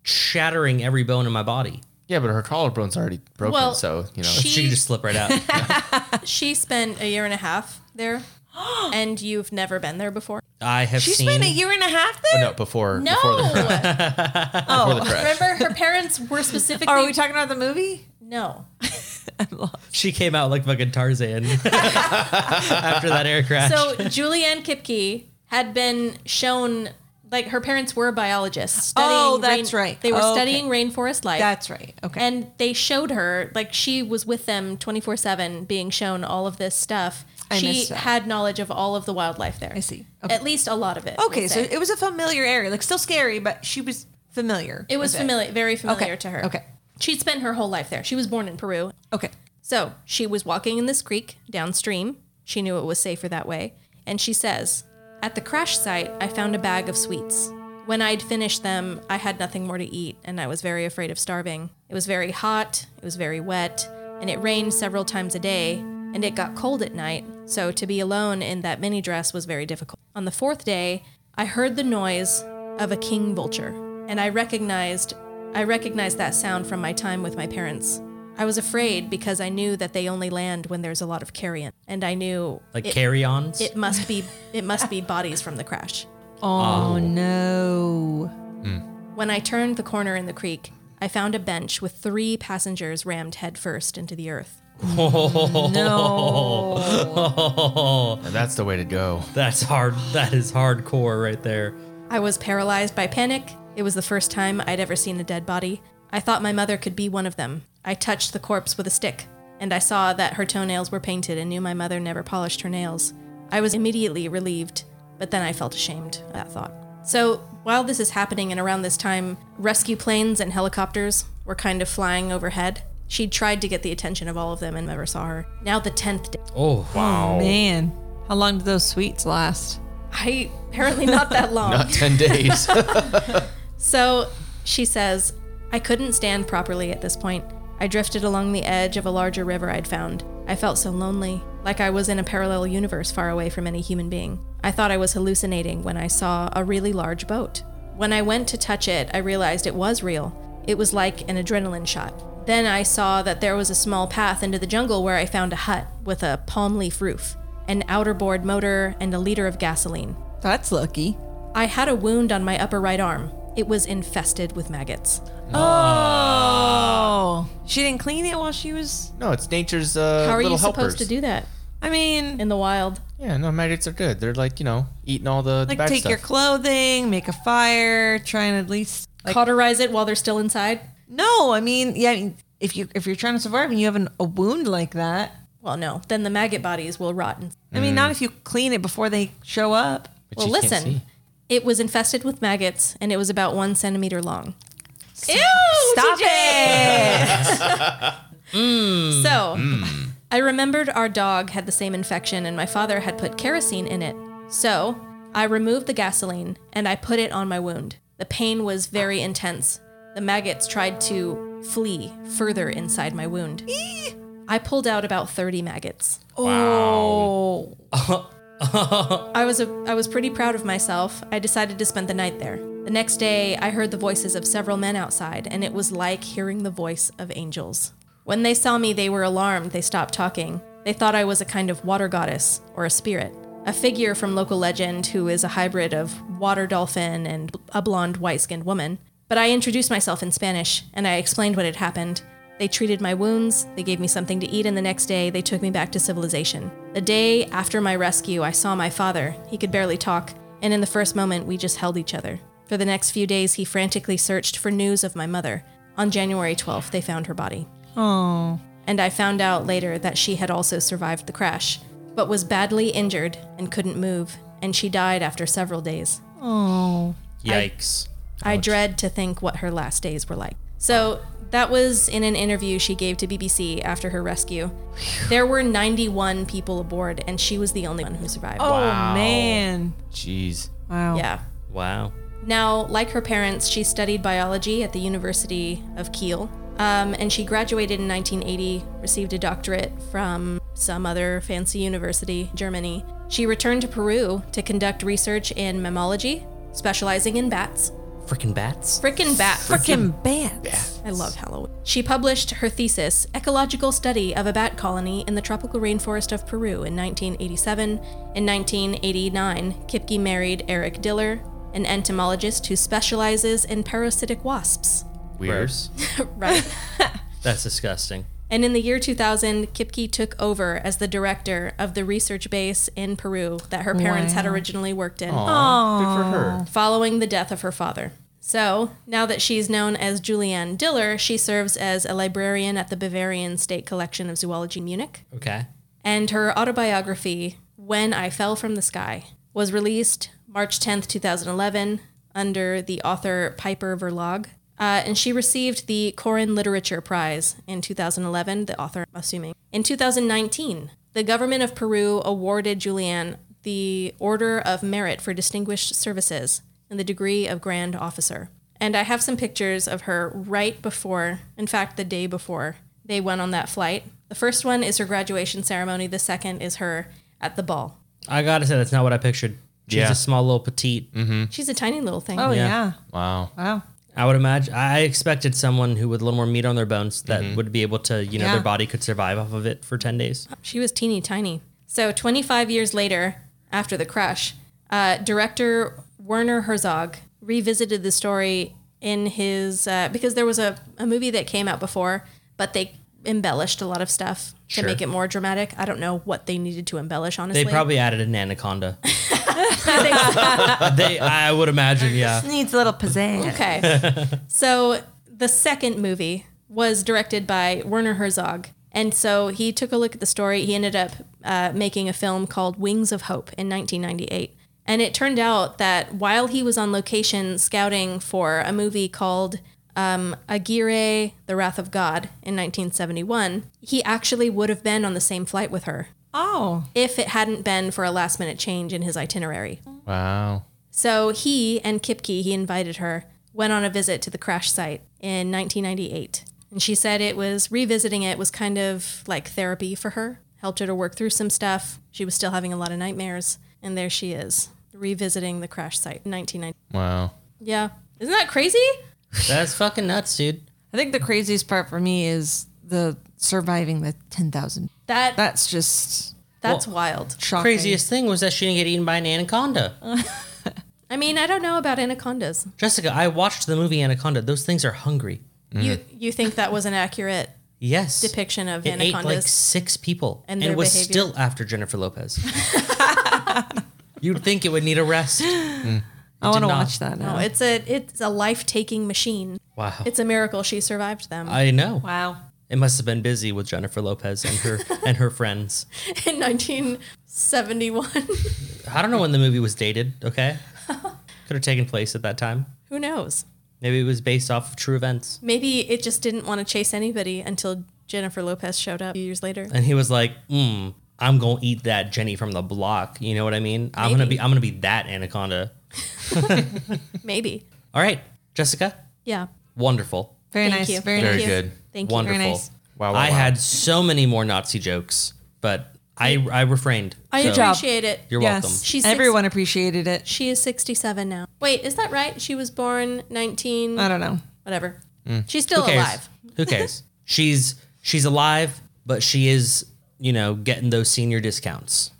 Speaker 2: shattering every bone in my body.
Speaker 5: yeah, but her collarbone's already broken,
Speaker 1: Well,
Speaker 5: so you know.
Speaker 2: She,
Speaker 1: She-
Speaker 2: could just slip right out.
Speaker 1: she spent a year and a half there, and you've never been there before.
Speaker 2: I have
Speaker 6: she
Speaker 2: seen.
Speaker 6: spent a year and a half
Speaker 5: Oh,
Speaker 6: there
Speaker 5: no, before
Speaker 1: No.
Speaker 5: before the crash. Before the crash.
Speaker 1: Oh, Remember, her parents were specifically.
Speaker 6: are we talking about the movie
Speaker 1: no.
Speaker 2: She came out like fucking Tarzan after that air crash.
Speaker 1: So Julianne Kipke had been shown, like her parents were biologists. Studying
Speaker 6: Oh, that's right.
Speaker 1: They were
Speaker 6: Okay.
Speaker 1: studying rainforest life.
Speaker 6: that's right okay
Speaker 1: and they showed her, like she was with them 24 7 being shown all of this stuff.
Speaker 6: I
Speaker 1: she
Speaker 6: missed that.
Speaker 1: had knowledge of all of the wildlife there.
Speaker 6: i see okay,
Speaker 1: At least a lot of it.
Speaker 6: okay
Speaker 1: let's
Speaker 6: so
Speaker 1: say.
Speaker 6: it was a familiar area like still scary but she was familiar
Speaker 1: it was
Speaker 6: with
Speaker 1: familiar, very familiar
Speaker 6: Okay,
Speaker 1: to her.
Speaker 6: okay.
Speaker 1: She'd spent her whole life there. She was born in Peru.
Speaker 6: okay
Speaker 1: So she was walking in this creek downstream. She knew it was safer that way. And she says, At the crash site, I found a bag of sweets. When I'd finished them, I had nothing more to eat, and I was very afraid of starving. It was very hot, it was very wet, and it rained several times a day, and it got cold at night, so to be alone in that mini dress was very difficult. On the fourth day, I heard the noise of a king vulture, and I recognized I recognized that sound from my time with my parents. I was afraid because I knew that they only land when there's a lot of carrion, and I knew
Speaker 2: like
Speaker 1: it,
Speaker 2: carry-ons.
Speaker 1: it must be it must be bodies from the crash.
Speaker 6: oh no
Speaker 1: When I turned the corner in the creek, I found a bench with three passengers rammed headfirst into the earth.
Speaker 5: And that's the way to go.
Speaker 2: That's hard. That is hardcore right there.
Speaker 1: I was paralyzed by panic. It was the first time I'd ever seen a dead body. I thought my mother could be one of them. I touched the corpse with a stick, and I saw that her toenails were painted and knew my mother never polished her nails. I was immediately relieved, but then I felt ashamed at that thought. So, while this is happening and around this time, rescue planes and helicopters were kind of flying overhead. She tried to get the attention of all of them and never saw her. Now, the 10th day.
Speaker 2: Oh wow.
Speaker 6: Man, how long do those sweets last?
Speaker 1: I apparently not that long.
Speaker 5: Not ten days.
Speaker 1: So she says, I couldn't stand properly at this point. I drifted along the edge of a larger river I'd found. I felt so lonely, like I was in a parallel universe far away from any human being. I thought I was hallucinating when I saw a really large boat. When I went to touch it, I realized it was real. It was like an adrenaline shot. Then I saw that there was a small path into the jungle where I found a hut with a palm leaf roof, an outer board motor, and a liter of gasoline.
Speaker 6: That's lucky.
Speaker 1: I had a wound on my upper right arm. It was infested with maggots.
Speaker 6: Oh, she didn't clean it while she was.
Speaker 5: no, it's nature's uh,
Speaker 1: How are
Speaker 5: little
Speaker 1: you
Speaker 5: helpers.
Speaker 1: supposed to do that
Speaker 6: I mean,
Speaker 1: in the wild?
Speaker 5: yeah, no, maggots are good. They're like you know eating all the, the
Speaker 6: like
Speaker 5: bad
Speaker 6: take
Speaker 5: stuff.
Speaker 6: your clothing, make a fire, try and at least
Speaker 1: cauterize it while they're still inside?
Speaker 6: No, I mean, yeah, I mean, if you if you're trying to survive and you have an, a wound like that,
Speaker 1: Well, no. Then the maggot bodies will rot. And,
Speaker 6: I mean, not if you clean it before they show up.
Speaker 5: But
Speaker 1: well,
Speaker 5: you can't
Speaker 1: listen.
Speaker 5: see.
Speaker 1: It was infested with maggots, and it was about one centimeter long. Ew!
Speaker 6: Stop it! Mm.
Speaker 1: So, I remembered our dog had the same infection and my father had put kerosene in it. So, I removed the gasoline and I put it on my wound. The pain was very intense. The maggots tried to flee further inside my wound. I pulled out about 30 maggots.
Speaker 6: Oh,
Speaker 1: I was a, I was pretty proud of myself. I decided to spend the night there. The next day, I heard the voices of several men outside, and it was like hearing the voice of angels. When they saw me, they were alarmed. They stopped talking. They thought I was a kind of water goddess or a spirit, a figure from local legend who is a hybrid of water dolphin and a blonde, white-skinned woman. But I introduced myself in Spanish and I explained what had happened. They treated my wounds, they gave me something to eat, and the next day they took me back to civilization. The day after my rescue, I saw my father. He could barely talk, and in the first moment, we just held each other. For the next few days, he frantically searched for news of my mother. On January 12th, they found her body.
Speaker 6: oh,
Speaker 1: And I found out later that she had also survived the crash, but was badly injured and couldn't move, and she died after several days.
Speaker 6: oh.
Speaker 2: Yikes.
Speaker 1: I dread to think what her last days were like. So that was in an interview she gave to BBC after her rescue. There were 91 people aboard, and she was the only one who survived.
Speaker 6: Oh man.
Speaker 5: Jeez.
Speaker 6: Wow.
Speaker 1: Yeah.
Speaker 2: wow.
Speaker 1: Now, like her parents, she studied biology at the University of Kiel, um, and she graduated in 1980, received a doctorate from some other fancy university, Germany. She returned to Peru to conduct research in mammalogy, specializing in bats.
Speaker 2: Freaking bats.
Speaker 1: Frickin' bats.
Speaker 6: Freaking bats.
Speaker 1: I love Halloween. She published her thesis, Ecological Study of a Bat Colony in the Tropical Rainforest of Peru, in 1987. In 1989, Kipke married Eric Diller, an entomologist who specializes in parasitic wasps.
Speaker 5: Weird.
Speaker 2: Gross.
Speaker 1: Right.
Speaker 2: That's disgusting.
Speaker 1: and in the year 2000, Kipke took over as the director of the research base in Peru that her parents had originally worked in.
Speaker 5: Good for her.
Speaker 1: following the death of her father. So, now that she's known as Julianne Diller, she serves as a librarian at the Bavarian State Collection of Zoology Munich.
Speaker 2: Okay.
Speaker 1: And her autobiography, When I Fell from the Sky, was released March 10th, 2011, under the author Piper Verlag. Uh, and she received the Corin Literature Prize in 2011, the author, I'm assuming. In 2019, the government of Peru awarded Julianne the Order of Merit for Distinguished Services and the degree of Grand Officer. And I have some pictures of her right before, in fact, the day before they went on that flight. The first one is her graduation ceremony, the second is her at the ball.
Speaker 2: I gotta say, that's not what I pictured. She's
Speaker 5: Yeah.
Speaker 2: a small little petite.
Speaker 1: She's a tiny little thing.
Speaker 6: Oh
Speaker 2: Yeah.
Speaker 6: yeah.
Speaker 5: Wow.
Speaker 6: Wow.
Speaker 2: I would imagine. I expected someone who with a little more meat on their bones that would be able to, you know,
Speaker 6: Yeah.
Speaker 2: their body could survive off of it for 10 days.
Speaker 1: She was teeny tiny. So 25 years later, after the crash, uh, director Werner Herzog revisited the story in his uh, because there was a, a movie that came out before, but they embellished a lot of stuff to
Speaker 2: Sure.
Speaker 1: make it more dramatic. I don't know what they needed to embellish, honestly.
Speaker 2: They probably added an anaconda. they, I would imagine, yeah.
Speaker 6: Needs a little pizzazz.
Speaker 1: Okay. so the second movie was directed by Werner Herzog. And so he took a look at the story. He ended up uh, making a film called Wings of Hope in 1998. And it turned out that while he was on location scouting for a movie called um, Aguirre, The Wrath of God in 1971, he actually would have been on the same flight with her
Speaker 6: Oh.
Speaker 1: if it hadn't been for a last minute change in his itinerary.
Speaker 5: Wow.
Speaker 1: So he and Kipke, he invited her, went on a visit to the crash site in 1998. And she said it was revisiting it was kind of like therapy for her, helped her to work through some stuff. She was still having a lot of nightmares. And there she is, revisiting the crash site in 1990.
Speaker 5: Wow.
Speaker 1: Yeah. Isn't that crazy?
Speaker 2: That's fucking nuts, dude.
Speaker 6: I think the craziest part for me is the surviving the ten thousand.
Speaker 1: That,
Speaker 6: That's just
Speaker 1: that's wild.
Speaker 6: shocking.
Speaker 2: Craziest thing was that she didn't get eaten by an anaconda.
Speaker 1: Uh. I mean, I don't know about anacondas.
Speaker 2: Jessica, I watched the movie Anaconda. Those things are hungry.
Speaker 1: You you think that was an accurate
Speaker 2: Yes.
Speaker 1: depiction of
Speaker 2: Mm-hmm. It ate like
Speaker 1: anacondas?
Speaker 2: six people
Speaker 1: And
Speaker 2: and,
Speaker 1: their
Speaker 2: was
Speaker 1: behavior.
Speaker 2: still after Jennifer Lopez. You'd think it would need a rest.
Speaker 6: I want to
Speaker 2: not.
Speaker 6: watch that now.
Speaker 1: No, it's a it's a life taking machine.
Speaker 2: Wow.
Speaker 1: It's a miracle she survived them.
Speaker 2: I know.
Speaker 6: wow.
Speaker 2: It must have been busy with Jennifer Lopez and her and her friends.
Speaker 1: in 1971.
Speaker 2: I don't know when the movie was dated. Okay, could have taken place at that time.
Speaker 1: Who knows?
Speaker 2: Maybe it was based off of true events.
Speaker 1: Maybe it just didn't want to chase anybody until Jennifer Lopez showed up years later.
Speaker 2: And he was like, mm, "I'm gonna eat that Jenny from the block." You know what I mean? I'm gonna be I'm gonna be that anaconda.
Speaker 1: Maybe.
Speaker 2: All right, Jessica,
Speaker 1: Yeah.
Speaker 2: wonderful,
Speaker 6: Very
Speaker 1: Thank
Speaker 6: nice.
Speaker 1: you.
Speaker 6: Very
Speaker 5: Very
Speaker 6: nice.
Speaker 5: good.
Speaker 1: Thank you.
Speaker 2: wonderful.
Speaker 6: nice.
Speaker 5: Wow, wow,
Speaker 2: I
Speaker 5: wow.
Speaker 2: had so many more Nazi jokes, but I I refrained.
Speaker 1: I
Speaker 2: so
Speaker 6: job.
Speaker 1: appreciate it.
Speaker 2: You're
Speaker 6: Yes.
Speaker 2: welcome.
Speaker 1: She's six-
Speaker 6: Everyone appreciated it.
Speaker 1: She is 67 now. Wait, is that right? She was born 19
Speaker 6: I don't know.
Speaker 1: whatever. She's still
Speaker 2: Hmm. Who cares?
Speaker 1: alive.
Speaker 2: Who cares? she's she's alive, but she is you know getting those senior discounts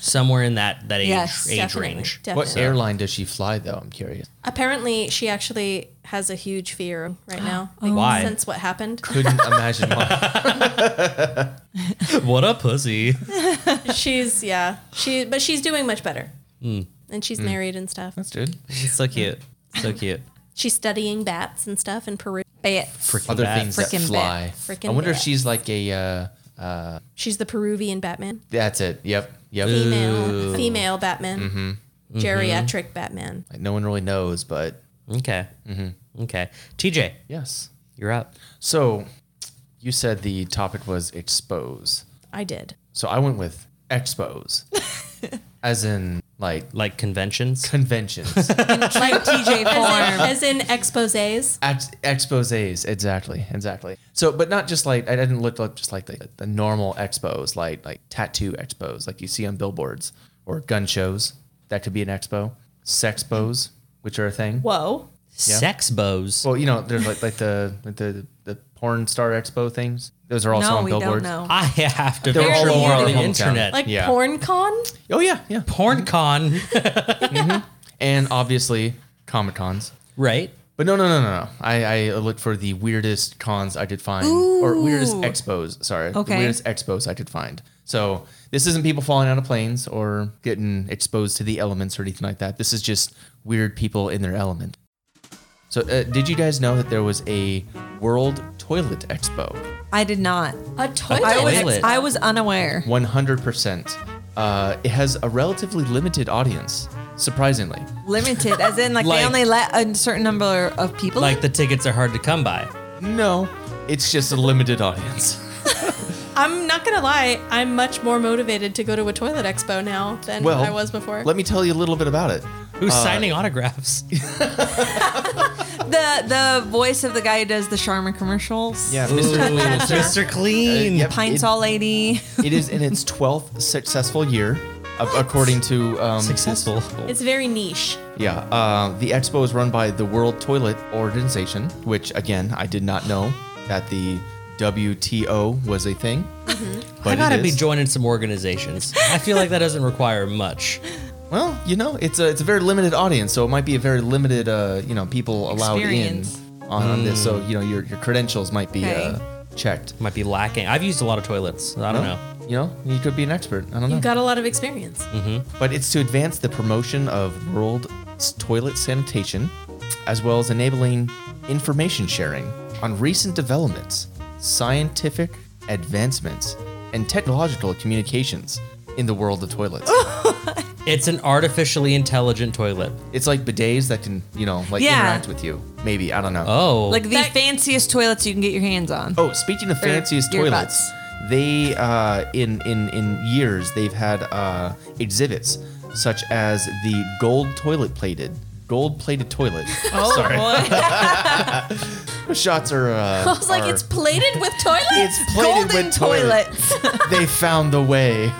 Speaker 2: somewhere in that that age
Speaker 6: Yes,
Speaker 2: age
Speaker 1: Definitely.
Speaker 2: range.
Speaker 1: Definitely.
Speaker 5: What airline does she fly though? I'm curious.
Speaker 1: Apparently, she actually has a huge fear right now. Like,
Speaker 2: Why?
Speaker 1: Since what happened,
Speaker 5: Couldn't imagine why.
Speaker 2: What a pussy!
Speaker 1: she's yeah, she but she's doing much better,
Speaker 2: Hmm.
Speaker 1: and she's married and stuff.
Speaker 5: That's good.
Speaker 2: It's so cute, so cute.
Speaker 1: She's studying bats and stuff in Peru.
Speaker 6: Bats.
Speaker 2: Freaking
Speaker 5: Other
Speaker 2: bad.
Speaker 5: things
Speaker 6: Frickin'
Speaker 5: that fly.
Speaker 1: Frickin'
Speaker 5: I wonder if
Speaker 1: bad.
Speaker 5: she's like a. Uh,
Speaker 1: She's the Peruvian Batman,
Speaker 5: that's it. Yep. Yep.
Speaker 1: female, female Batman,
Speaker 5: Mm-hmm.
Speaker 1: geriatric Batman.
Speaker 5: Like, no one really knows, but
Speaker 2: Okay, Mm-hmm. okay. TJ,
Speaker 5: yes.
Speaker 2: you're up.
Speaker 5: So, you said the topic was expose.
Speaker 1: I did.
Speaker 5: So I went with expose, as in like
Speaker 2: Like conventions.
Speaker 5: conventions,
Speaker 1: Like
Speaker 6: TJ Form.
Speaker 1: as in exposés.
Speaker 5: Ex- exposes. Exactly, exactly. So, but not just like I didn't look up just like the, the normal expos, like like tattoo expos, like you see on billboards or gun shows. That could be an expo. Sexpos, which are a thing.
Speaker 1: Whoa.
Speaker 2: Sex bows.
Speaker 5: Well, you know, there's like like the like the the porn star expo things. Those are also
Speaker 6: No,
Speaker 5: on
Speaker 6: we
Speaker 5: billboards.
Speaker 6: don't know.
Speaker 2: I have to
Speaker 5: They're
Speaker 2: picture
Speaker 1: all
Speaker 2: more
Speaker 1: over
Speaker 2: on the
Speaker 5: hometown.
Speaker 2: internet.
Speaker 1: Like
Speaker 2: Like
Speaker 5: Yeah.
Speaker 1: porn con?
Speaker 5: Oh yeah, yeah.
Speaker 2: porn con,
Speaker 5: And obviously Comic Cons.
Speaker 2: right?
Speaker 5: But no, no, no, no, no. I, I looked for the weirdest cons I could find, or weirdest expos. Sorry,
Speaker 6: Okay.
Speaker 5: the weirdest expos I could find. So this isn't people falling out of planes or getting exposed to the elements or anything like that. This is just weird people in their element. So uh, did you guys know that there was a World Toilet Expo?
Speaker 6: I did not.
Speaker 1: A toilet.
Speaker 6: I was,
Speaker 2: Toilet.
Speaker 6: I was unaware.
Speaker 5: One hundred percent. Uh, It has a relatively limited audience, surprisingly.
Speaker 6: Limited, as in like,
Speaker 2: Like-
Speaker 6: they only let a certain number of people.
Speaker 2: Like
Speaker 6: in?
Speaker 2: the tickets are hard to come by.
Speaker 5: No, it's just a limited audience.
Speaker 1: I'm not gonna lie. I'm much more motivated to go to a toilet expo now than
Speaker 5: Well,
Speaker 1: I was before.
Speaker 5: Let me tell you a little bit about it.
Speaker 2: Who's
Speaker 5: Uh,
Speaker 2: signing autographs?
Speaker 6: the the voice of the guy who does the Charmin commercials.
Speaker 5: Yeah,
Speaker 2: Ooh,
Speaker 5: Mr.
Speaker 2: Mr. Clean.
Speaker 5: Yep,
Speaker 6: Pine
Speaker 5: it-
Speaker 6: Sol Lady.
Speaker 5: it is in its 12th successful year a- according to um,
Speaker 2: Successful.
Speaker 1: it's very niche.
Speaker 5: yeah uh, the expo is run by the world toilet organization which again i did not know that the wto was a thing but
Speaker 2: Mm-hmm. I gotta
Speaker 5: it
Speaker 2: be
Speaker 5: is.
Speaker 2: joining some organizations. I feel like that doesn't require much.
Speaker 5: well you know it's a it's a very limited audience so it might be a very limited uh, you know people allowed
Speaker 6: Experience.
Speaker 5: in on, on this
Speaker 2: Mm.
Speaker 5: so you know your, your credentials might be
Speaker 6: Okay.
Speaker 5: uh, checked
Speaker 2: Might be lacking. I've used a lot of toilets. I don't know.
Speaker 5: you know you could be an expert i don't know
Speaker 1: You've got a lot of experience.
Speaker 5: Mm. but it's to advance the promotion of world s- toilet sanitation, as well as enabling information sharing on recent developments, scientific advancements, and technological communications in the world of toilets.
Speaker 2: It's an artificially intelligent toilet.
Speaker 5: it's like bidets that can, you know, like
Speaker 6: Yeah.
Speaker 5: interact with you. Maybe I don't know.
Speaker 2: Oh,
Speaker 6: Like the
Speaker 1: That-
Speaker 6: fanciest toilets you can get your hands on.
Speaker 5: Oh, speaking of fanciest
Speaker 6: your
Speaker 5: toilets, they uh, in in in years they've had uh, exhibits such as the gold toilet plated, gold plated toilet.
Speaker 6: Oh, boy.
Speaker 5: Shots are. Uh,
Speaker 1: I was like, it's plated with toilets.
Speaker 5: it's plated
Speaker 6: Golden
Speaker 5: with toilet.
Speaker 6: toilets.
Speaker 5: they found the way.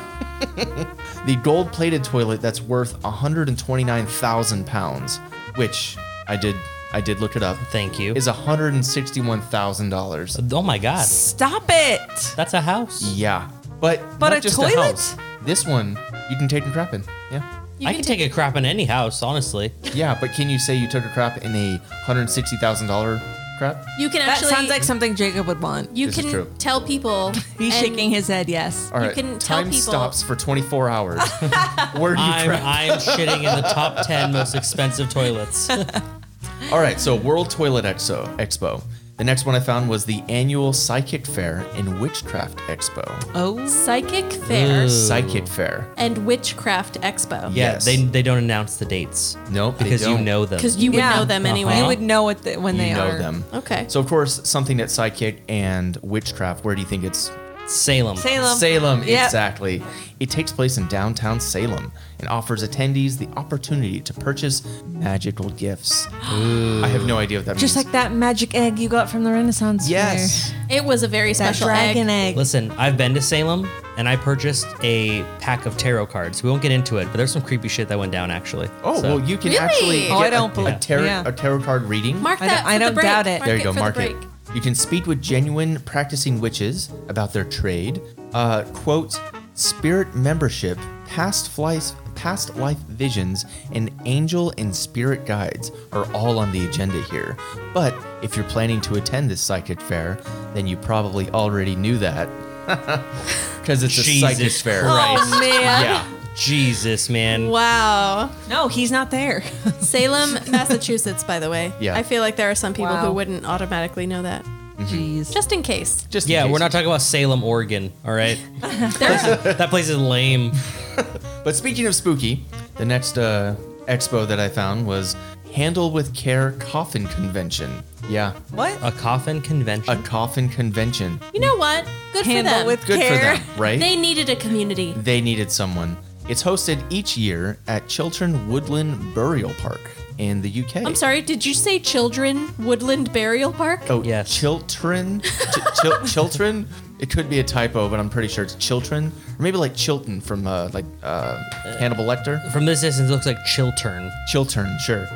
Speaker 5: the gold-plated toilet that's worth 129,000 pounds, which I did I did look it up.
Speaker 2: thank you.
Speaker 5: Is 161,000 dollars.
Speaker 2: oh my god,
Speaker 6: Stop it.
Speaker 2: that's a house.
Speaker 5: Yeah, but
Speaker 6: But
Speaker 5: not
Speaker 6: a
Speaker 5: just
Speaker 6: toilet?
Speaker 5: A house. This one you can take a crap in. Yeah.
Speaker 1: You
Speaker 2: I can take a crap in any house, honestly.
Speaker 5: Yeah, but can you say you took a crap in a hundred sixty thousand dollar crap?
Speaker 1: You can
Speaker 6: That
Speaker 1: actually.
Speaker 6: sounds like something Jacob would want.
Speaker 1: you
Speaker 5: This is
Speaker 1: can
Speaker 5: true.
Speaker 1: tell people.
Speaker 6: He's
Speaker 1: and
Speaker 6: shaking his head, yes.
Speaker 5: All right.
Speaker 1: can tell
Speaker 5: Time
Speaker 1: people-
Speaker 5: stops for 24 hours. Where do you
Speaker 2: I'm,
Speaker 5: crap?
Speaker 2: I'm shitting in the top 10 most expensive toilets.
Speaker 5: All right. So World Toilet Exo Expo. The next one I found was the annual Psychic Fair and Witchcraft Expo.
Speaker 6: Oh,
Speaker 1: Psychic fair
Speaker 5: Psychic Fair.
Speaker 1: and witchcraft expo.
Speaker 2: Yeah,
Speaker 5: Yes.
Speaker 2: they, they don't announce the dates.
Speaker 5: Nope. they
Speaker 2: Because you
Speaker 5: don't.
Speaker 2: know them.
Speaker 1: Because you would
Speaker 6: Yeah.
Speaker 1: know them
Speaker 2: Uh-huh.
Speaker 1: anyway.
Speaker 6: you would know what the, when
Speaker 5: you
Speaker 6: they
Speaker 5: know
Speaker 6: are.
Speaker 5: them.
Speaker 1: Okay.
Speaker 5: So of course, something that's psychic and witchcraft. Where do you think it's
Speaker 2: Salem.
Speaker 6: Salem.
Speaker 5: Salem,
Speaker 6: Yep.
Speaker 5: exactly. It takes place in downtown Salem and offers attendees the opportunity to purchase magical gifts. I have no idea what that
Speaker 6: Just
Speaker 5: means.
Speaker 6: like that magic egg you got from the Renaissance fair.
Speaker 5: yes,
Speaker 1: It was a very
Speaker 6: That
Speaker 1: special
Speaker 6: dragon
Speaker 1: egg.
Speaker 6: egg.
Speaker 2: Listen, I've been to Salem and I purchased a pack of tarot cards. We won't get into it, but there's some creepy shit that went down actually.
Speaker 5: oh
Speaker 2: So-
Speaker 5: well, you can
Speaker 1: Really?
Speaker 5: actually
Speaker 1: Oh,
Speaker 6: I
Speaker 5: get
Speaker 6: don't
Speaker 5: a,
Speaker 6: believe-
Speaker 5: a tarot
Speaker 6: yeah.
Speaker 5: a tarot card reading.
Speaker 1: Mark
Speaker 6: I don't-
Speaker 1: that.
Speaker 6: I
Speaker 1: for the
Speaker 6: don't
Speaker 1: break.
Speaker 6: doubt it.
Speaker 1: Mark
Speaker 5: there you go,
Speaker 1: for the
Speaker 5: mark it.
Speaker 1: break.
Speaker 5: You can speak with genuine practicing witches about their trade. Uh, quote: Spirit membership, past flights, past life visions, and angel and spirit guides are all on the agenda here. But if you're planning to attend this psychic fair, then you probably already knew that because it's a psychic
Speaker 2: Jesus
Speaker 5: fair.
Speaker 2: Christ.
Speaker 6: Oh, man.
Speaker 5: Yeah.
Speaker 2: Jesus, man.
Speaker 1: Wow.
Speaker 6: No, he's not there.
Speaker 1: Salem, Massachusetts, by the way.
Speaker 5: Yeah.
Speaker 1: I feel like there are some people
Speaker 6: Wow.
Speaker 1: who wouldn't automatically know that.
Speaker 6: Jeez.
Speaker 1: Just in case.
Speaker 5: Just in
Speaker 2: Yeah,
Speaker 5: case.
Speaker 2: we're not talking about Salem, Oregon, all right? that place is lame.
Speaker 5: But speaking of spooky, the next uh, expo that I found was Handle with Care Coffin Convention. Yeah,
Speaker 6: What?
Speaker 2: A coffin
Speaker 5: a
Speaker 2: convention.
Speaker 5: coffin convention.
Speaker 1: You know what? Good for
Speaker 6: Handle
Speaker 1: them.
Speaker 6: with
Speaker 5: Good
Speaker 6: care.
Speaker 5: for them, right?
Speaker 1: they needed a community.
Speaker 5: they needed someone. It's hosted each year at Chiltern Woodland Burial Park in the UK.
Speaker 1: I'm sorry, did you say children Woodland Burial Park?
Speaker 5: Oh,
Speaker 2: Yes.
Speaker 5: Chiltern? Ch- Chil- Chiltern? It could be a typo, but I'm pretty sure it's Chiltern. Or maybe like Chilton from uh, like uh, Hannibal Lecter.
Speaker 2: From this distance, it looks like Chiltern.
Speaker 5: Chiltern, sure.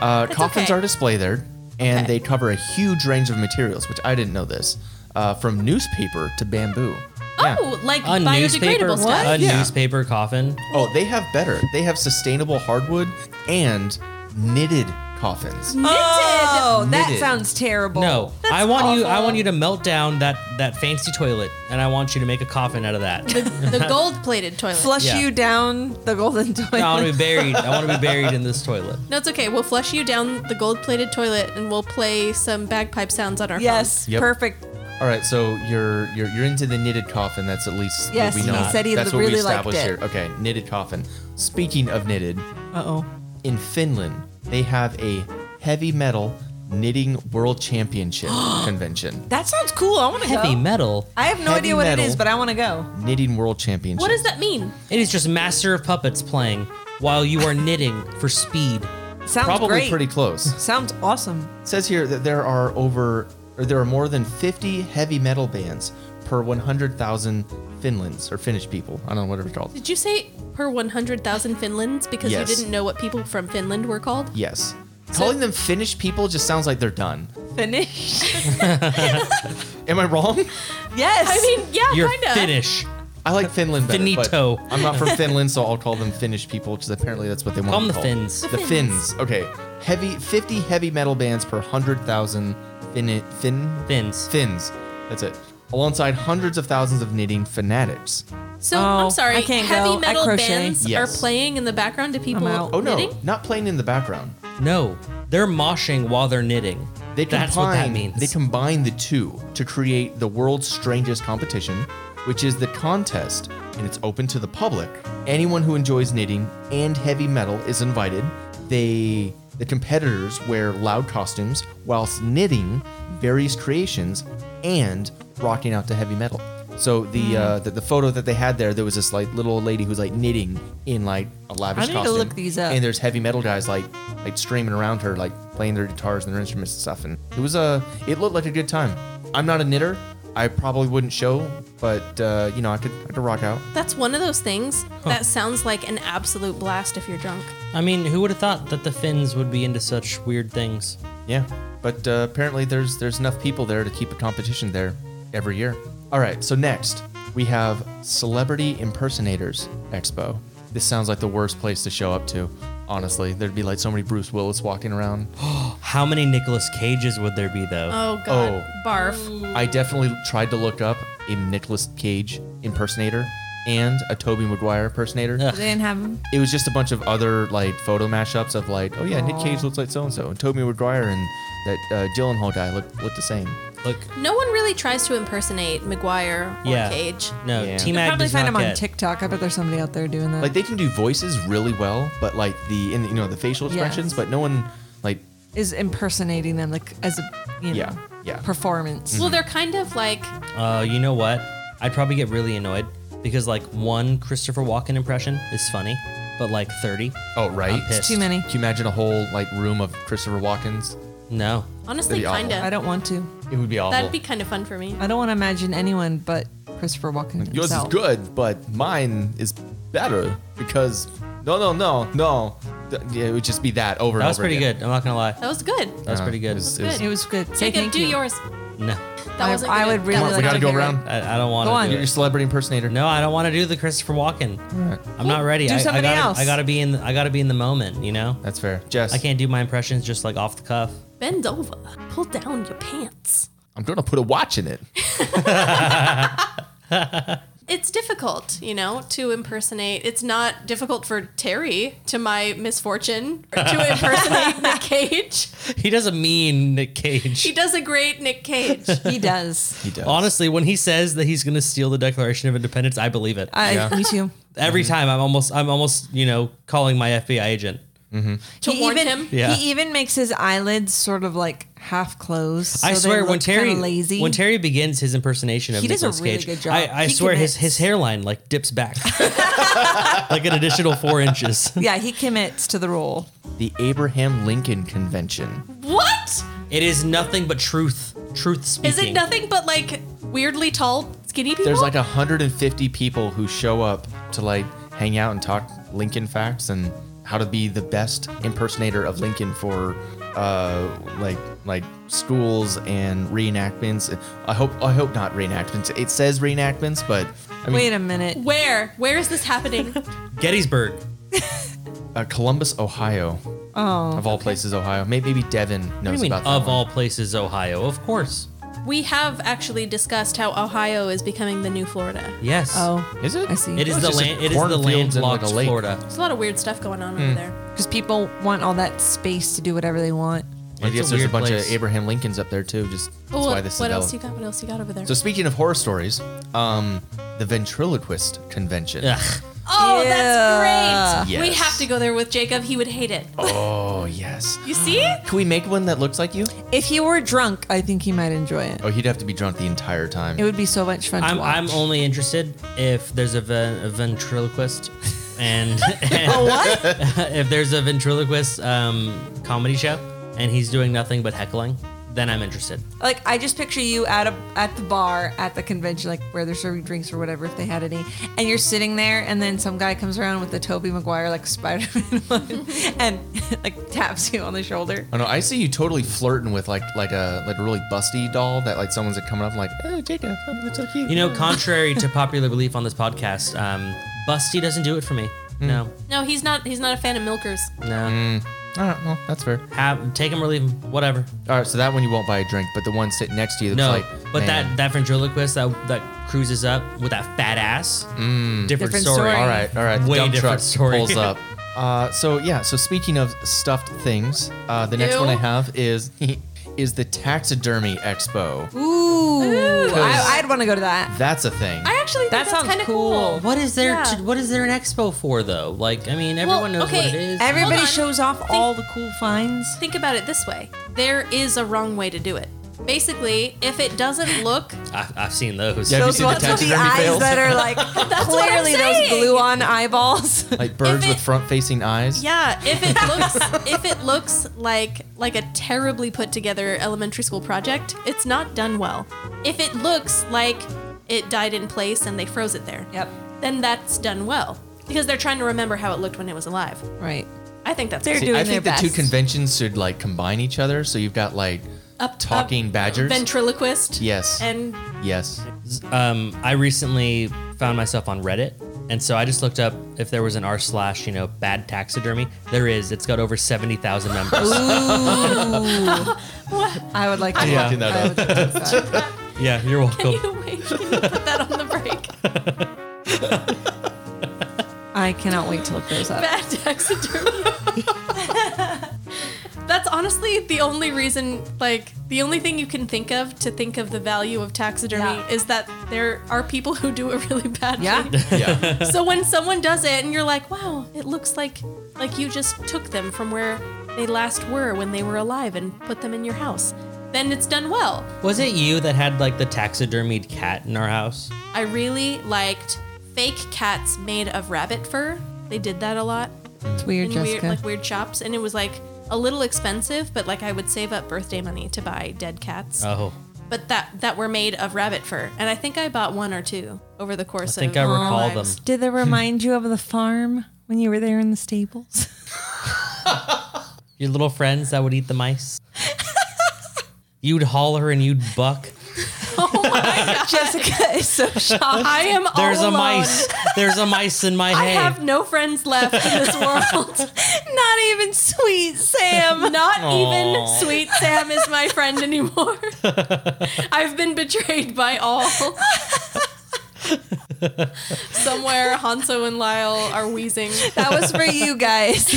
Speaker 5: Uh, coffins
Speaker 1: okay.
Speaker 5: are displayed there, and
Speaker 1: Okay.
Speaker 5: they cover a huge range of materials, which I didn't know this, uh, from newspaper to bamboo. Yeah.
Speaker 1: Oh, like
Speaker 2: A newspaper,
Speaker 1: biodegradable stuff.
Speaker 2: a
Speaker 5: Yeah.
Speaker 2: newspaper coffin.
Speaker 5: Oh, they have better. They have sustainable hardwood and knitted coffins.
Speaker 6: Oh, that
Speaker 5: Knitted.
Speaker 6: sounds terrible.
Speaker 2: No, I want you. I
Speaker 6: awful.
Speaker 2: want you to melt down that that fancy toilet, and I want you to make a coffin out of that.
Speaker 1: The gold plated toilet.
Speaker 6: Flush
Speaker 2: Yeah.
Speaker 6: you down the golden toilet.
Speaker 2: I want to be buried. I want to be buried in this toilet.
Speaker 1: no, it's okay. We'll flush you down the gold plated toilet and we'll play some bagpipe sounds on our
Speaker 6: yes,
Speaker 5: Yep.
Speaker 6: perfect.
Speaker 5: All right, so you're you're you're into the knitted coffin. That's at least
Speaker 6: Yes,
Speaker 5: what we
Speaker 6: he
Speaker 5: know.
Speaker 6: said he
Speaker 5: That's what we
Speaker 6: really liked
Speaker 5: established
Speaker 6: it.
Speaker 5: here. Okay, knitted coffin. Speaking of knitted,
Speaker 6: Uh oh.
Speaker 5: in Finland, they have a heavy metal knitting world championship convention.
Speaker 6: That sounds cool. I want to go.
Speaker 2: Heavy metal.
Speaker 6: I have no
Speaker 5: Heavy
Speaker 6: idea what
Speaker 5: metal.
Speaker 6: it is, but I want to go.
Speaker 5: Knitting world championship.
Speaker 1: phone. What does that mean?
Speaker 2: It is just Master of Puppets playing while you are knitting for speed.
Speaker 6: Sounds
Speaker 5: Probably
Speaker 6: great.
Speaker 5: pretty close.
Speaker 6: Sounds awesome.
Speaker 5: It says here that there are over or there are more than 50 heavy metal bands per 100,000 Finlands or Finnish people. I don't know whatever it's called.
Speaker 1: Did you say per 100,000 Finlands because
Speaker 5: Yes.
Speaker 1: you didn't know what people from Finland were called?
Speaker 5: Yes. Calling them Finnish people just sounds like they're done.
Speaker 6: Finish.
Speaker 5: Am I wrong?
Speaker 6: yes.
Speaker 1: I mean, yeah,
Speaker 2: You're
Speaker 1: kind of.
Speaker 2: Finnish.
Speaker 5: I like Finland better. but
Speaker 2: Finito.
Speaker 5: I'm not from Finland, so I'll call them Finnish people because apparently that's what they want
Speaker 2: Call
Speaker 5: to
Speaker 2: them the
Speaker 5: call
Speaker 2: Finns.
Speaker 5: The Finns. Okay. Heavy 50 heavy metal bands per 100,000 Fin Fin
Speaker 2: Fins.
Speaker 5: Finns. That's it. Alongside hundreds of thousands of knitting fanatics.
Speaker 1: So
Speaker 6: Oh,
Speaker 1: I'm sorry.
Speaker 6: I can't
Speaker 1: heavy
Speaker 6: go. I
Speaker 1: metal
Speaker 6: crochet.
Speaker 1: bands
Speaker 5: Yes.
Speaker 1: are playing in the background to people
Speaker 6: out.
Speaker 5: Oh no,
Speaker 1: knitting.
Speaker 5: not playing in the background.
Speaker 2: No, they're moshing while they're knitting.
Speaker 5: They combine,
Speaker 2: That's what that means.
Speaker 5: They combine the two to create the world's strangest competition, which is the contest, and it's open to the public. Anyone who enjoys knitting and heavy metal is invited. They the competitors wear loud costumes whilst knitting various creations and rocking out to heavy metal. So the
Speaker 6: Hmm.
Speaker 5: uh, the, the photo that they had there, there was this like little old lady who's like knitting in like a lavish
Speaker 6: need to
Speaker 5: costume.
Speaker 6: look these up.
Speaker 5: And there's heavy metal guys like like streaming around her, like playing their guitars and their instruments and stuff. And it was a, it looked like a good time. I'm not a knitter. I probably wouldn't show, but uh, you know, I could, I could rock out.
Speaker 1: That's one of those things that sounds like an absolute blast if you're drunk.
Speaker 2: I mean, who would have thought that the Finns would be into such weird things?
Speaker 5: Yeah. But uh, apparently, there's there's enough people there to keep a competition there every year. All right. So next we have Celebrity Impersonators Expo. This sounds like the worst place to show up to. Honestly, there'd be like so many Bruce Willis walking around.
Speaker 2: How many Nicolas Cages would there be though?
Speaker 6: Uh,
Speaker 1: Oh god.
Speaker 5: Oh.
Speaker 1: Barf.
Speaker 5: I definitely tried to look up a Nicolas Cage impersonator and a Toby Maguire impersonator.
Speaker 6: They didn't have them.
Speaker 5: It was just a bunch of other like photo mashups of like, oh yeah, Nick Cage looks like so and so, and Toby Maguire and that uh, Gyllenhaal guy look looked the same.
Speaker 2: Look,
Speaker 1: No one really tries to impersonate McGuire or
Speaker 2: yeah,
Speaker 1: Cage.
Speaker 2: no,
Speaker 5: Yeah.
Speaker 2: T
Speaker 5: You'll
Speaker 2: Mag
Speaker 6: Probably
Speaker 2: does
Speaker 6: find
Speaker 2: not
Speaker 6: them on
Speaker 2: get-
Speaker 6: TikTok. I bet there's somebody out there doing that.
Speaker 5: Like they can do voices really well, but like the and you know the facial expressions,
Speaker 6: Yes.
Speaker 5: but no one like
Speaker 6: is impersonating them like as a you
Speaker 5: Yeah,
Speaker 6: know
Speaker 5: yeah. Mm-hmm. Mm.
Speaker 6: performance.
Speaker 1: Well, they're kind of like
Speaker 2: Uh, you know what? I'd probably get really annoyed because like one Christopher Walken impression is funny, but like thirty,
Speaker 5: oh right.
Speaker 2: pissed.
Speaker 6: Too many.
Speaker 5: Can you imagine a whole like room of Christopher Walken's?
Speaker 2: no.
Speaker 1: honestly
Speaker 5: That'd be
Speaker 1: kind
Speaker 6: I
Speaker 1: of.
Speaker 6: don't want to.
Speaker 5: It would be awful.
Speaker 1: That'd be kind of fun for me.
Speaker 6: I don't want to imagine anyone but Christopher Walken
Speaker 5: Yours is
Speaker 6: himself.
Speaker 5: good, but mine is better because no, no, no, no. Th- yeah, it would just be that over
Speaker 2: That
Speaker 5: and
Speaker 2: was
Speaker 5: over.
Speaker 2: pretty
Speaker 5: again.
Speaker 2: good. I'm not gonna lie.
Speaker 1: That was good.
Speaker 2: That was pretty
Speaker 5: It
Speaker 2: good.
Speaker 5: was- it
Speaker 1: Good.
Speaker 5: was-
Speaker 6: It was good. Say
Speaker 1: Jacob,
Speaker 6: thank
Speaker 1: do
Speaker 6: you.
Speaker 1: yours.
Speaker 2: No,
Speaker 1: That
Speaker 6: I-
Speaker 1: wasn't
Speaker 6: I
Speaker 1: good. That
Speaker 6: would really
Speaker 5: Come on,
Speaker 1: wasn't
Speaker 5: we gotta
Speaker 1: good.
Speaker 5: go around.
Speaker 2: I, I don't
Speaker 6: Go
Speaker 2: want
Speaker 6: on.
Speaker 2: to do
Speaker 5: You're your
Speaker 2: it.
Speaker 5: celebrity impersonator.
Speaker 2: No, I don't want to do the Christopher Walken. I'm not ready.
Speaker 6: Do
Speaker 2: I, I
Speaker 6: somebody
Speaker 2: gotta,
Speaker 6: else.
Speaker 2: I gotta be in. The, I gotta be in the moment. You know,
Speaker 5: That's fair. Jess,
Speaker 2: I can't do my impressions just like off the cuff.
Speaker 1: Bend over. Pull down your pants.
Speaker 5: I'm gonna put a watch in it.
Speaker 1: It's difficult, you know, to impersonate. It's not difficult for Terry, to my misfortune, to impersonate Nick Cage.
Speaker 2: He does a mean Nick Cage.
Speaker 1: He does a great Nick Cage.
Speaker 6: He does.
Speaker 5: He does.
Speaker 2: Honestly, when he says that he's gonna steal the Declaration of Independence, I believe it.
Speaker 6: I,
Speaker 5: Yeah.
Speaker 6: Me too.
Speaker 2: Every time, I'm almost, I'm almost, you know, calling my FBI agent.
Speaker 1: To
Speaker 6: he
Speaker 1: warn
Speaker 6: even,
Speaker 1: him.
Speaker 2: Yeah.
Speaker 6: He even makes his eyelids sort of like half closed. So
Speaker 2: I
Speaker 6: they
Speaker 2: swear, when
Speaker 6: look kinda
Speaker 2: Terry
Speaker 6: lazy.
Speaker 2: when Terry begins his impersonation of
Speaker 6: He does a
Speaker 2: Nicolas
Speaker 6: really
Speaker 2: Cage,
Speaker 6: good job.
Speaker 2: I, I
Speaker 6: He
Speaker 2: swear his,
Speaker 6: commits.
Speaker 2: his hairline like dips back like an additional four inches.
Speaker 6: yeah, he commits to the role.
Speaker 5: the Abraham Lincoln Convention.
Speaker 1: What?
Speaker 2: It is nothing but truth, truth speaking.
Speaker 1: Is it nothing but like weirdly tall, skinny people?
Speaker 5: There's like 150 people who show up to like hang out and talk Lincoln facts and how to be the best impersonator of Lincoln for uh like like schools and reenactments. I hope I hope not reenactments. It says reenactments, but
Speaker 2: Mm.
Speaker 5: I mean
Speaker 6: Wait a minute.
Speaker 1: Where? Where is this happening?
Speaker 2: Gettysburg?
Speaker 5: uh, Columbus, Ohio.
Speaker 6: Oh,
Speaker 5: Of all places, Ohio. May- Maybe Devin
Speaker 2: What do
Speaker 5: knows
Speaker 2: you mean?
Speaker 5: about that
Speaker 2: Of
Speaker 5: one.
Speaker 2: all places, Ohio, of course.
Speaker 1: we have actually discussed how Ohio is becoming the new Florida.
Speaker 2: Yes.
Speaker 6: oh,
Speaker 5: Is it?
Speaker 6: I see.
Speaker 2: It is
Speaker 5: It's
Speaker 2: the
Speaker 5: just a
Speaker 2: land. It is the
Speaker 5: cornfields and, like,
Speaker 2: landlocked
Speaker 5: a lake.
Speaker 2: Florida.
Speaker 1: There's a lot of weird stuff going on
Speaker 5: Hmm.
Speaker 1: over there.
Speaker 6: because people want all that space to do whatever they want.
Speaker 5: I
Speaker 2: It's
Speaker 5: guess
Speaker 2: a
Speaker 5: there's a
Speaker 2: weird
Speaker 5: bunch
Speaker 2: place.
Speaker 5: of Abraham Lincolns up there too. Just that's
Speaker 1: Oh,
Speaker 5: why this
Speaker 1: what
Speaker 5: is
Speaker 1: else
Speaker 5: valid.
Speaker 1: you got? What else you got over there?
Speaker 5: So speaking of horror stories, um, the ventriloquist convention.
Speaker 2: Ugh.
Speaker 1: oh, that's
Speaker 6: Yeah.
Speaker 1: great.
Speaker 5: Yes.
Speaker 1: We have to go there with Jacob. He would hate it.
Speaker 5: Oh yes.
Speaker 1: You see?
Speaker 5: Can we make one that looks like you?
Speaker 6: If he were drunk, I think he might enjoy it.
Speaker 5: Oh, he'd have to be drunk the entire time.
Speaker 6: It would be so much fun to
Speaker 2: I'm,
Speaker 6: watch.
Speaker 2: I'm only interested if there's a, ven- a ventriloquist and, and if there's a ventriloquist um, comedy show and he's doing nothing but heckling, then I'm interested.
Speaker 6: like I just picture you at a at the bar at the convention, like where they're serving drinks or whatever, if they had any, and you're sitting there, and then some guy comes around with the Toby Maguire like Spider-Man one, and like taps you on the shoulder.
Speaker 5: Oh no, I see you totally flirting with like like a like a really busty doll that like someone's like coming up and like, oh Jacob, oh, that's so cute.
Speaker 2: You know, contrary to popular belief on this podcast, um, Busty doesn't do it for me.
Speaker 5: Hmm.
Speaker 2: No,
Speaker 1: No, he's not. He's not a fan of milkers.
Speaker 2: no.
Speaker 5: All right, well that's fair.
Speaker 2: Have take him or leave him, whatever.
Speaker 5: All right, so that one you won't buy a drink, but the one sitting next to you, that's
Speaker 2: No,
Speaker 5: like,
Speaker 2: but
Speaker 5: man,
Speaker 2: that that ventriloquist that that cruises up with that fat ass, different,
Speaker 6: Different
Speaker 2: story.
Speaker 6: story.
Speaker 5: Hmm. All right, all right. The
Speaker 2: Way
Speaker 5: dump
Speaker 2: different
Speaker 5: truck
Speaker 2: story.
Speaker 5: pulls up. Uh, so yeah, so speaking of stuffed things, uh, the next one I
Speaker 1: Ew.
Speaker 5: have is is the taxidermy expo.
Speaker 6: Ooh, I, I'd want to go to that.
Speaker 5: That's a thing.
Speaker 1: I actually think
Speaker 6: That
Speaker 1: that's
Speaker 6: sounds
Speaker 1: kind of
Speaker 6: cool.
Speaker 1: cool.
Speaker 2: What is there?
Speaker 1: Yeah.
Speaker 2: To, what is there an expo for though? Like, I mean,
Speaker 1: Well,
Speaker 2: everyone knows what
Speaker 1: okay,
Speaker 2: it is.
Speaker 6: Everybody
Speaker 1: on.
Speaker 6: shows off all the cool finds.
Speaker 1: Think about it this way: there is a wrong way to do it. Basically, if it doesn't look
Speaker 2: I, I've seen those.
Speaker 5: Yeah, Have you
Speaker 6: Those
Speaker 5: seen the
Speaker 6: ones with the
Speaker 5: taxidermy
Speaker 6: eyes
Speaker 5: fails?
Speaker 6: that are like
Speaker 1: what I'm
Speaker 6: clearly those
Speaker 1: saying.
Speaker 6: glue-on eyeballs.
Speaker 5: like birds
Speaker 1: If it-
Speaker 5: with front-facing eyes.
Speaker 1: Yeah, if it looks if it looks like like a terribly put together elementary school project, it's not done well. If it looks like it died in place and they froze it there,
Speaker 6: Yep.
Speaker 1: then that's done well because they're trying to remember how it looked when it was alive.
Speaker 6: Right.
Speaker 1: I think that's
Speaker 6: They're
Speaker 1: cool.
Speaker 5: See, I
Speaker 6: doing
Speaker 5: think the
Speaker 6: their
Speaker 5: two
Speaker 6: best.
Speaker 5: conventions should like combine each other. So you've got like
Speaker 1: up
Speaker 5: talking
Speaker 1: up-
Speaker 5: badgers.
Speaker 1: ventriloquist.
Speaker 5: yes.
Speaker 1: And
Speaker 5: yes.
Speaker 2: Um, I recently found myself on Reddit, And so I just looked up if there was an r slash, you know, bad taxidermy. There is. It's got over seventy thousand members.
Speaker 6: I would like to.
Speaker 5: Yeah. Looking that
Speaker 6: I would like to do that.
Speaker 2: yeah, you're welcome.
Speaker 1: Wait, can you put that on the break?
Speaker 6: I cannot wait to look those up.
Speaker 1: Bad taxidermy. That's honestly the only reason, like, the only thing you can think of to think of the value of taxidermy
Speaker 6: Yeah.
Speaker 1: is that there are people who do it really badly.
Speaker 6: Yeah.
Speaker 5: Yeah.
Speaker 1: so when someone does it and you're like, wow, it looks like like you just took them from where they last were when they were alive and put them in your house, then it's done well.
Speaker 2: Was it you that had like the taxidermied cat in our house?
Speaker 1: I really liked fake cats made of rabbit fur. They did that a lot
Speaker 6: It's weird,
Speaker 1: in
Speaker 6: Jessica.
Speaker 1: weird like weird shops and it was like a little expensive, but like I would save up birthday money to buy dead cats.
Speaker 2: Oh,
Speaker 1: But that that were made of rabbit fur. And I think I bought one or two over the course
Speaker 2: I think
Speaker 1: of
Speaker 2: I
Speaker 1: our
Speaker 2: recall
Speaker 1: lives.
Speaker 2: them.
Speaker 6: Did they remind you of the farm when you were there in the stables?
Speaker 2: Your little friends that would eat the mice. you'd holler and you'd buck.
Speaker 6: Jessica is so shocked.
Speaker 1: I am
Speaker 2: There's
Speaker 1: all
Speaker 2: a
Speaker 1: alone.
Speaker 2: mice. There's a mice in my
Speaker 1: I
Speaker 2: hay.
Speaker 1: have no friends left in this world.
Speaker 6: Not even sweet Sam.
Speaker 1: Not even
Speaker 2: Aw.
Speaker 1: Sweet Sam is my friend anymore. I've been betrayed by all. Somewhere, Hanso and Lyle are wheezing.
Speaker 6: That was for you guys.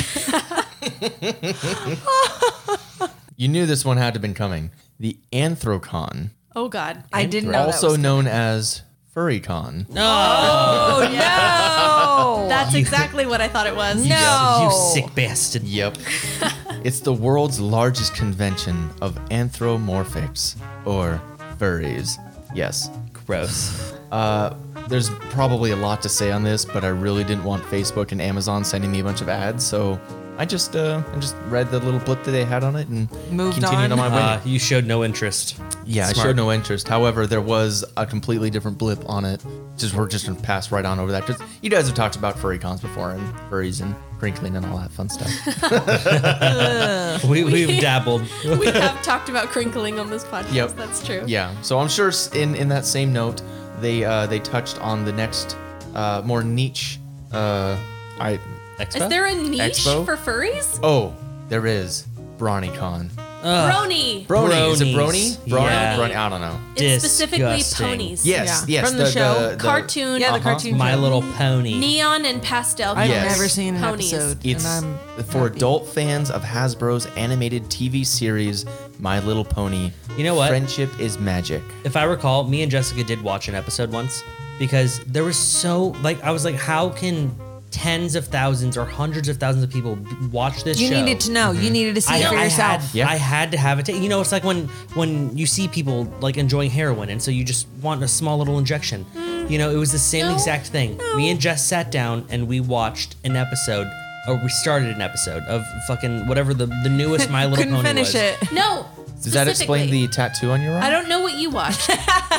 Speaker 5: You knew this one had to have been coming. The Anthrocon,
Speaker 1: Oh God!
Speaker 6: I didn't know.
Speaker 5: also known as FurryCon.
Speaker 6: Oh no!
Speaker 1: That's exactly what I thought it was.
Speaker 6: No.
Speaker 2: Oh, You sick bastard.
Speaker 5: Yep. it's the world's largest convention of anthropomorphics, or furries. Yes. Uh,
Speaker 2: Gross.
Speaker 5: There's probably a lot to say on this, but I really didn't want Facebook and Amazon sending me a bunch of ads, so I just uh, I just read the little blip that they had on it and
Speaker 6: Moved
Speaker 5: continued on,
Speaker 6: on.
Speaker 5: my way.
Speaker 2: Uh, you showed no interest.
Speaker 5: Yeah, I
Speaker 2: Smart.
Speaker 5: showed no interest. However, there was a completely different blip on it. Just we're just gonna pass right on over that. Just you guys have talked about furry cons before and furries and crinkling and all that fun stuff.
Speaker 2: We, we've dabbled.
Speaker 1: We have talked about crinkling on this podcast.
Speaker 5: Yep.
Speaker 1: That's true.
Speaker 5: yeah, so I'm sure s- in in that same note, they uh, they touched on the next uh, more niche. Uh, I
Speaker 1: Is there a niche
Speaker 5: Expo?
Speaker 1: for furries?
Speaker 5: oh there is BrawnyCon.
Speaker 1: Brony.
Speaker 5: Brony is it
Speaker 2: Bronies.
Speaker 5: Brony? Brony?
Speaker 2: Yeah.
Speaker 5: Brony? I don't know.
Speaker 1: it's specifically
Speaker 2: disgusting.
Speaker 1: ponies.
Speaker 5: Yes,
Speaker 6: Yeah.
Speaker 5: yes.
Speaker 6: From the show,
Speaker 1: Cartoon.
Speaker 6: Yeah, the
Speaker 5: Uh-huh.
Speaker 6: cartoon.
Speaker 2: My
Speaker 6: show.
Speaker 2: Little Pony.
Speaker 1: Neon and pastel.
Speaker 6: I've
Speaker 5: Yes.
Speaker 6: never seen an
Speaker 1: Ponies.
Speaker 6: episode.
Speaker 5: It's
Speaker 6: and I'm
Speaker 5: for
Speaker 6: happy.
Speaker 5: adult fans of Hasbro's animated TV series My Little Pony.
Speaker 2: You know what?
Speaker 5: Friendship is magic.
Speaker 2: if I recall, me and Jessica did watch an episode once because there was so like I was like, how can tens of thousands or hundreds of thousands of people b- watch this
Speaker 6: You
Speaker 2: show? Mm-hmm.
Speaker 6: needed to know. You needed to see
Speaker 2: I,
Speaker 6: it for
Speaker 2: I had,
Speaker 6: yourself.
Speaker 5: Yeah.
Speaker 2: I had to have it. ta- you know, it's like when when you see people like enjoying heroin, and so you just want a small little injection. you know, it was the same exact thing. Me and Jess sat down and we watched an episode, or we started an episode of fucking whatever the, the newest My Little
Speaker 6: Couldn't
Speaker 2: Pony
Speaker 6: finish
Speaker 2: was.
Speaker 6: it.
Speaker 1: No.
Speaker 5: Does that explain the tattoo on your arm?
Speaker 1: I don't know what you watched,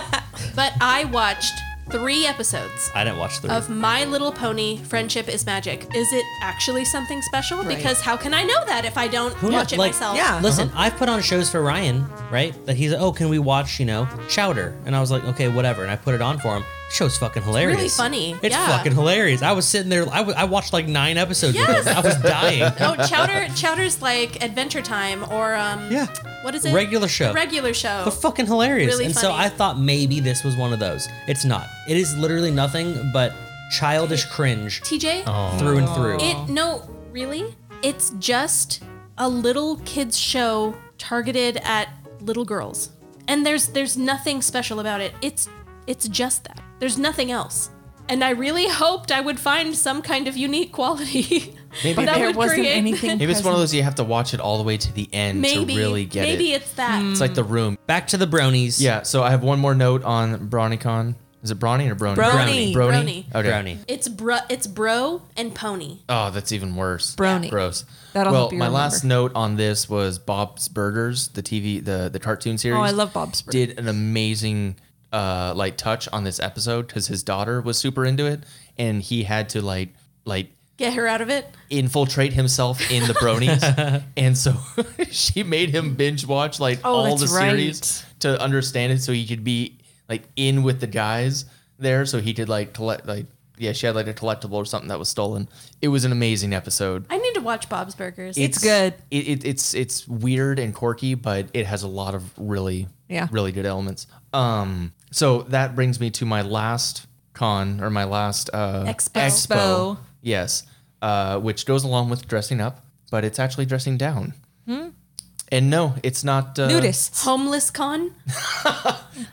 Speaker 1: but I watched three episodes
Speaker 2: I didn't watch the.
Speaker 1: of My Little Pony: Friendship is Magic. Is it actually something special? Because how can I know that if I don't
Speaker 2: knows?
Speaker 1: watch it
Speaker 2: Like,
Speaker 1: myself?
Speaker 6: yeah.
Speaker 2: Listen, I've put on shows for Ryan, right? That he's like, oh, can we watch, you know, Chowder? And I was like, okay, whatever. And I put it on for him. The show's fucking hilarious.
Speaker 1: funny,
Speaker 2: It's
Speaker 1: yeah.
Speaker 2: fucking hilarious. I was sitting there. I wa- I watched like nine episodes. with
Speaker 1: Yes.
Speaker 2: it. I was dying.
Speaker 1: Oh, Chowder! Chowder's like Adventure Time or um.
Speaker 2: Yeah.
Speaker 1: What is it?
Speaker 2: Regular show.
Speaker 1: The regular show.
Speaker 2: But fucking hilarious.
Speaker 1: Really
Speaker 2: and so
Speaker 1: funny.
Speaker 2: I thought maybe this was one of those. It's not. It is literally nothing but childish cringe
Speaker 1: TJ.
Speaker 2: through and through.
Speaker 5: Oh.
Speaker 1: It no, really? It's just a little kids show targeted at little girls. And there's there's nothing special about it. It's it's just that. There's nothing else. And I really hoped I would find some kind of unique quality.
Speaker 5: Maybe-
Speaker 1: that
Speaker 6: there
Speaker 1: would
Speaker 6: wasn't
Speaker 1: create-
Speaker 6: anything.
Speaker 5: Maybe it's one of those you have to watch it all the way to the end
Speaker 1: Maybe
Speaker 5: to really get
Speaker 1: maybe
Speaker 5: it.
Speaker 1: it's that.
Speaker 5: It's like the room.
Speaker 2: Back to the bronies.
Speaker 5: Yeah, so I have one more note on BrawnyCon. Is it Brawny or Brony? Brony.
Speaker 6: Brony.
Speaker 1: Brony.
Speaker 5: Okay.
Speaker 2: Brony.
Speaker 1: It's bro it's bro and pony.
Speaker 5: Oh, that's even worse.
Speaker 6: Brony.
Speaker 5: Gross.
Speaker 6: That'll
Speaker 5: well,
Speaker 6: help you
Speaker 5: my
Speaker 6: remember.
Speaker 5: last note on this was Bob's Burgers, the TV, the the cartoon series.
Speaker 6: Oh, I love Bob's Burgers.
Speaker 5: Did an amazing uh like touch on this episode because his daughter was super into it, and he had to like like
Speaker 1: Get her out of it.
Speaker 5: infiltrate himself in the bronies, and so she made him binge watch like all the
Speaker 6: Oh, that's right.
Speaker 5: series to understand it, so he could be like in with the guys there, so he could like collect like yeah, she had like a collectible or something that was stolen. It was an amazing episode.
Speaker 1: I need to watch Bob's Burgers.
Speaker 6: It's good.
Speaker 5: It, it, it's it's weird and quirky, but it has a lot of really
Speaker 6: Yeah.
Speaker 5: really good elements. Um, so that brings me to my last con or my last uh,
Speaker 1: Expo.
Speaker 6: Expo.
Speaker 5: Yes, uh, which goes along with dressing up, but it's actually dressing down. And no, it's not uh,
Speaker 6: Hmm? Nudists.
Speaker 1: Homeless Con.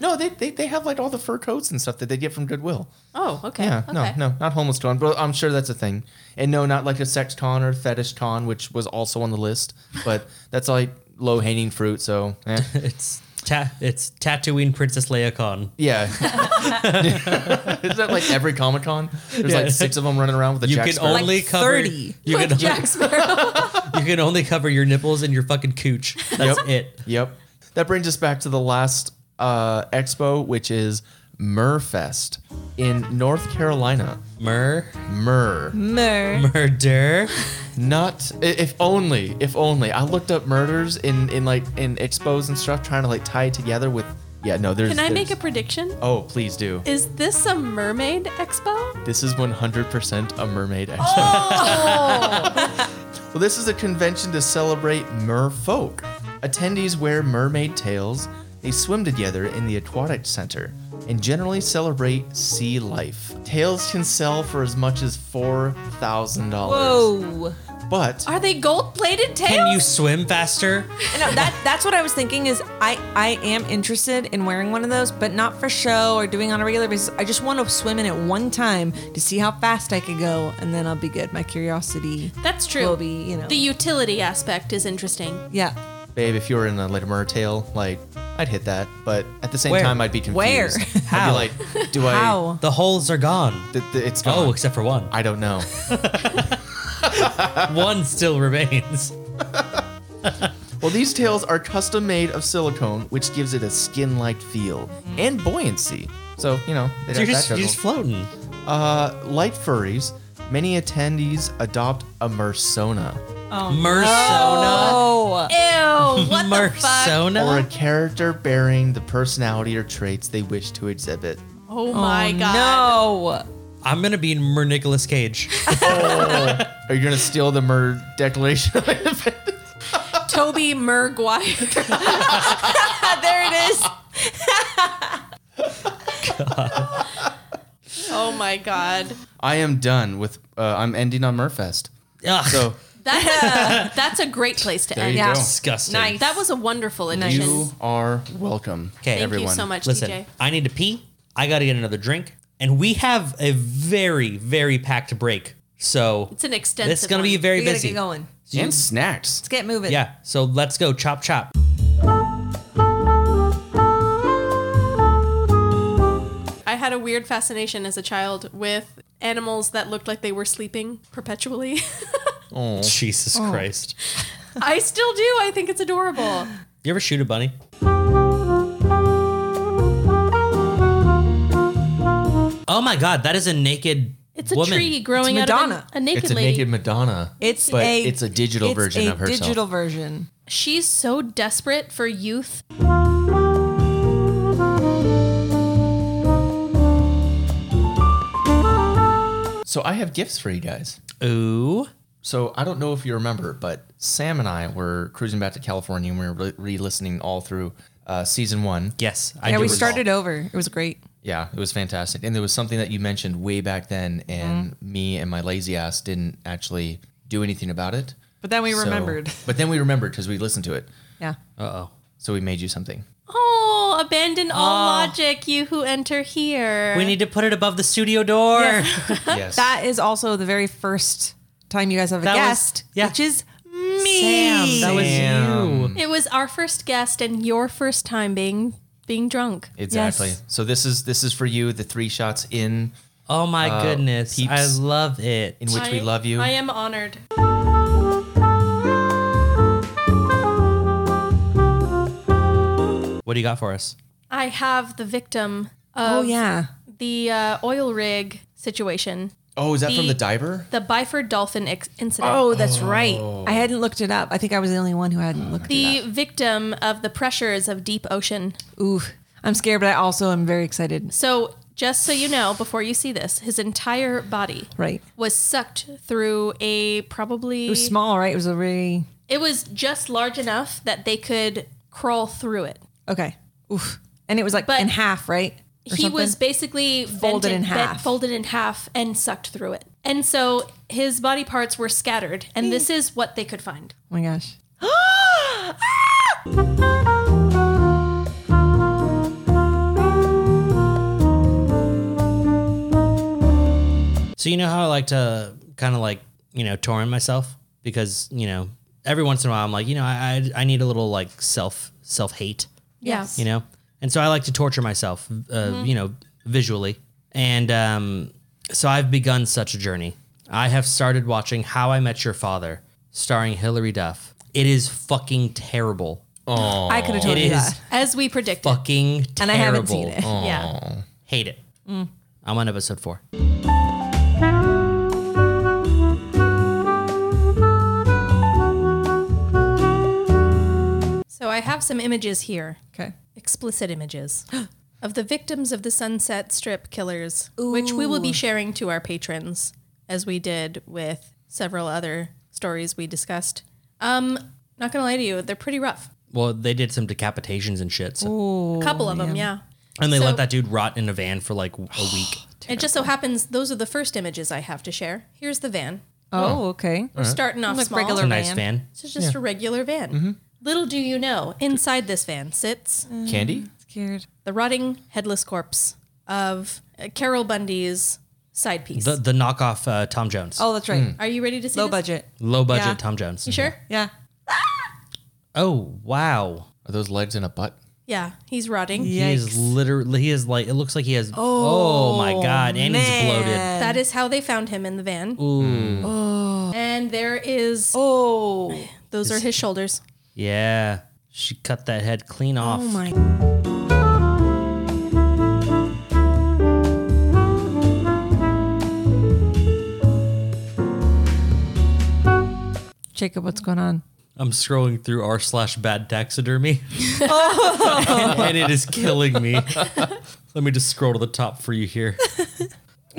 Speaker 5: No, they, they they have like all the fur coats and stuff that they get from Goodwill.
Speaker 1: Oh, okay.
Speaker 5: Yeah,
Speaker 1: okay.
Speaker 5: no, no, not homeless con, but I'm sure that's a thing. And no, not like a sex con or fetish con, which was also on the list, but that's like low hanging fruit. So eh.
Speaker 2: It's ta- it's Tatooine Princess Leia Con.
Speaker 5: yeah, is that like every Comic Con? There's
Speaker 2: Yeah.
Speaker 5: like six of them running around with a
Speaker 2: You
Speaker 5: Jack
Speaker 2: can
Speaker 5: Sparrow.
Speaker 2: only
Speaker 6: Like
Speaker 2: cover
Speaker 6: 30.
Speaker 2: You can,
Speaker 1: Jack Sparrow.
Speaker 2: you can only cover your nipples and your fucking cooch. That's it.
Speaker 5: Yep. That brings us back to the last uh, expo, which is Murfest in North Carolina.
Speaker 2: Mur
Speaker 5: Mur.
Speaker 6: Mer.
Speaker 2: murder.
Speaker 5: Not i- if only, if only. I looked up murders in in like in expos and stuff, trying to like tie it together with. Yeah, no. There's.
Speaker 1: Can I make a
Speaker 5: there's-
Speaker 1: prediction?
Speaker 5: Oh, please do.
Speaker 1: Is this a mermaid expo?
Speaker 5: This is 100% a mermaid expo.
Speaker 1: Oh,
Speaker 5: Well, this is a convention to celebrate merfolk. Attendees wear mermaid tails, they swim together in the aquatic center, and generally celebrate sea life. Tails can sell for as much as $4,000.
Speaker 6: Whoa.
Speaker 5: But
Speaker 1: are they gold plated tails?
Speaker 2: Can you swim faster?
Speaker 6: No, that that's what I was thinking is I I am interested in wearing one of those, but not for show or doing on a regular basis. I just want to swim in it one time to see how fast I could go, and then I'll be good. My curiosity.
Speaker 1: That's true.
Speaker 6: Will be, you know.
Speaker 1: The utility aspect is interesting.
Speaker 6: yeah.
Speaker 5: babe, if you were in a like a mer tail, like I'd hit that, but at the same
Speaker 2: Where?
Speaker 5: time I'd be confused.
Speaker 6: Where?
Speaker 5: I'd
Speaker 2: How?
Speaker 5: be like, do I
Speaker 6: How?
Speaker 2: The holes are gone.
Speaker 5: Th- th- it's gone.
Speaker 2: Oh, except for one.
Speaker 5: I don't know.
Speaker 2: One still remains.
Speaker 5: Well, these tails are custom made of silicone, which gives it a skin-like feel and buoyancy. So you know, they
Speaker 2: You're
Speaker 5: got
Speaker 2: just,
Speaker 5: that
Speaker 2: you're
Speaker 5: juggled.
Speaker 2: just floating.
Speaker 5: uh, like furries, many attendees adopt a mersona
Speaker 2: Mersona.
Speaker 6: Oh.
Speaker 1: Ew, what the fuck?
Speaker 5: or a
Speaker 2: Mersona?
Speaker 5: character bearing the personality or traits they wish to exhibit.
Speaker 1: Oh my god.
Speaker 6: No.
Speaker 2: I'm gonna be Mer Nicholas Cage.
Speaker 5: Are you gonna steal the mer declaration?
Speaker 1: Toby Maguire.
Speaker 6: there it is.
Speaker 1: oh my god.
Speaker 5: I am done with. Uh, I'm ending on Merfest.
Speaker 2: Ugh,
Speaker 5: So
Speaker 1: That's a, uh, that's a great place to
Speaker 5: there
Speaker 1: end.
Speaker 5: you
Speaker 6: Yeah.
Speaker 5: go.
Speaker 2: disgusting.
Speaker 6: Nice.
Speaker 1: That was a wonderful edition.
Speaker 5: You are welcome.
Speaker 2: Okay,
Speaker 1: Thank
Speaker 5: everyone.
Speaker 1: you so much,
Speaker 2: Listen,
Speaker 1: TJ.
Speaker 2: I need to pee. I gotta get another drink, and we have a very, very packed break. So
Speaker 1: It's an extensive.
Speaker 2: this is gonna be
Speaker 1: one.
Speaker 2: very
Speaker 6: We gotta
Speaker 2: busy.
Speaker 6: get going.
Speaker 5: And snacks.
Speaker 6: Let's get moving.
Speaker 2: Yeah. So let's go. Chop chop.
Speaker 1: I had a weird fascination as a child with animals that looked like they were sleeping perpetually.
Speaker 2: Jesus Christ.
Speaker 1: I still do. I think it's adorable.
Speaker 2: You ever shoot a bunny? Oh my God, that is a naked
Speaker 1: It's a
Speaker 2: woman.
Speaker 1: tree growing
Speaker 6: It's
Speaker 1: out of an-
Speaker 6: Madonna.
Speaker 1: a naked
Speaker 5: It's a
Speaker 1: lady.
Speaker 5: naked Madonna.
Speaker 6: It's
Speaker 5: But
Speaker 6: a
Speaker 5: it's a digital
Speaker 6: it's
Speaker 5: version
Speaker 6: a
Speaker 5: of herself.
Speaker 6: Digital version.
Speaker 1: She's so desperate for youth.
Speaker 5: So I have gifts for you guys.
Speaker 2: Ooh.
Speaker 5: So I don't know if you remember, but Sam and I were cruising back to California and we were re listening all through uh, season one.
Speaker 2: Yes, I
Speaker 6: Yeah,
Speaker 2: do.
Speaker 6: we
Speaker 2: recall.
Speaker 6: started over. It was great.
Speaker 5: Yeah, it was fantastic. And there was something that you mentioned way back then, and
Speaker 1: Mm-hmm.
Speaker 5: me and my lazy ass didn't actually do anything about it.
Speaker 6: But then we
Speaker 5: So-
Speaker 6: remembered.
Speaker 5: But then we remembered because we listened to it.
Speaker 6: Yeah.
Speaker 2: Uh-oh.
Speaker 5: So we made you something.
Speaker 1: Oh, abandon all logic, you who enter here.
Speaker 2: We need to put it above the studio door.
Speaker 5: yes.
Speaker 6: That is also the very first time you guys have a
Speaker 2: That was-
Speaker 6: guest,
Speaker 2: yeah.
Speaker 6: which is
Speaker 2: Sam,
Speaker 6: me.
Speaker 2: that was you.
Speaker 1: it was our first guest and your first time being being drunk.
Speaker 5: exactly.
Speaker 6: Yes.
Speaker 5: So this is this is for you. The three shots in
Speaker 2: Oh my goodness.
Speaker 5: peeps.
Speaker 2: I love it.
Speaker 5: in which we
Speaker 1: I-
Speaker 5: love you.
Speaker 1: I am honored.
Speaker 2: What do you got for us?
Speaker 1: I have the victim
Speaker 6: Oh
Speaker 1: of
Speaker 6: yeah.
Speaker 1: the uh, oil rig situation,
Speaker 5: oh, is that from
Speaker 1: the-
Speaker 5: the diver?
Speaker 1: the Byford dolphin ex- incident.
Speaker 6: Oh, that's right. I hadn't looked it up. I think I was the only one who hadn't looked
Speaker 1: the
Speaker 6: it
Speaker 1: victim of the pressures of deep ocean.
Speaker 6: up. Ooh, I'm scared, but I also am very excited.
Speaker 1: So Just so you know, before you see this, his entire body
Speaker 6: Right.
Speaker 1: was sucked through a probably
Speaker 6: It was small, right? It was a really
Speaker 1: it was just large enough that they could crawl through it.
Speaker 6: okay. Oof. And it was like
Speaker 1: But
Speaker 6: in half, right? Or
Speaker 1: he was
Speaker 6: something?
Speaker 1: basically
Speaker 6: Folded
Speaker 1: vented-
Speaker 6: in
Speaker 1: bent-
Speaker 6: half.
Speaker 1: folded in half, and sucked through it. And so his body parts were scattered, and this is what they could find.
Speaker 6: Oh my gosh.
Speaker 2: So you know how I like to kind of like you know torment myself because you know every once in a while I'm like you know I I, I need a little like self self hate
Speaker 1: Yes.
Speaker 2: you know and so I like to torture myself uh,
Speaker 6: Mm-hmm.
Speaker 2: you know visually and um, so I've begun such a journey. I have started watching How I Met Your Father, starring Hilary Duff. It is fucking terrible.
Speaker 6: I could have told
Speaker 2: It
Speaker 6: you
Speaker 2: is
Speaker 6: that.
Speaker 1: As we predicted.
Speaker 2: fucking terrible. Oh.
Speaker 6: And I haven't seen it. Mm.
Speaker 1: Yeah.
Speaker 2: Hate it. I'm on episode four.
Speaker 1: So I have some images here,
Speaker 6: Okay.
Speaker 1: explicit images, of the victims of the Sunset Strip killers, which we will be sharing to our patrons, as we did with several other stories we discussed. Um, not gonna lie to you, they're pretty rough.
Speaker 2: Well, they did some decapitations and shit. So.
Speaker 1: A couple of them, yeah.
Speaker 2: And they
Speaker 1: So-
Speaker 2: let that dude rot in a van for like a week.
Speaker 1: It just so happens those are the first images I have to share. Here's the van.
Speaker 6: Oh, okay.
Speaker 1: We're starting off
Speaker 6: Like
Speaker 1: small.
Speaker 2: It's
Speaker 6: regular-
Speaker 2: a
Speaker 6: Or
Speaker 2: nice
Speaker 6: van.
Speaker 2: van.
Speaker 1: This is just a regular van. Little do you know, inside this van sits
Speaker 6: Mm.
Speaker 5: Candy?
Speaker 6: Scared.
Speaker 1: the rotting headless corpse of uh, Carol Bundy's side piece.
Speaker 2: The the knockoff uh, Tom Jones.
Speaker 6: Oh, that's right.
Speaker 5: Hmm.
Speaker 1: Are you ready to see
Speaker 6: Low
Speaker 1: this?
Speaker 6: budget.
Speaker 2: Low budget
Speaker 6: yeah.
Speaker 2: Tom Jones.
Speaker 1: You sure?
Speaker 6: Yeah.
Speaker 2: Oh wow.
Speaker 5: Are those legs in a butt?
Speaker 1: Yeah, he's rotting.
Speaker 2: He
Speaker 6: Yikes.
Speaker 2: is literally he is like it looks like he has oh, my god and he's
Speaker 1: That is how they found him in the van. Ooh. And there is
Speaker 6: Hmm. Oh.
Speaker 1: those are his shoulders.
Speaker 2: bloated. Yeah. She cut that head clean off.
Speaker 6: Oh my. Jacob, what's going on?
Speaker 2: I'm scrolling through r slash bad taxidermy, and, and it is killing me. Let me just scroll to the top for you here.
Speaker 6: Is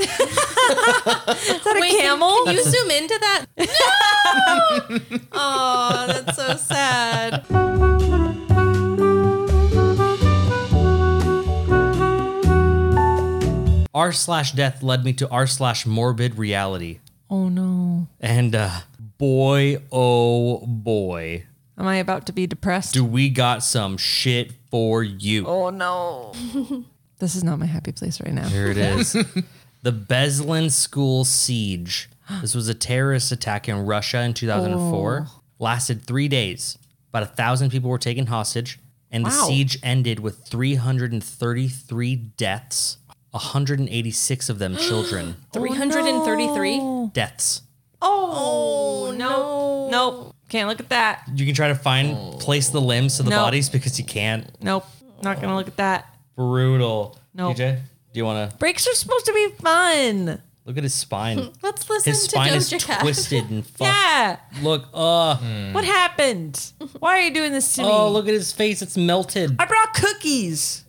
Speaker 6: that
Speaker 1: Wait,
Speaker 6: a camel?
Speaker 1: Can you zoom into that? No! oh, that's so sad.
Speaker 6: Oh,
Speaker 2: R slash death led me to r slash morbid reality,
Speaker 6: Oh no.
Speaker 2: and uh, boy, oh boy,
Speaker 6: Am I about to be depressed?
Speaker 2: do we got some shit for you.
Speaker 6: oh no. this is not my happy place right now.
Speaker 2: Here it is. the Beslan School siege. This was a terrorist attack in Russia in 2004.
Speaker 6: Oh.
Speaker 2: Lasted three days. About a thousand people were taken hostage, and the
Speaker 6: Wow.
Speaker 2: siege ended with 333 deaths. 186 of them children.
Speaker 1: 333.
Speaker 2: deaths.
Speaker 6: Oh, no. Nope. Can't look at that.
Speaker 2: You can try to find place the limbs to the
Speaker 6: No.
Speaker 2: bodies because you can't.
Speaker 6: Nope. Not gonna look at that.
Speaker 2: Brutal.
Speaker 6: No.
Speaker 2: DJ, do you want to
Speaker 6: Breaks are supposed to be fun.
Speaker 2: look at his spine?
Speaker 1: Let's listen
Speaker 2: His
Speaker 1: to
Speaker 2: spine is
Speaker 1: Doja Cat.
Speaker 2: twisted and fucked.
Speaker 6: Yeah.
Speaker 2: Look, uh,
Speaker 6: What happened? Why are you doing this to me?
Speaker 2: oh, look at his face. It's melted.
Speaker 6: I brought cookies.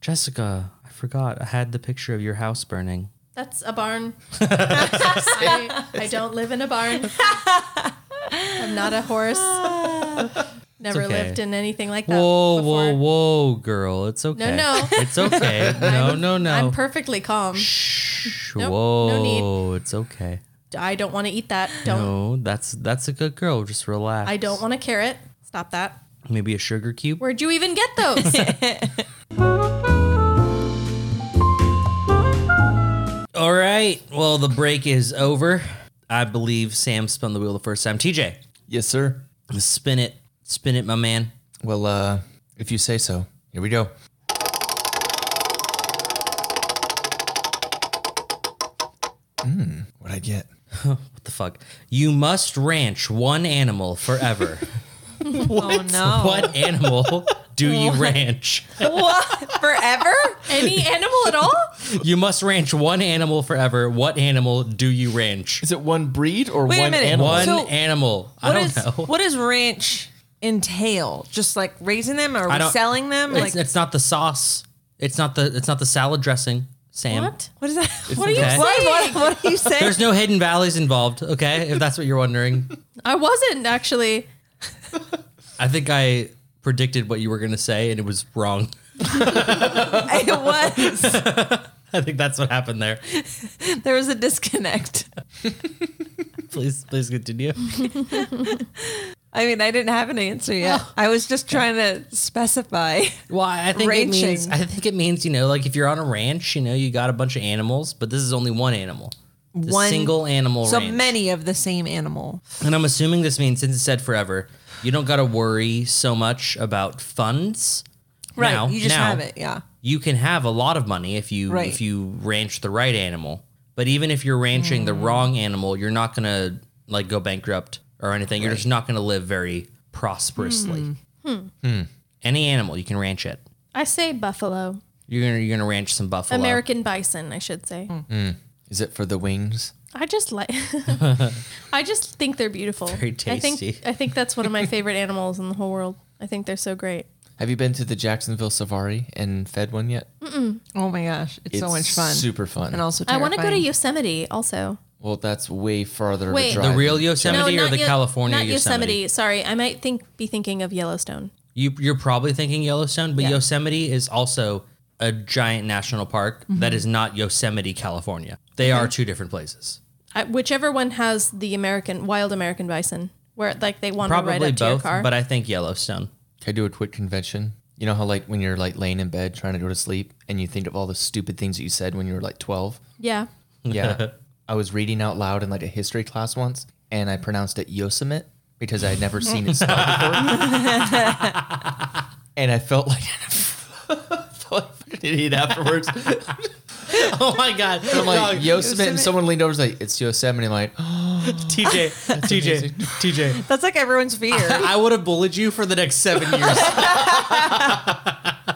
Speaker 2: Jessica, I forgot. I had the picture of your house burning.
Speaker 1: That's a barn. I, I don't live in a barn. I'm not a horse. Never
Speaker 2: okay.
Speaker 1: lived in anything like that.
Speaker 2: Whoa,
Speaker 1: before.
Speaker 2: whoa, whoa, girl. It's okay.
Speaker 1: no.
Speaker 2: It's okay. No, no, no.
Speaker 1: I'm perfectly calm.
Speaker 2: Shh.
Speaker 1: Nope,
Speaker 2: whoa.
Speaker 1: no need.
Speaker 2: It's okay.
Speaker 1: I don't want to eat that. Don't.
Speaker 2: No, that's that's a good girl. Just relax.
Speaker 1: I don't want a carrot. Stop that.
Speaker 2: Maybe a sugar cube.
Speaker 1: Where'd you even get those?
Speaker 2: All right. Well, the break is over. I believe Sam spun the wheel the first time. TJ,
Speaker 5: Yes, sir.
Speaker 2: spin it. Spin it, my man.
Speaker 5: Well, uh, if you say so. Here we go. Hmm, what'd I get?
Speaker 2: What the fuck? You must ranch one animal forever.
Speaker 6: Oh no.
Speaker 2: what animal do you ranch?
Speaker 6: What? Forever?
Speaker 1: Any animal at all?
Speaker 2: You must ranch one animal forever. What animal do you ranch?
Speaker 5: Is it one breed or
Speaker 6: Wait a
Speaker 5: one
Speaker 6: minute.
Speaker 5: animal?
Speaker 2: One
Speaker 6: So-
Speaker 2: animal. I
Speaker 6: What
Speaker 2: don't
Speaker 6: is
Speaker 2: know.
Speaker 6: what is ranch? entail? Just like raising them or
Speaker 2: I don't-
Speaker 6: selling them?
Speaker 2: It's,
Speaker 6: Like
Speaker 2: it's not the sauce. It's not the it's not the salad dressing, Sam.
Speaker 1: What?
Speaker 6: what is that?
Speaker 1: What are you
Speaker 2: okay.
Speaker 1: saying?
Speaker 6: What, what, what are you saying?
Speaker 2: There's no hidden valleys involved, okay? If that's what you're wondering.
Speaker 1: I wasn't actually.
Speaker 2: I think I predicted what you were going to say and it was wrong.
Speaker 6: it was.
Speaker 2: I think that's what happened there.
Speaker 6: There was a disconnect.
Speaker 2: Please please continue.
Speaker 6: I mean, I didn't have an answer yet.
Speaker 2: Oh.
Speaker 6: I was just trying to specify.
Speaker 2: Well, I think it means
Speaker 6: Ranching.
Speaker 2: I think it means, you know, like if you're on a ranch, you know, you got a bunch of animals, but this is only one animal. It's a
Speaker 6: One-
Speaker 2: single animal
Speaker 6: So
Speaker 2: ranch.
Speaker 6: many of the same animal.
Speaker 2: And I'm assuming this means since it said forever, you don't got to worry so much about funds. Now-
Speaker 6: you just
Speaker 2: now,
Speaker 6: have it. Yeah.
Speaker 2: You can have a lot of money if you
Speaker 6: Right.
Speaker 2: if you ranch the right animal. But even if you're ranching
Speaker 6: Hmm.
Speaker 2: the wrong animal, you're not going to like go bankrupt or anything. You're just not going to live very prosperously. Hmm. Any animal you can ranch it.
Speaker 1: I say buffalo.
Speaker 2: You're going to you're going to ranch some buffalo.
Speaker 1: American bison, I should say.
Speaker 2: Hmm.
Speaker 5: Is it for the wings?
Speaker 1: I just like. I just think they're beautiful.
Speaker 2: Very
Speaker 1: I
Speaker 2: tasty.
Speaker 1: think I think that's one of my favorite animals in the whole world. I think they're so great.
Speaker 5: Have you been to the Jacksonville Safari and fed one yet?
Speaker 6: Oh my gosh, it's, so much fun.
Speaker 5: Super fun.
Speaker 6: and also,
Speaker 1: I want to go to
Speaker 6: terrifying.
Speaker 1: Yosemite also.
Speaker 5: well, that's way farther of
Speaker 1: Wait. The
Speaker 5: a drive.
Speaker 2: The real Yosemite or
Speaker 1: not
Speaker 2: the
Speaker 1: Yo-
Speaker 2: California
Speaker 1: not
Speaker 2: Yosemite?
Speaker 1: Sorry, I might think be thinking of Yellowstone.
Speaker 2: You, you're probably thinking Yellowstone, but Yosemite is also a giant national park
Speaker 1: Mm-hmm.
Speaker 2: that is not Yosemite, California. They are two different places.
Speaker 1: I, whichever one has the American wild American bison, where like they wander
Speaker 2: Probably
Speaker 1: right up to your
Speaker 2: both,
Speaker 1: car.
Speaker 2: but I think Yellowstone.
Speaker 5: Can I do a quick convention? You know how like when you're like laying in bed trying to go to sleep and you think of all the stupid things that you said when you were like 12?
Speaker 1: yeah,
Speaker 5: Yeah. I was reading out loud in like a history class once and I pronounced it Yosemite because I had never seen it spelled before. and I felt like felt like an idiot afterwards.
Speaker 2: Oh my God.
Speaker 5: I'm like Yosemite, and someone leaned over and was like, it's Yosemite. I'm like,
Speaker 2: TJ, TJ, TJ.
Speaker 6: That's like everyone's fear.
Speaker 2: I would have bullied you for the next seven years.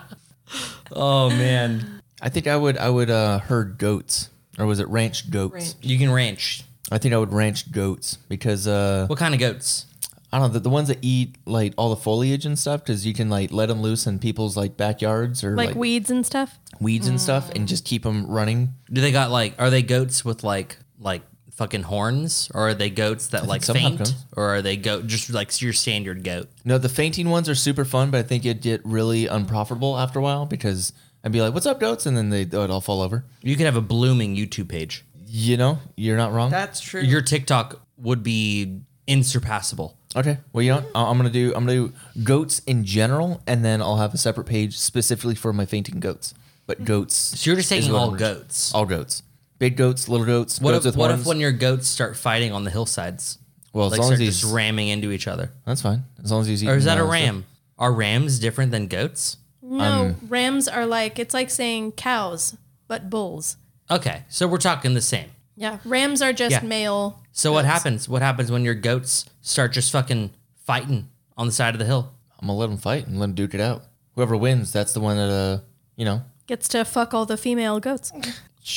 Speaker 2: oh man.
Speaker 5: I think I would I would uh, herd goats. Or was it ranch goats?
Speaker 2: You can ranch.
Speaker 5: I think I would ranch goats because uh,
Speaker 2: What kind of goats?
Speaker 5: I don't know the, the ones that eat like all the foliage and stuff because you can like let them loose in people's like backyards or
Speaker 1: like,
Speaker 5: like, um,
Speaker 1: weeds and stuff.
Speaker 5: weeds and stuff and just keep them running.
Speaker 2: Do they got like? Are they goats with like like fucking horns, or are they goats that like
Speaker 5: some have
Speaker 2: faint,
Speaker 5: guns.
Speaker 2: or are they goat just like your standard goat?
Speaker 5: No, the fainting ones are super fun, but I think it'd get really unprofitable after a while because I'd be like, "What's up, goats?" and then they would all fall over.
Speaker 2: You could have a blooming YouTube page.
Speaker 5: You know, you're not wrong.
Speaker 6: That's true.
Speaker 2: Your TikTok would be insurpassable.
Speaker 5: okay, well, you know, what? I- I'm gonna do I'm gonna do goats in general, and then I'll have a separate page specifically for my fainting goats. But goats.
Speaker 2: Hmm. So you're just
Speaker 5: is
Speaker 2: taking
Speaker 5: what
Speaker 2: all
Speaker 5: I'm gonna-
Speaker 2: goats.
Speaker 5: All goats. Big goats, little goats,
Speaker 2: What
Speaker 5: goats
Speaker 2: if
Speaker 5: with
Speaker 2: what
Speaker 5: horns.
Speaker 2: if when your goats start fighting on the hillsides?
Speaker 5: Well, as
Speaker 2: like
Speaker 5: long
Speaker 2: start
Speaker 5: as he's-
Speaker 2: just ramming into each other.
Speaker 5: That's fine. As long as he's eating.
Speaker 2: Or is that
Speaker 5: uh,
Speaker 2: a
Speaker 5: stuff.
Speaker 2: ram? Are rams different than goats?
Speaker 1: No, rams are like it's like saying cows, but bulls.
Speaker 2: Okay, so we're talking the same.
Speaker 1: Yeah, rams are just
Speaker 2: Yeah.
Speaker 1: male.
Speaker 2: So what happens? What happens when your goats start just fucking fighting on the side of the hill?
Speaker 5: I'm gonna let him fight and let him duke it out. Whoever wins, that's the one that uh, you know.
Speaker 1: Gets to fuck all the female goats.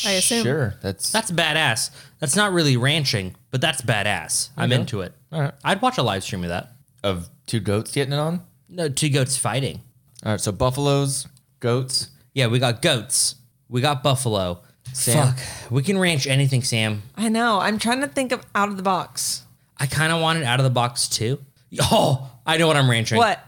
Speaker 1: I assume.
Speaker 5: Sure, that's
Speaker 2: That's badass. That's not really ranching, but that's badass. I'm into it. All
Speaker 5: right.
Speaker 2: I'd watch a live stream of that.
Speaker 5: of two goats getting it on.
Speaker 2: No, two goats fighting.
Speaker 5: All right, so buffaloes, goats.
Speaker 2: Yeah, we got goats. We got buffalo.
Speaker 5: Sam.
Speaker 2: Fuck. We can ranch anything, Sam.
Speaker 6: I know. I'm trying to think of out of the box.
Speaker 2: I kind of want it out of the box too. Oh, I know what I'm ranching.
Speaker 6: What?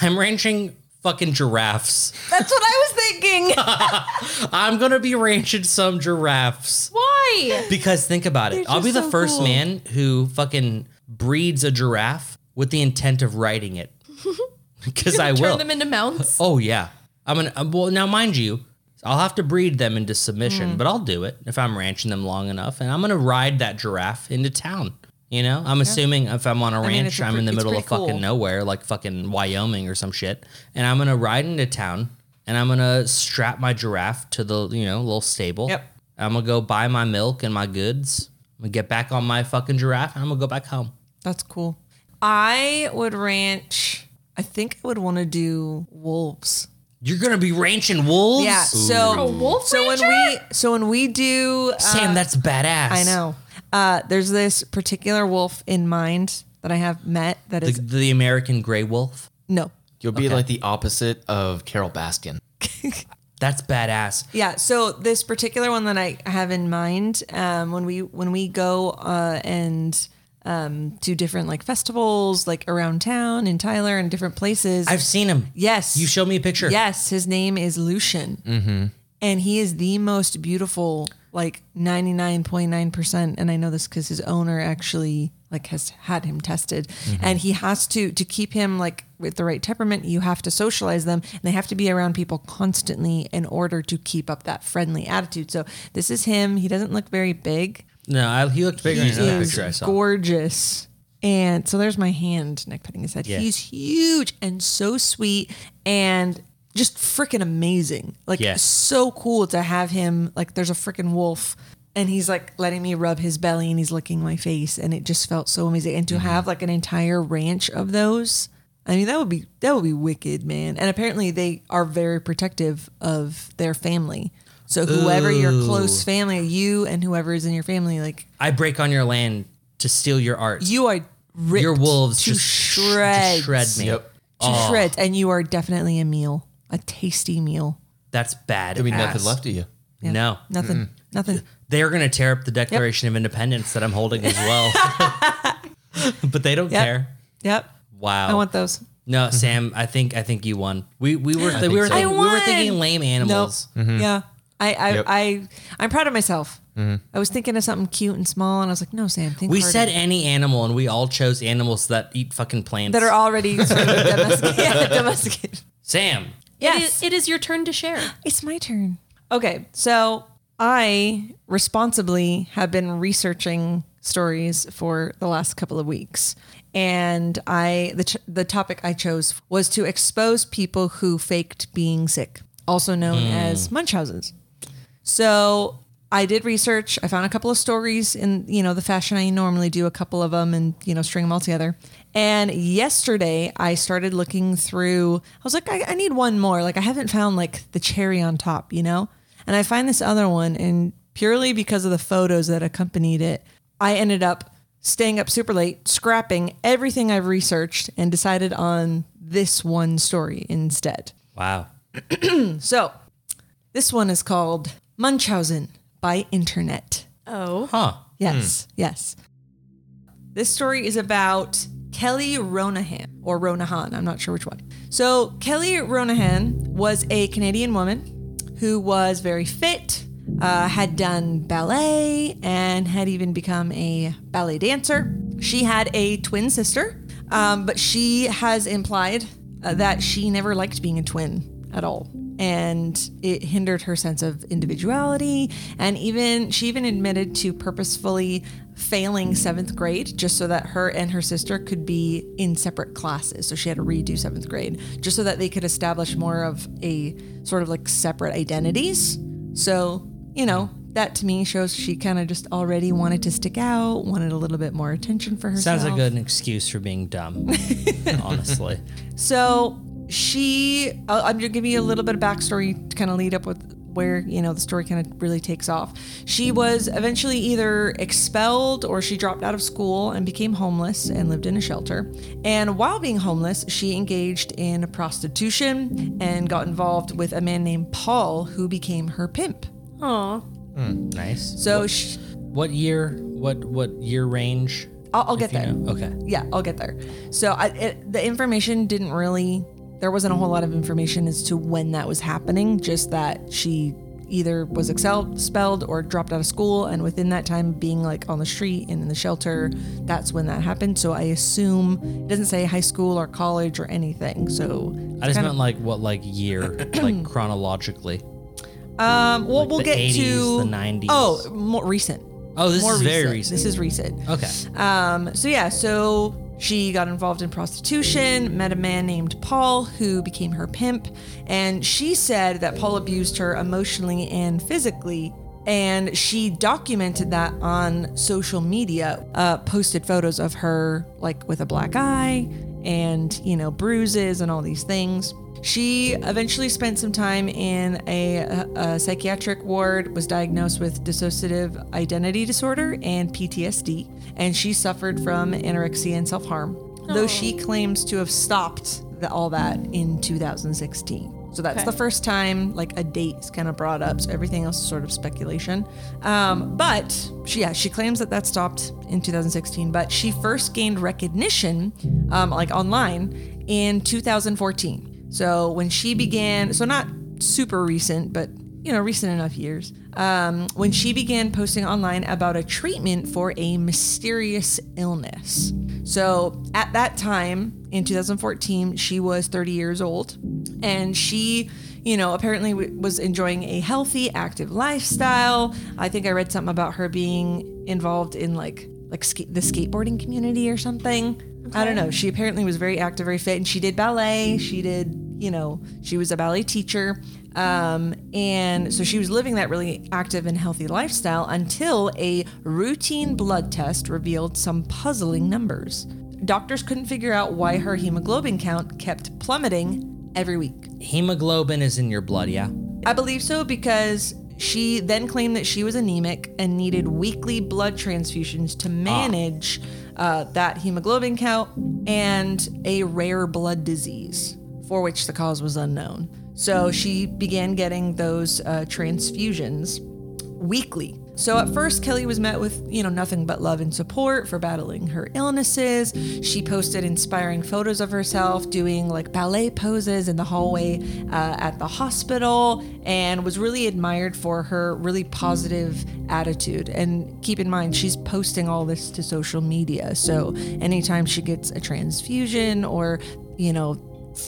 Speaker 2: I'm ranching fucking giraffes.
Speaker 6: That's what I was thinking.
Speaker 2: I'm going to be ranching some giraffes.
Speaker 1: Why?
Speaker 2: Because think about it. I'll be the first man who fucking breeds a giraffe with the intent of riding it. Because I
Speaker 1: Turn
Speaker 2: will.
Speaker 1: them into mounts.
Speaker 2: Oh yeah. I'm gonna um, well now mind you, I'll have to breed them into
Speaker 6: Mm.
Speaker 2: submission, but I'll do it if I'm ranching them long enough, and I'm gonna ride that giraffe into town. You know, I'm assuming if I'm on a
Speaker 6: mean,
Speaker 2: ranch,
Speaker 6: it's a
Speaker 2: I'm in the
Speaker 6: pre- it's
Speaker 2: middle of
Speaker 6: pretty cool.
Speaker 2: fucking nowhere, like fucking Wyoming or some shit, and I'm gonna ride into town, and I'm gonna strap my giraffe to the you know little stable.
Speaker 6: Yep.
Speaker 2: I'm gonna go buy my milk and my goods. I'm gonna get back on my fucking giraffe, and I'm gonna go back home.
Speaker 6: That's cool. I would ranch. I think I would want to do wolves.
Speaker 2: You're gonna be ranching wolves.
Speaker 6: Yeah. So
Speaker 1: A wolf
Speaker 6: So when we so when we do, uh,
Speaker 2: Sam, that's badass.
Speaker 6: I know. Uh, there's this particular wolf in mind that I have met that
Speaker 2: The,
Speaker 6: is
Speaker 2: the American gray wolf.
Speaker 6: no.
Speaker 5: You'll be
Speaker 2: Okay.
Speaker 5: like the opposite of Carol Baskin.
Speaker 2: That's badass.
Speaker 6: Yeah. So this particular one that I have in mind, um, when we when we go uh, and um, do different like festivals like around town in Tyler and different places.
Speaker 2: I've seen him.
Speaker 6: yes.
Speaker 2: You showed me a picture.
Speaker 6: Yes, his name is Lucian, mm-hmm. and he is the most beautiful, like ninety nine point nine percent. And I know this because his owner actually like has had him tested, and he has to to keep him like with the right temperament. You have to socialize them, and they have to be around people constantly in order to keep up that friendly attitude. So this is him. He doesn't look very big.
Speaker 2: No, I, he looked bigger
Speaker 6: He
Speaker 2: than another
Speaker 6: is
Speaker 2: picture I saw.
Speaker 6: gorgeous. And so there's my hand, Nick petting his head.
Speaker 2: Yeah.
Speaker 6: He's huge and so sweet and just freaking amazing. Like
Speaker 2: Yeah.
Speaker 6: so cool to have him. Like there's a freaking wolf and he's like letting me rub his belly and he's licking my face and it just felt so amazing. And to
Speaker 2: Mm-hmm.
Speaker 6: have like an entire ranch of those, I mean that would be that would be wicked, man. And apparently they are very protective of their family. So whoever your close family, you and whoever is in your family, like
Speaker 2: I break on your land to steal your art.
Speaker 6: you are ripped
Speaker 2: your wolves
Speaker 6: to
Speaker 2: just sh- just
Speaker 6: shreds,
Speaker 2: shred me. Oh.
Speaker 6: to shreds, and you are definitely a meal, a tasty meal.
Speaker 2: That's bad.
Speaker 5: There'll be nothing left of you.
Speaker 2: No.
Speaker 6: Nothing, nothing.
Speaker 2: They're going to tear up the Declaration of Independence that I'm holding as well. but they don't
Speaker 6: Yep.
Speaker 2: care.
Speaker 6: Yep,
Speaker 2: Wow.
Speaker 6: I want those.
Speaker 2: no, Sam, I think I think you won. We we were we
Speaker 5: think
Speaker 2: were
Speaker 5: so.
Speaker 2: thinking,
Speaker 6: I
Speaker 2: we were
Speaker 6: won!
Speaker 2: thinking lame animals.
Speaker 6: Yeah, I, I,
Speaker 5: Yep.
Speaker 6: I, I'm proud of myself. I was thinking of something cute and small, and I was like, no, Sam, think
Speaker 2: We
Speaker 6: harder.
Speaker 2: said any animal and we all chose animals that eat fucking plants.
Speaker 6: that are already sort of domesticated. yeah, domesticated.
Speaker 2: Sam.
Speaker 1: It is, it is your turn to share.
Speaker 6: It's my turn. Okay, so I responsibly have been researching stories for the last couple of weeks, and I the ch- the topic I chose was to expose people who faked being sick, also known as Munchausens. So I did research. I found a couple of stories in you know the fashion I normally do, a couple of them, and you know string them all together. And yesterday I started looking through. I was like, I, I need one more. Like I haven't found like the cherry on top, you know. And I find this other one, and purely because of the photos that accompanied it, I ended up staying up super late, scrapping everything I've researched, and decided on this one story instead.
Speaker 2: Wow.
Speaker 6: So this one is called Munchausen by Internet.
Speaker 1: Oh.
Speaker 2: Huh.
Speaker 6: Yes, yes. This story is about Kelly Ronahan or Ronahan. I'm not sure which one. So Kelly Ronahan was a Canadian woman who was very fit, uh, had done ballet, and had even become a ballet dancer. She had a twin sister, um, but she has implied uh, that she never liked being a twin at all and it hindered her sense of individuality and even she even admitted to purposefully failing 7th grade just so that her and her sister could be in separate classes so she had to redo 7th grade just so that they could establish more of a sort of like separate identities so you know that to me shows she kind of just already wanted to stick out wanted a little bit more attention for herself
Speaker 2: Sounds like an excuse for being dumb. honestly.
Speaker 6: so she, I'll- I'm going to give you a little bit of backstory to kind of lead up with where, you know, the story kind of really takes off. She was eventually either expelled or she dropped out of school and became homeless and lived in a shelter. And while being homeless, she engaged in prostitution and got involved with a man named Paul who became her pimp.
Speaker 1: Aw.
Speaker 2: Nice.
Speaker 6: So she,
Speaker 2: What year? What what year range?
Speaker 6: I'll, I'll get
Speaker 2: If you
Speaker 6: there.
Speaker 2: know. Okay.
Speaker 6: yeah, I'll get there. So I, it, the information didn't really, there wasn't a whole lot of information as to when that was happening, just that she either was expelled, expelled or dropped out of school. And within that time, being like on the street and in the shelter, that's when that happened. So I assume it doesn't say high school or college or anything. So
Speaker 2: I just meant like what like year, like chronologically.
Speaker 6: um, we'll, we'll
Speaker 2: the
Speaker 6: get
Speaker 2: 80s,
Speaker 6: to
Speaker 2: the 90s.
Speaker 6: Oh, more recent.
Speaker 2: Oh, this
Speaker 6: More
Speaker 2: is very Uh, recent.
Speaker 6: This is recent.
Speaker 2: Okay.
Speaker 6: Um, so yeah, so she got involved in prostitution, met a man named Paul who became her pimp, and she said that Paul abused her emotionally and physically. And she documented that on social media, uh, posted photos of her like with a black eye and, you know, bruises and all these things. She eventually spent some time in a, a psychiatric ward, was diagnosed with dissociative identity disorder and PTSD, and she suffered from anorexia and self harm, though she claims to have stopped the, all that in 2016. So that's the first time like a date's kind of brought up. So everything else is sort of speculation. Um, but she, yeah, she claims that that stopped in 2016. But she first gained recognition um, like online in 2014. So when she began, so not super recent, but you know recent enough years. Um, when she began posting online about a treatment for a mysterious illness. So at that time in 2014, she was 30 years old and she, you know, apparently w- was enjoying a healthy, active lifestyle. I think I read something about her being involved in like like sk- the skateboarding community or something. I don't know. She apparently was very active, very fit, and she did ballet. She did, you know, she was a ballet teacher. Um, and so she was living that really active and healthy lifestyle until a routine blood test revealed some puzzling numbers. Doctors couldn't figure out why her hemoglobin count kept plummeting every week.
Speaker 2: Hemoglobin is in your blood, yeah?
Speaker 6: I believe so because she then claimed that she was anemic and needed weekly blood transfusions to manage uh, that hemoglobin count and a rare blood disease for which the cause was unknown. So she began getting those uh, transfusions weekly. So at first, Kelly was met with, you know, nothing but love and support for battling her illnesses. She posted inspiring photos of herself doing like ballet poses in the hallway uh, at the hospital and was really admired for her really positive attitude. And keep in mind, she's posting all this to social media. So anytime she gets a transfusion or, you know,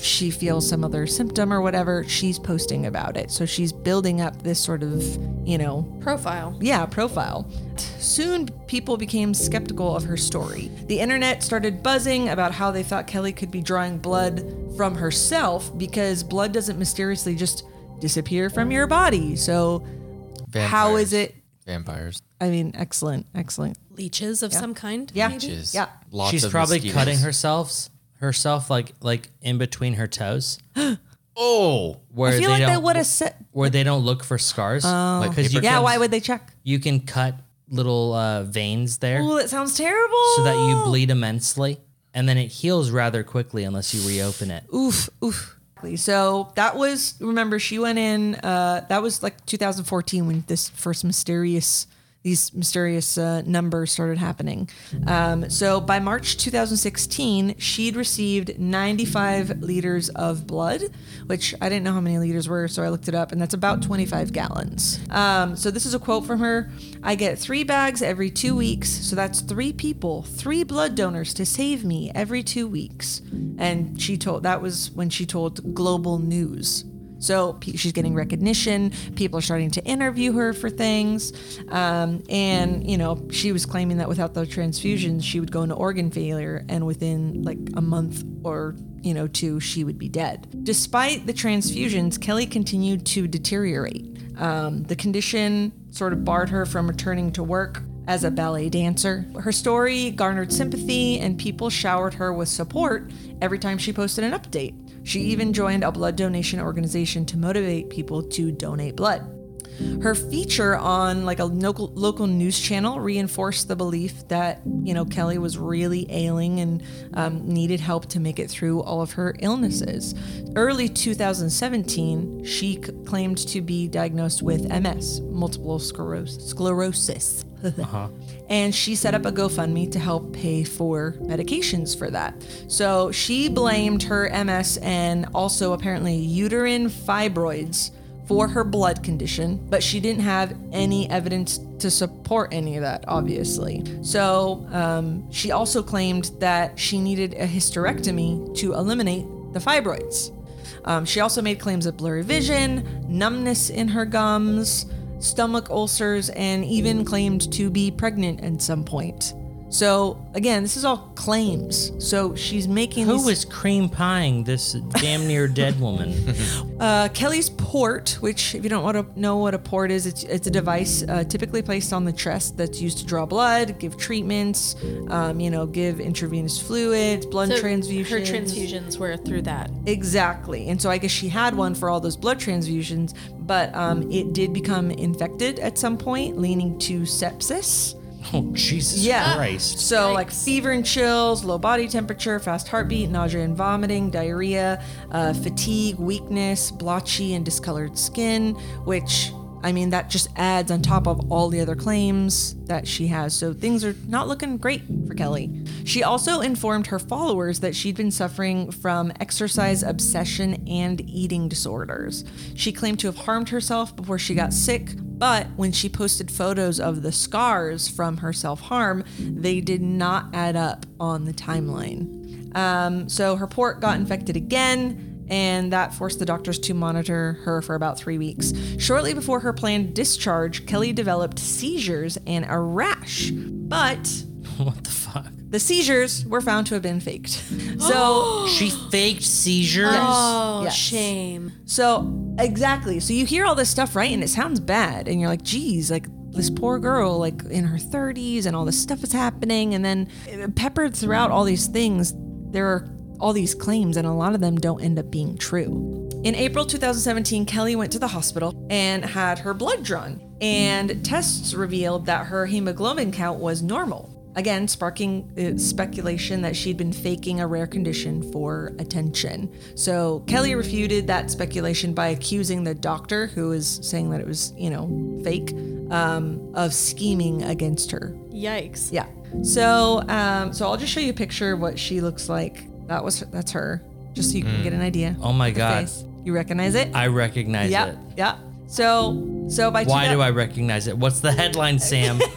Speaker 6: she feels some other symptom or whatever, she's posting about it. So she's building up this sort of, you know,
Speaker 1: Profile.
Speaker 6: yeah, profile. Soon, people became skeptical of her story. The internet started buzzing about how they thought Kelly could be drawing blood from herself because blood doesn't mysteriously just disappear from your body. So, how is it?
Speaker 5: Vampires.
Speaker 6: I mean, excellent, excellent.
Speaker 1: Leeches of some kind.
Speaker 6: Yeah.
Speaker 1: maybe?
Speaker 5: Is
Speaker 6: Yeah.
Speaker 5: Lots
Speaker 2: She's
Speaker 5: of
Speaker 2: probably
Speaker 5: mosquitoes.
Speaker 2: cutting herself herself like like in between her toes.
Speaker 5: Oh,
Speaker 2: Where
Speaker 6: I feel
Speaker 2: they
Speaker 6: like they
Speaker 2: don't
Speaker 6: would have said,
Speaker 2: where they don't look for scars. Like you
Speaker 6: yeah,
Speaker 2: can,
Speaker 6: why would they check?
Speaker 2: you can cut little uh, veins there
Speaker 6: Well, that sounds terrible.
Speaker 2: so that you bleed immensely and then it heals rather quickly unless you reopen it.
Speaker 6: Oof, oof. So that was remember she went in. Uh, that was like 2014 when this first mysterious these mysterious uh, numbers started happening. Um, so by March 2016, she'd received 95 liters of blood, which I didn't know how many liters were, so I looked it up, and that's about 25 gallons. Um, so this is a quote from her I get three bags every two weeks, so that's three people, three blood donors to save me every two weeks. And she told that was when she told Global News. So pe- she's getting recognition. People are starting to interview her for things. Um, and, you know, she was claiming that without the transfusions, she would go into organ failure. And within like a month or, you know, two, she would be dead. Despite the transfusions, Kelly continued to deteriorate. Um, the condition sort of barred her from returning to work as a ballet dancer. Her story garnered sympathy, and people showered her with support every time she posted an update. She even joined a blood donation organization to motivate people to donate blood. Her feature on like a local, local news channel reinforced the belief that you know Kelly was really ailing and um, needed help to make it through all of her illnesses. Early 2017, she c- claimed to be diagnosed with MS, multiple scleros- sclerosis. And she set up a GoFundMe to help pay for medications for that. So she blamed her MS and also apparently uterine fibroids for her blood condition, but she didn't have any evidence to support any of that, obviously. So um, she also claimed that she needed a hysterectomy to eliminate the fibroids. Um, she also made claims of blurry vision, numbness in her gums, stomach ulcers, and even claimed to be pregnant at some point. So again, this is all claims. So she's making
Speaker 2: Who
Speaker 6: these,
Speaker 2: is cream pieing this damn near dead woman?
Speaker 6: uh, Kelly's port, which if you don't want to know what a port is, it's, it's a device uh, typically placed on the chest that's used to draw blood, give treatments, um, you know, give intravenous fluids, blood
Speaker 1: So
Speaker 6: transfusions.
Speaker 1: Her transfusions were through that.
Speaker 6: Exactly. And so I guess she had one for all those blood transfusions, but um, it did become infected at some point, leaning to sepsis.
Speaker 2: Oh Jesus
Speaker 6: Yeah.
Speaker 2: Christ!
Speaker 6: So, like fever and chills, low body temperature, fast heartbeat, nausea and vomiting, diarrhea, uh, fatigue, weakness, blotchy and discolored skin, which I mean, that just adds on top of all the other claims that she has. So, things are not looking great for Kelly. She also informed her followers that she'd been suffering from exercise obsession and eating disorders. She claimed to have harmed herself before she got sick, but when she posted photos of the scars from her self harm, they did not add up on the timeline. Um, so her port got infected again, and that forced the doctors to monitor her for about three weeks. Shortly before her planned discharge, Kelly developed seizures and a rash, but
Speaker 2: What the fuck?
Speaker 6: the seizures were found to have been faked. So,
Speaker 2: She faked seizures.
Speaker 1: Oh,
Speaker 6: yes.
Speaker 1: shame.
Speaker 6: so exactly. So you hear all this stuff, right? And it sounds bad, and you're like, "Geez, like." This poor girl, like in her 30s, and all this stuff is happening. And then, eh, peppered throughout all these things, there are all these claims, and a lot of them don't end up being true. In April 2017, Kelly went to the hospital and had her blood drawn, and tests revealed that her hemoglobin count was normal. Again, sparking uh, speculation that she'd been faking a rare condition for attention. So Kelly refuted that speculation by accusing the doctor, who was saying that it was, you know, fake, um, of scheming against her.
Speaker 1: Yikes.
Speaker 6: Yeah. So, um, so I'll just show you a picture of what she looks like. That was that's her, just so you can get an idea.
Speaker 2: Oh my
Speaker 6: of the
Speaker 2: God.
Speaker 6: face. You recognize it?
Speaker 2: I recognize
Speaker 6: Yeah,
Speaker 2: it.
Speaker 6: yeah. So, so by
Speaker 2: Why
Speaker 6: 2000
Speaker 2: do I recognize it? What's the headline, Sam?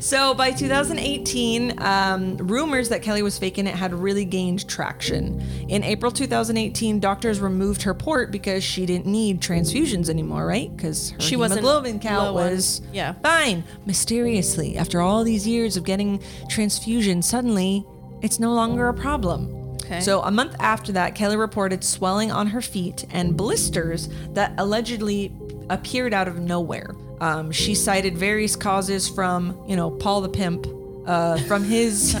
Speaker 6: So by 2018, um, rumors that Kelly was faking it had really gained traction. In April 2018, doctors removed her port because she didn't need transfusions anymore, right? Because her
Speaker 1: She wasn't
Speaker 6: hemoglobin count
Speaker 1: low on-
Speaker 6: was
Speaker 1: yeah.
Speaker 6: fine. Mysteriously, after all these years of getting transfusion, suddenly it's no longer a problem.
Speaker 1: Okay.
Speaker 6: So a month after that, Kelly reported swelling on her feet and blisters that allegedly appeared out of nowhere. Um, she cited various causes from, you know, Paul the pimp, uh, from his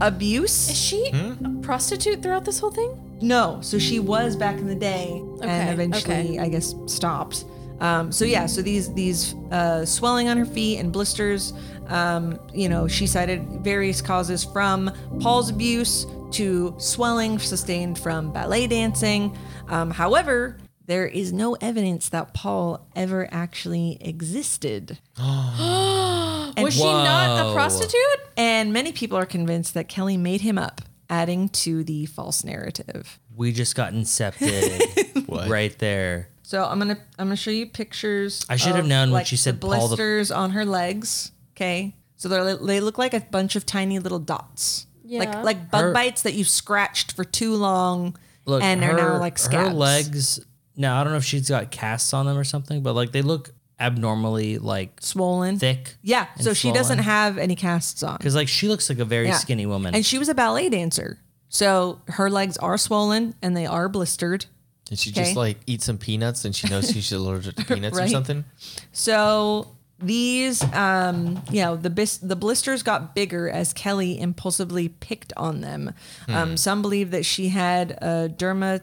Speaker 6: abuse.
Speaker 1: Is she a prostitute throughout this whole thing?
Speaker 6: No, so she was back in the day, and
Speaker 1: Okay,
Speaker 6: eventually,
Speaker 1: okay.
Speaker 6: I guess, stopped. Um, so yeah, so these these uh, swelling on her feet and blisters. Um, you know, she cited various causes from Paul's abuse to swelling sustained from ballet dancing. Um, however, there is no evidence that Paul ever actually existed.
Speaker 1: Was she not a prostitute?
Speaker 6: And many people are convinced that Kelly made him up, adding to the false narrative.
Speaker 2: we just got incepted right there.
Speaker 6: So I'm gonna I'm gonna show you pictures.
Speaker 2: I should
Speaker 6: of,
Speaker 2: have known when
Speaker 6: like,
Speaker 2: she said
Speaker 6: the
Speaker 2: Paul the-
Speaker 6: blisters on her legs. Okay, so they they look like a bunch of tiny little dots,
Speaker 1: Yeah.
Speaker 6: like like bug
Speaker 2: Her-
Speaker 6: bites that you've scratched for too long, and are now like scabs.
Speaker 2: her legs. Now I don't know if she's got casts on them or something, but like they look abnormally like
Speaker 6: swollen.
Speaker 2: thick.
Speaker 6: Yeah,
Speaker 2: and
Speaker 6: so she
Speaker 2: swollen.
Speaker 6: doesn't have any casts on.
Speaker 2: Because like she looks like a very
Speaker 6: Yeah.
Speaker 2: skinny woman.
Speaker 6: and she was a ballet dancer, so her legs are swollen and they are blistered.
Speaker 5: And she
Speaker 6: Okay.
Speaker 5: just like eats some peanuts and she knows she's allergic to peanuts
Speaker 6: Right.
Speaker 5: or something.
Speaker 6: So these, um, you know, the bis- the blisters got bigger as Kelly impulsively picked on them. Um, some believe that she had a derma-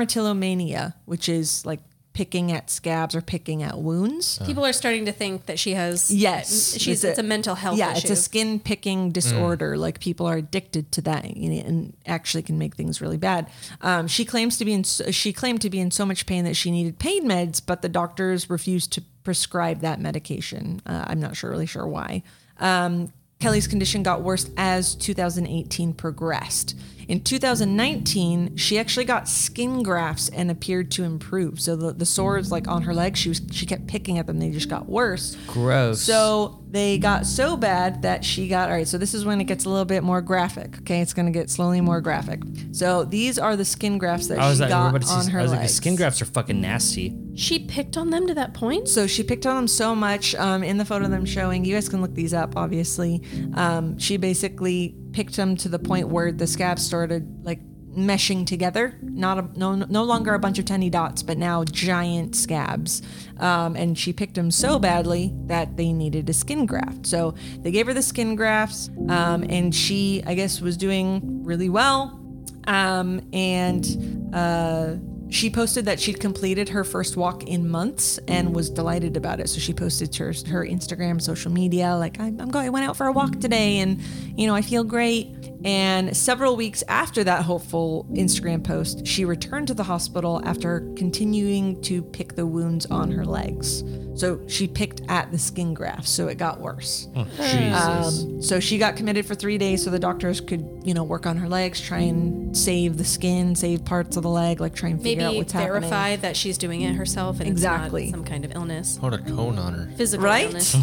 Speaker 6: dermatillomania, which is like picking at scabs or picking at wounds.
Speaker 1: People are starting to think that she has.
Speaker 6: Yes,
Speaker 1: She's, it's a mental health
Speaker 6: Yeah,
Speaker 1: issue.
Speaker 6: it's a skin picking disorder. Like people are addicted to that, you know, and actually can make things really bad. Um, she claims to be in. so- She claimed to be in so much pain that she needed pain meds, but the doctors refused to prescribe that medication. Uh, I'm not sure, really sure why. Um, Kelly's condition got worse as 2018 progressed. In 2019, she actually got skin grafts and appeared to improve. So the, the sores like on her legs, she was she kept picking at them; they just got worse.
Speaker 2: Gross.
Speaker 6: So they got so bad that she got all right. So this is when it gets a little bit more graphic. Okay, it's going to get slowly more graphic. So these are the skin grafts that
Speaker 2: I was
Speaker 6: she
Speaker 2: like,
Speaker 6: got
Speaker 2: everybody
Speaker 6: on
Speaker 2: sees,
Speaker 6: her
Speaker 2: I was Oh, like,
Speaker 6: legs.
Speaker 2: skin grafts are fucking nasty.
Speaker 1: She picked on them to that point?
Speaker 6: So she picked on them so much um, in the photo that I'm showing. You guys can look these up, obviously. Um, she basically picked them to the point where the scabs started like meshing together. Not a, no no longer a bunch of tiny dots, but now giant scabs. Um, and she picked them so badly that they needed a skin graft. So they gave her the skin grafts, um, and she I guess was doing really well. Um, and uh, she posted that she'd completed her first walk in months and was delighted about it. So she posted to her, her Instagram, social media, like, I'm, I'm going, I went out for a walk today and, you know, I feel great. And several weeks after that hopeful Instagram post, she returned to the hospital after continuing to pick the wounds on her legs. So she picked at the skin graft, so it got worse.
Speaker 2: Jesus.
Speaker 6: So she got committed for three days so the doctors could, you know, work on her legs, try and save the skin, save parts of the leg, like try and figure out
Speaker 1: Maybe
Speaker 6: what's
Speaker 1: verify
Speaker 6: happening.
Speaker 1: that she's doing it herself and
Speaker 6: Exactly.
Speaker 1: it's not some kind of illness.
Speaker 5: Put a cone on her.
Speaker 1: Physical
Speaker 6: Right?
Speaker 1: illness.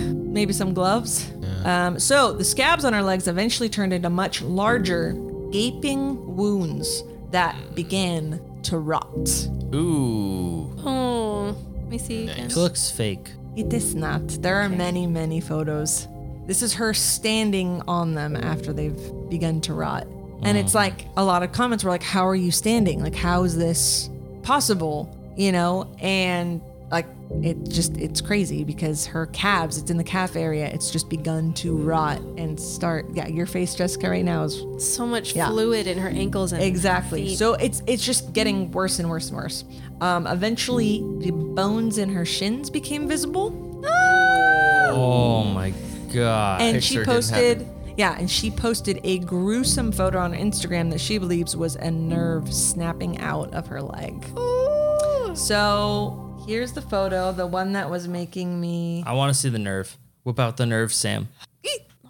Speaker 6: Maybe some gloves. Um, so the scabs on her legs eventually turned into much larger, gaping wounds that began to rot.
Speaker 5: Ooh.
Speaker 1: Oh, let me see. again.
Speaker 2: It looks fake.
Speaker 6: It is not. There are many, many photos. This is her standing on them after they've begun to rot. And it's like a lot of comments were like, How are you standing? Like, how is this possible? You know? And like, it just, it's crazy because her calves, it's in the calf area, it's just begun to rot and start. Yeah, your face, Jessica, right now is
Speaker 1: So much
Speaker 6: Yeah.
Speaker 1: fluid in her ankles and
Speaker 6: Exactly.
Speaker 1: feet.
Speaker 6: So it's it's just getting worse and worse and worse. Um, eventually, the bones in her shins became visible.
Speaker 2: Oh my god.
Speaker 6: and she
Speaker 5: picture didn't
Speaker 6: posted yeah and she posted a gruesome photo on her instagram that she believes was a nerve snapping out of her leg so here's the photo the one that was making me
Speaker 2: I want to see the nerve. Whip out the nerve, Sam.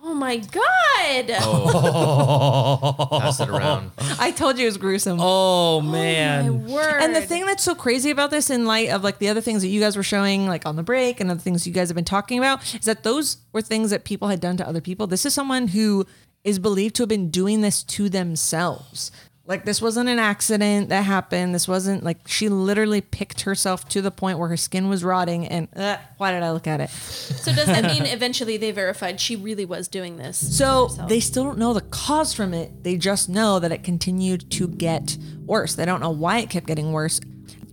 Speaker 1: Oh my god.
Speaker 5: Oh.
Speaker 1: Oh
Speaker 5: Pass it around.
Speaker 6: i told you it was gruesome
Speaker 2: Oh
Speaker 1: My
Speaker 2: man.
Speaker 1: word.
Speaker 6: And the thing that's so crazy about this, in light of like the other things that you guys were showing, like on the break, and other things you guys have been talking about, is that those were things that people had done to other people. This is someone who is believed to have been doing this to themselves. Like this wasn't an accident that happened. This wasn't like she literally picked herself to the point where her skin was rotting. And uh, why did I look at it?
Speaker 1: so does that mean eventually they verified she really was doing this?
Speaker 6: So they still don't know the cause from it. They just know that it continued to get worse. They don't know why it kept getting worse.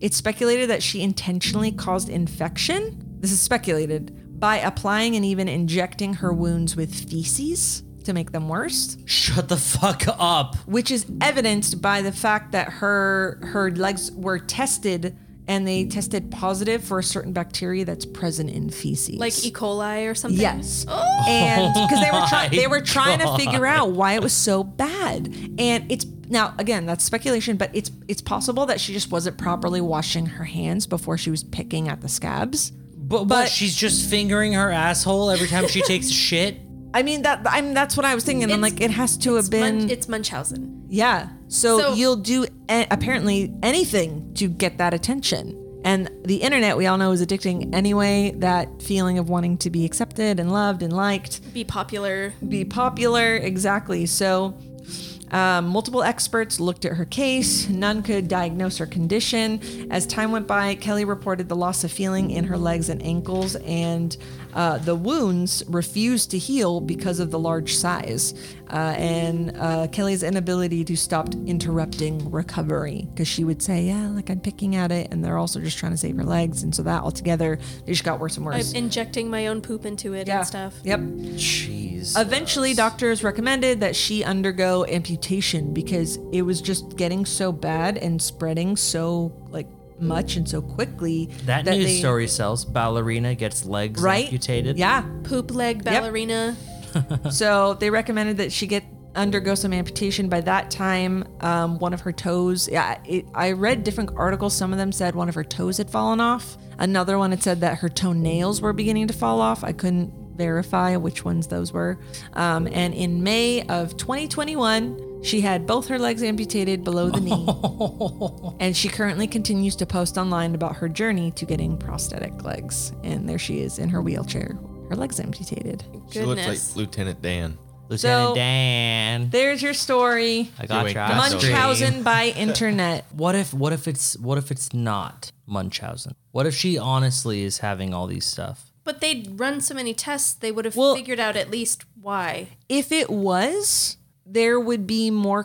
Speaker 6: It's speculated that she intentionally caused infection. This is speculated by applying and even injecting her wounds with feces to make them worse,
Speaker 2: Shut the fuck up.
Speaker 6: which is evidenced by the fact that her her legs were tested and they tested positive for a certain bacteria that's present in feces.
Speaker 1: Like E. coli or something?
Speaker 6: Yes. And because they were trying, they were trying to
Speaker 2: God.
Speaker 6: figure out why it was so bad. And it's now again that's speculation, but it's it's possible that she just wasn't properly washing her hands before she was picking at the scabs.
Speaker 2: But, but
Speaker 6: But-
Speaker 2: she's just fingering her asshole every time she takes a shit.
Speaker 6: I mean that I'm that's what I was thinking. I'm
Speaker 1: It's-
Speaker 6: like it has to have
Speaker 1: It's, Mun-
Speaker 6: been
Speaker 1: it's Munchausen.
Speaker 6: yeah. So,
Speaker 1: So-
Speaker 6: you'll do a- apparently anything to get that attention. And the internet, we all know, is addicting anyway. That feeling of wanting to be accepted and loved and liked.
Speaker 1: Be popular.
Speaker 6: be popular. Exactly. So, um, multiple experts looked at her case. None could diagnose her condition. As time went by, Kelly reported the loss of feeling in her legs and ankles, and uh, the wounds refused to heal because of the large size uh, and uh, Kelly's inability to stop interrupting recovery. Because she would say, "Yeah, like I'm picking at it," and they're also just trying to save her legs, and so that altogether, they just got worse and
Speaker 1: I'm
Speaker 6: worse.
Speaker 1: injecting my own poop into it
Speaker 6: Yeah.
Speaker 1: and stuff.
Speaker 6: Yep.
Speaker 2: Jeez.
Speaker 6: Eventually, doctors recommended that she undergo amputation because it was just getting so bad and spreading so like much and so quickly.
Speaker 2: that, news
Speaker 6: they-
Speaker 2: story sells. Ballerina gets legs
Speaker 6: right?
Speaker 2: amputated.
Speaker 6: Yeah.
Speaker 1: Poop leg ballerina.
Speaker 6: So they recommended that she get undergo some amputation. By that time, um, one of her toes. Yeah, it, I read different articles. Some of them said one of her toes had fallen off. Another one had said that her toenails were beginning to fall off. I couldn't verify which ones those were. Um, and in May of 2021, she had both her legs amputated below the knee, and she currently continues to post online about her journey to getting prosthetic legs. And there she is in her wheelchair. Her legs amputated.
Speaker 5: She looks like
Speaker 1: Goodness.
Speaker 5: Lieutenant Dan.
Speaker 2: Lieutenant
Speaker 6: So-
Speaker 2: Dan.
Speaker 6: There's your story.
Speaker 2: I got
Speaker 5: wait,
Speaker 2: you.
Speaker 5: that's okay.
Speaker 6: Munchausen by internet.
Speaker 2: What if what if it's what if it's not Munchausen? What if she honestly is having all these stuff?
Speaker 1: But they'd run so many tests, they would have
Speaker 6: Well-
Speaker 1: figured out at least why.
Speaker 6: if it was, there would be more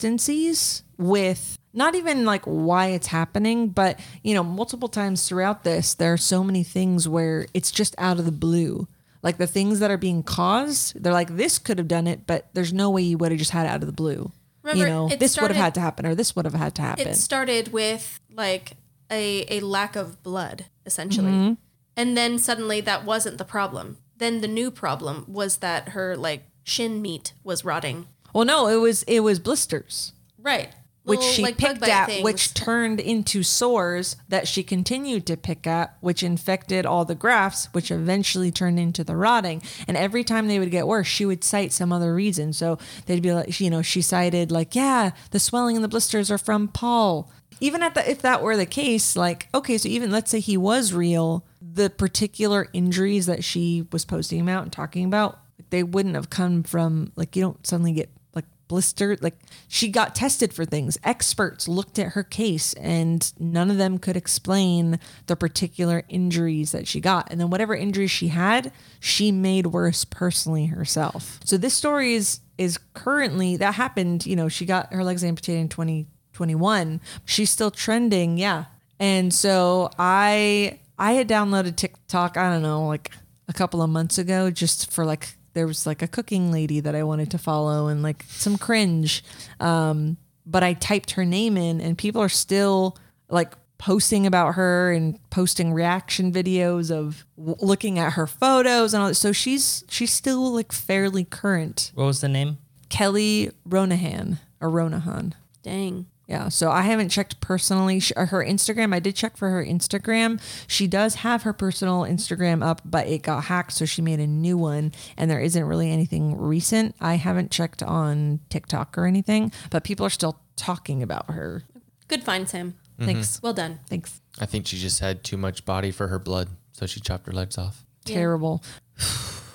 Speaker 6: consistencies with not even like why it's happening, but you know, multiple times throughout this, there are so many things where it's just out of the blue. Like the things that are being caused, they're like, this could have done it, but there's no way you would have just had it out of the blue.
Speaker 1: Remember,
Speaker 6: you know,
Speaker 1: it
Speaker 6: this would
Speaker 1: started-
Speaker 6: have had to happen, or this would have had to happen.
Speaker 1: It started with like a a lack of blood, essentially.
Speaker 6: Mm-hmm.
Speaker 1: And then suddenly that wasn't the problem. Then the new problem was that her like shin meat was rotting.
Speaker 6: well, no, it was it was blisters.
Speaker 1: Right.
Speaker 6: which
Speaker 1: Little,
Speaker 6: she
Speaker 1: like, bug
Speaker 6: picked
Speaker 1: bite
Speaker 6: at,
Speaker 1: things.
Speaker 6: which turned into sores that she continued to pick at, which infected all the grafts, which eventually turned into the rotting. And every time they would get worse, she would cite some other reason. So they'd be like, you know, she cited like, yeah, the swelling and the blisters are from Paul. Even at the, if that were the case, like, okay, so even let's say he was real, the particular injuries that she was posting about and talking about, they wouldn't have come from like you don't suddenly get like blistered. Like she got tested for things. Experts looked at her case and none of them could explain the particular injuries that she got. And then whatever injuries she had, she made worse personally herself. So this story is is currently that happened, you know, she got her legs amputated in 2021. She's still trending, yeah. And so I I had downloaded TikTok, I don't know, like a couple of months ago just for like there was like a cooking lady that I wanted to follow and like some cringe. Um, but I typed her name in and people are still like posting about her and posting reaction videos of w- looking at her photos and all that. So she's she's still like fairly current.
Speaker 2: What was the name?
Speaker 6: Kelly Ronahan or Ronahan.
Speaker 1: dang.
Speaker 6: Yeah, so I haven't checked personally Sh- or her Instagram. I did check for her Instagram. She does have her personal Instagram up, but it got hacked, so she made a new one, and there isn't really anything recent. I haven't checked on TikTok or anything, but people are still talking about her.
Speaker 1: Good find, Sam.
Speaker 6: Thanks.
Speaker 1: Well done.
Speaker 6: Thanks.
Speaker 5: I think she just had too much body for her blood, so she chopped her legs off.
Speaker 6: Terrible.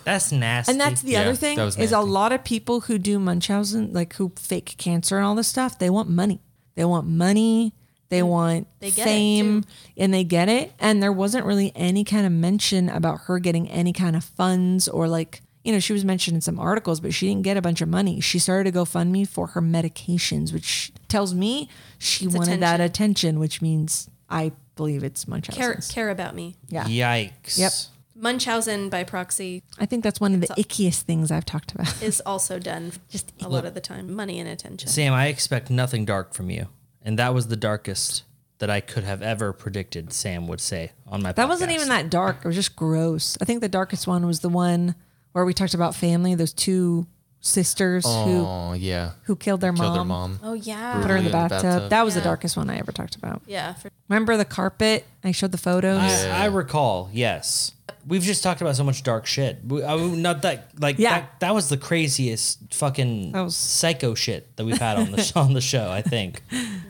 Speaker 2: That's nasty.
Speaker 6: And that's the
Speaker 5: Yeah,
Speaker 6: other thing
Speaker 5: that was
Speaker 6: is a
Speaker 5: nasty.
Speaker 6: lot of people who do Munchausen, like who fake cancer and all this stuff, they want money. They want money. They want
Speaker 1: Mm-hmm. They get it,
Speaker 6: fame, and they get it. And there wasn't really any kind of mention about her getting any kind of funds or like you know she was mentioned in some articles, but she didn't get a bunch of money. She started a GoFundMe for her medications, which tells me she wanted that attention, which means I believe it's
Speaker 1: Care,
Speaker 6: Munchausen's.
Speaker 1: care about me.
Speaker 6: yeah.
Speaker 2: Yikes.
Speaker 6: Yep.
Speaker 1: Munchausen by proxy
Speaker 6: I think that's one of the ickiest things I've talked about.
Speaker 1: is also done just a lot of the time. Money and attention.
Speaker 2: Sam, I expect nothing dark from you. And that was the darkest that I could have ever predicted Sam would say on my
Speaker 6: That wasn't even that dark. It was just gross. I think the darkest one was the one where we talked about family, those two sisters
Speaker 5: Oh yeah,
Speaker 6: who who killed their
Speaker 5: killed
Speaker 6: mom,
Speaker 5: her mom.
Speaker 1: oh yeah.
Speaker 6: put her in the
Speaker 5: Yeah, in the
Speaker 6: bathtub.
Speaker 5: bathtub.
Speaker 6: That was
Speaker 1: Yeah.
Speaker 6: the darkest one I ever talked about.
Speaker 1: Yeah. For,
Speaker 6: Remember the carpet? I showed the photos.
Speaker 2: I, I recall, yes. We've just talked about so much dark shit. We, I, we- not that like
Speaker 6: Yeah.
Speaker 2: that, that was the craziest fucking
Speaker 6: That was-
Speaker 2: psycho shit that we've had on the on the show. I think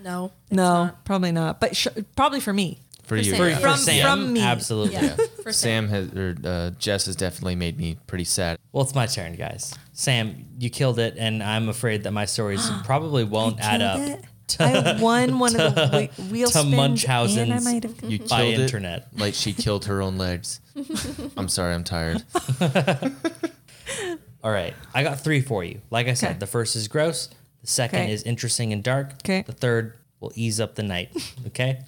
Speaker 1: no.
Speaker 6: no, probably not. But sh- probably for me.
Speaker 5: For you,
Speaker 1: Sam.
Speaker 2: For
Speaker 1: From-
Speaker 2: Sam,
Speaker 6: from me.
Speaker 2: absolutely.
Speaker 1: Yeah. For
Speaker 5: Sam has or uh, Jess has definitely made me pretty sad.
Speaker 2: Well, it's my turn, guys. Sam, you killed it, and I'm afraid that my stories probably won't add up
Speaker 6: Killed it. I won one of the whe- wheel
Speaker 2: to
Speaker 6: spins, and I
Speaker 2: Munchausen's
Speaker 6: might have.
Speaker 5: You
Speaker 2: by
Speaker 5: killed it
Speaker 2: internet.
Speaker 5: like she killed her own legs. I'm sorry, I'm tired.
Speaker 2: All right. I got three for you. Like I said,
Speaker 6: Okay.
Speaker 2: the first is gross. The second
Speaker 6: Okay.
Speaker 2: is interesting and dark.
Speaker 6: Okay.
Speaker 2: The third will ease up the night. Okay.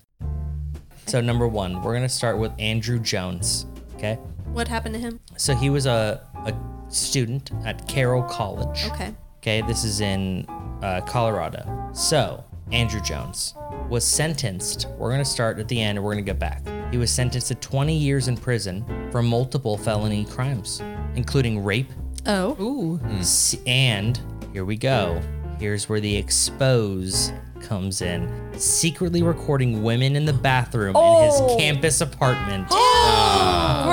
Speaker 2: so, number one, we're going to start with Andrew Jones. Okay.
Speaker 1: What happened to him?
Speaker 2: So, he was a, a student at Carroll College.
Speaker 1: Okay.
Speaker 2: Okay. This is in uh, Colorado. So, Andrew Jones was sentenced. We're going to start at the end and we're going to go back. He was sentenced to 20 years in prison for multiple felony crimes, including rape,
Speaker 1: Oh.
Speaker 6: Ooh,
Speaker 2: S- And here we go. Here's where the expose comes in. Secretly recording women in the bathroom in
Speaker 6: Oh.
Speaker 2: his campus apartment.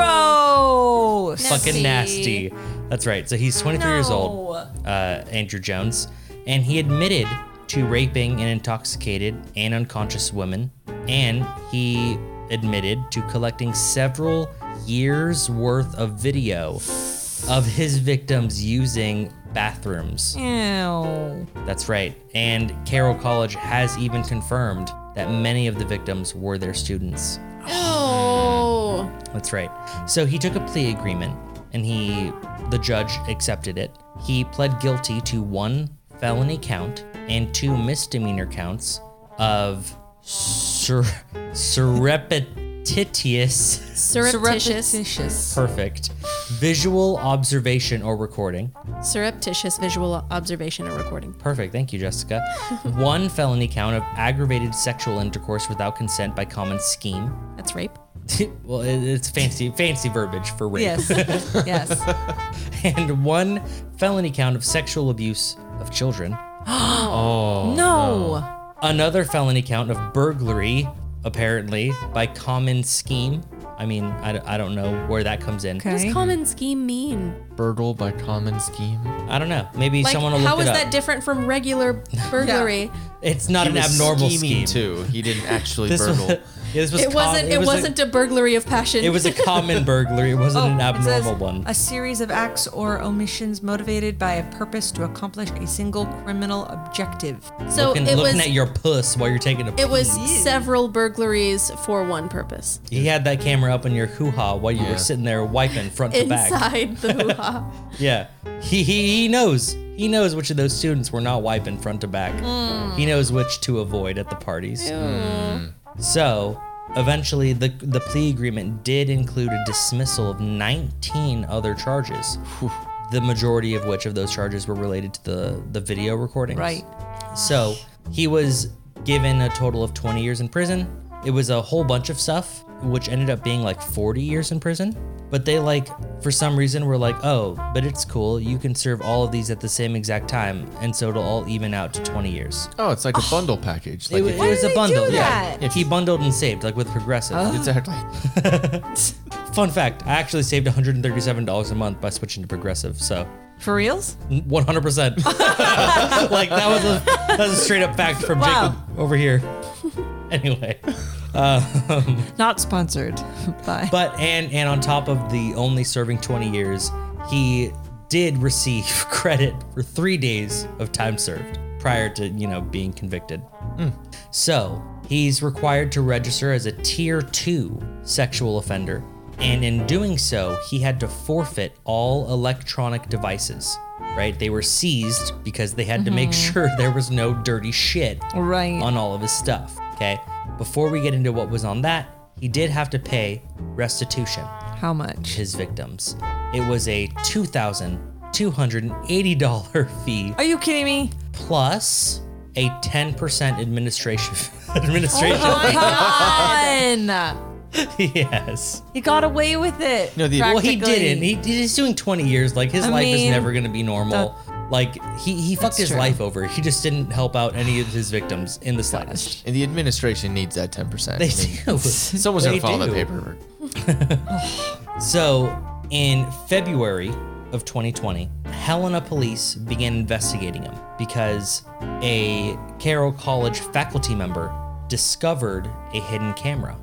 Speaker 6: gross.
Speaker 2: Fucking nasty. That's right. So he's 23 years old,
Speaker 6: No.
Speaker 2: uh, Andrew Jones, and he admitted to raping an intoxicated and unconscious woman, and he admitted to collecting several years worth of video of his victims using bathrooms.
Speaker 6: Ew.
Speaker 2: That's right. And Carroll College has even confirmed that many of the victims were their students.
Speaker 1: Oh.
Speaker 2: That's right. So he took a plea agreement and he the judge accepted it. He pled guilty to one felony count and two misdemeanor counts of sur- surreptitious
Speaker 1: Surreptitious.
Speaker 6: Surreptitious.
Speaker 2: perfect visual observation or recording.
Speaker 1: Surreptitious visual observation or recording.
Speaker 2: Perfect. Thank you, Jessica. One felony count of aggravated sexual intercourse without consent by common scheme.
Speaker 1: That's rape.
Speaker 2: well, it- it's fancy fancy verbiage for rape.
Speaker 6: Yes. yes.
Speaker 2: and one felony count of sexual abuse of children,
Speaker 6: No.
Speaker 2: another felony count of burglary, apparently by common scheme. I mean, I, d- I don't know where that comes in.
Speaker 1: What
Speaker 6: Okay.
Speaker 1: does common scheme mean?
Speaker 5: Burgle by common scheme.
Speaker 2: I don't know. Maybe
Speaker 1: Like,
Speaker 2: someone will
Speaker 1: how
Speaker 2: look
Speaker 1: is
Speaker 2: it up.
Speaker 1: that different from regular burglary?
Speaker 2: it's not
Speaker 5: He
Speaker 2: an
Speaker 5: was
Speaker 2: abnormal scheme.
Speaker 5: scheming too. He didn't actually
Speaker 2: This was,
Speaker 5: burgle.
Speaker 2: yeah, this was
Speaker 1: It
Speaker 2: com-
Speaker 1: wasn't. Oh, It,
Speaker 2: was
Speaker 1: was not a, burglary of passion.
Speaker 2: A, it was a common burglary. It wasn't an
Speaker 6: Oh, it says,
Speaker 2: abnormal one.
Speaker 6: A series of acts or omissions motivated by a purpose to accomplish a single criminal objective.
Speaker 1: so
Speaker 2: Looking-
Speaker 1: it
Speaker 2: looking
Speaker 1: was.
Speaker 2: at your puss while you're taking a.
Speaker 1: It was
Speaker 2: pee.
Speaker 1: several burglaries for one purpose
Speaker 2: He had that camera up in your hoo ha while you
Speaker 5: Yeah.
Speaker 2: were sitting there wiping front to back.
Speaker 1: inside the hoo ha.
Speaker 2: Yeah. He, he he knows. He knows which of those students were not wiping front to back. He knows which to avoid at the parties. So eventually the the plea agreement did include a dismissal of 19 other charges. The majority of which of those charges were related to the, the video recordings.
Speaker 6: Right.
Speaker 2: So he was given a total of 20 years in prison. It was a whole bunch of stuff, which ended up being like 40 years in prison. But they, like, for some reason, were like, oh, but it's cool. You can serve all of these at the same exact time. And so it'll all even out to 20 years.
Speaker 5: Oh, it's like a bundle package.
Speaker 2: It,
Speaker 5: Like
Speaker 2: wa-
Speaker 5: if
Speaker 2: it
Speaker 5: you-
Speaker 2: was a
Speaker 6: they
Speaker 2: bundle.
Speaker 6: do
Speaker 2: yeah.
Speaker 6: that?
Speaker 2: If he bundled and saved, like with Progressive.
Speaker 5: exactly.
Speaker 2: Fun fact I actually saved $137 a month by switching to Progressive. So.
Speaker 6: For reals?
Speaker 2: 100%. like that was a that was a straight up fact from
Speaker 6: Wow.
Speaker 2: Jacob over here. Anyway,
Speaker 6: Not sponsored by.
Speaker 2: but and and on top of the only serving 20 years, he did receive credit for 3 days of time served prior to, you know, being convicted. So, he's required to register as a tier 2 sexual offender. And in doing so, he had to forfeit all electronic devices, right? They were seized because they had to make sure there was no dirty shit
Speaker 6: right.
Speaker 2: on all of his stuff. Okay. Before we get into what was on that, he did have to pay restitution
Speaker 6: How much?
Speaker 2: to his victims. It was a $2,280 fee
Speaker 6: Are you kidding me?
Speaker 2: plus a 10% administration administration
Speaker 6: Oh.
Speaker 2: fee.
Speaker 6: Come on.
Speaker 2: yes.
Speaker 6: He got away with it.
Speaker 5: No, the-
Speaker 2: Well, he
Speaker 6: practically.
Speaker 2: didn't. He, he's doing 20 years. Like his
Speaker 6: I
Speaker 2: life is
Speaker 6: mean,
Speaker 2: never going to be normal. like he, he fucked his
Speaker 6: true.
Speaker 2: life over. He just didn't help out any of his victims in the slightest.
Speaker 5: And the administration needs that 10%.
Speaker 2: They
Speaker 5: I mean,
Speaker 2: do.
Speaker 5: Someone's going
Speaker 2: They
Speaker 5: to file that
Speaker 2: do.
Speaker 5: paperwork.
Speaker 2: So, in February of 2020, Helena police began investigating him because a Carroll College faculty member discovered a hidden camera.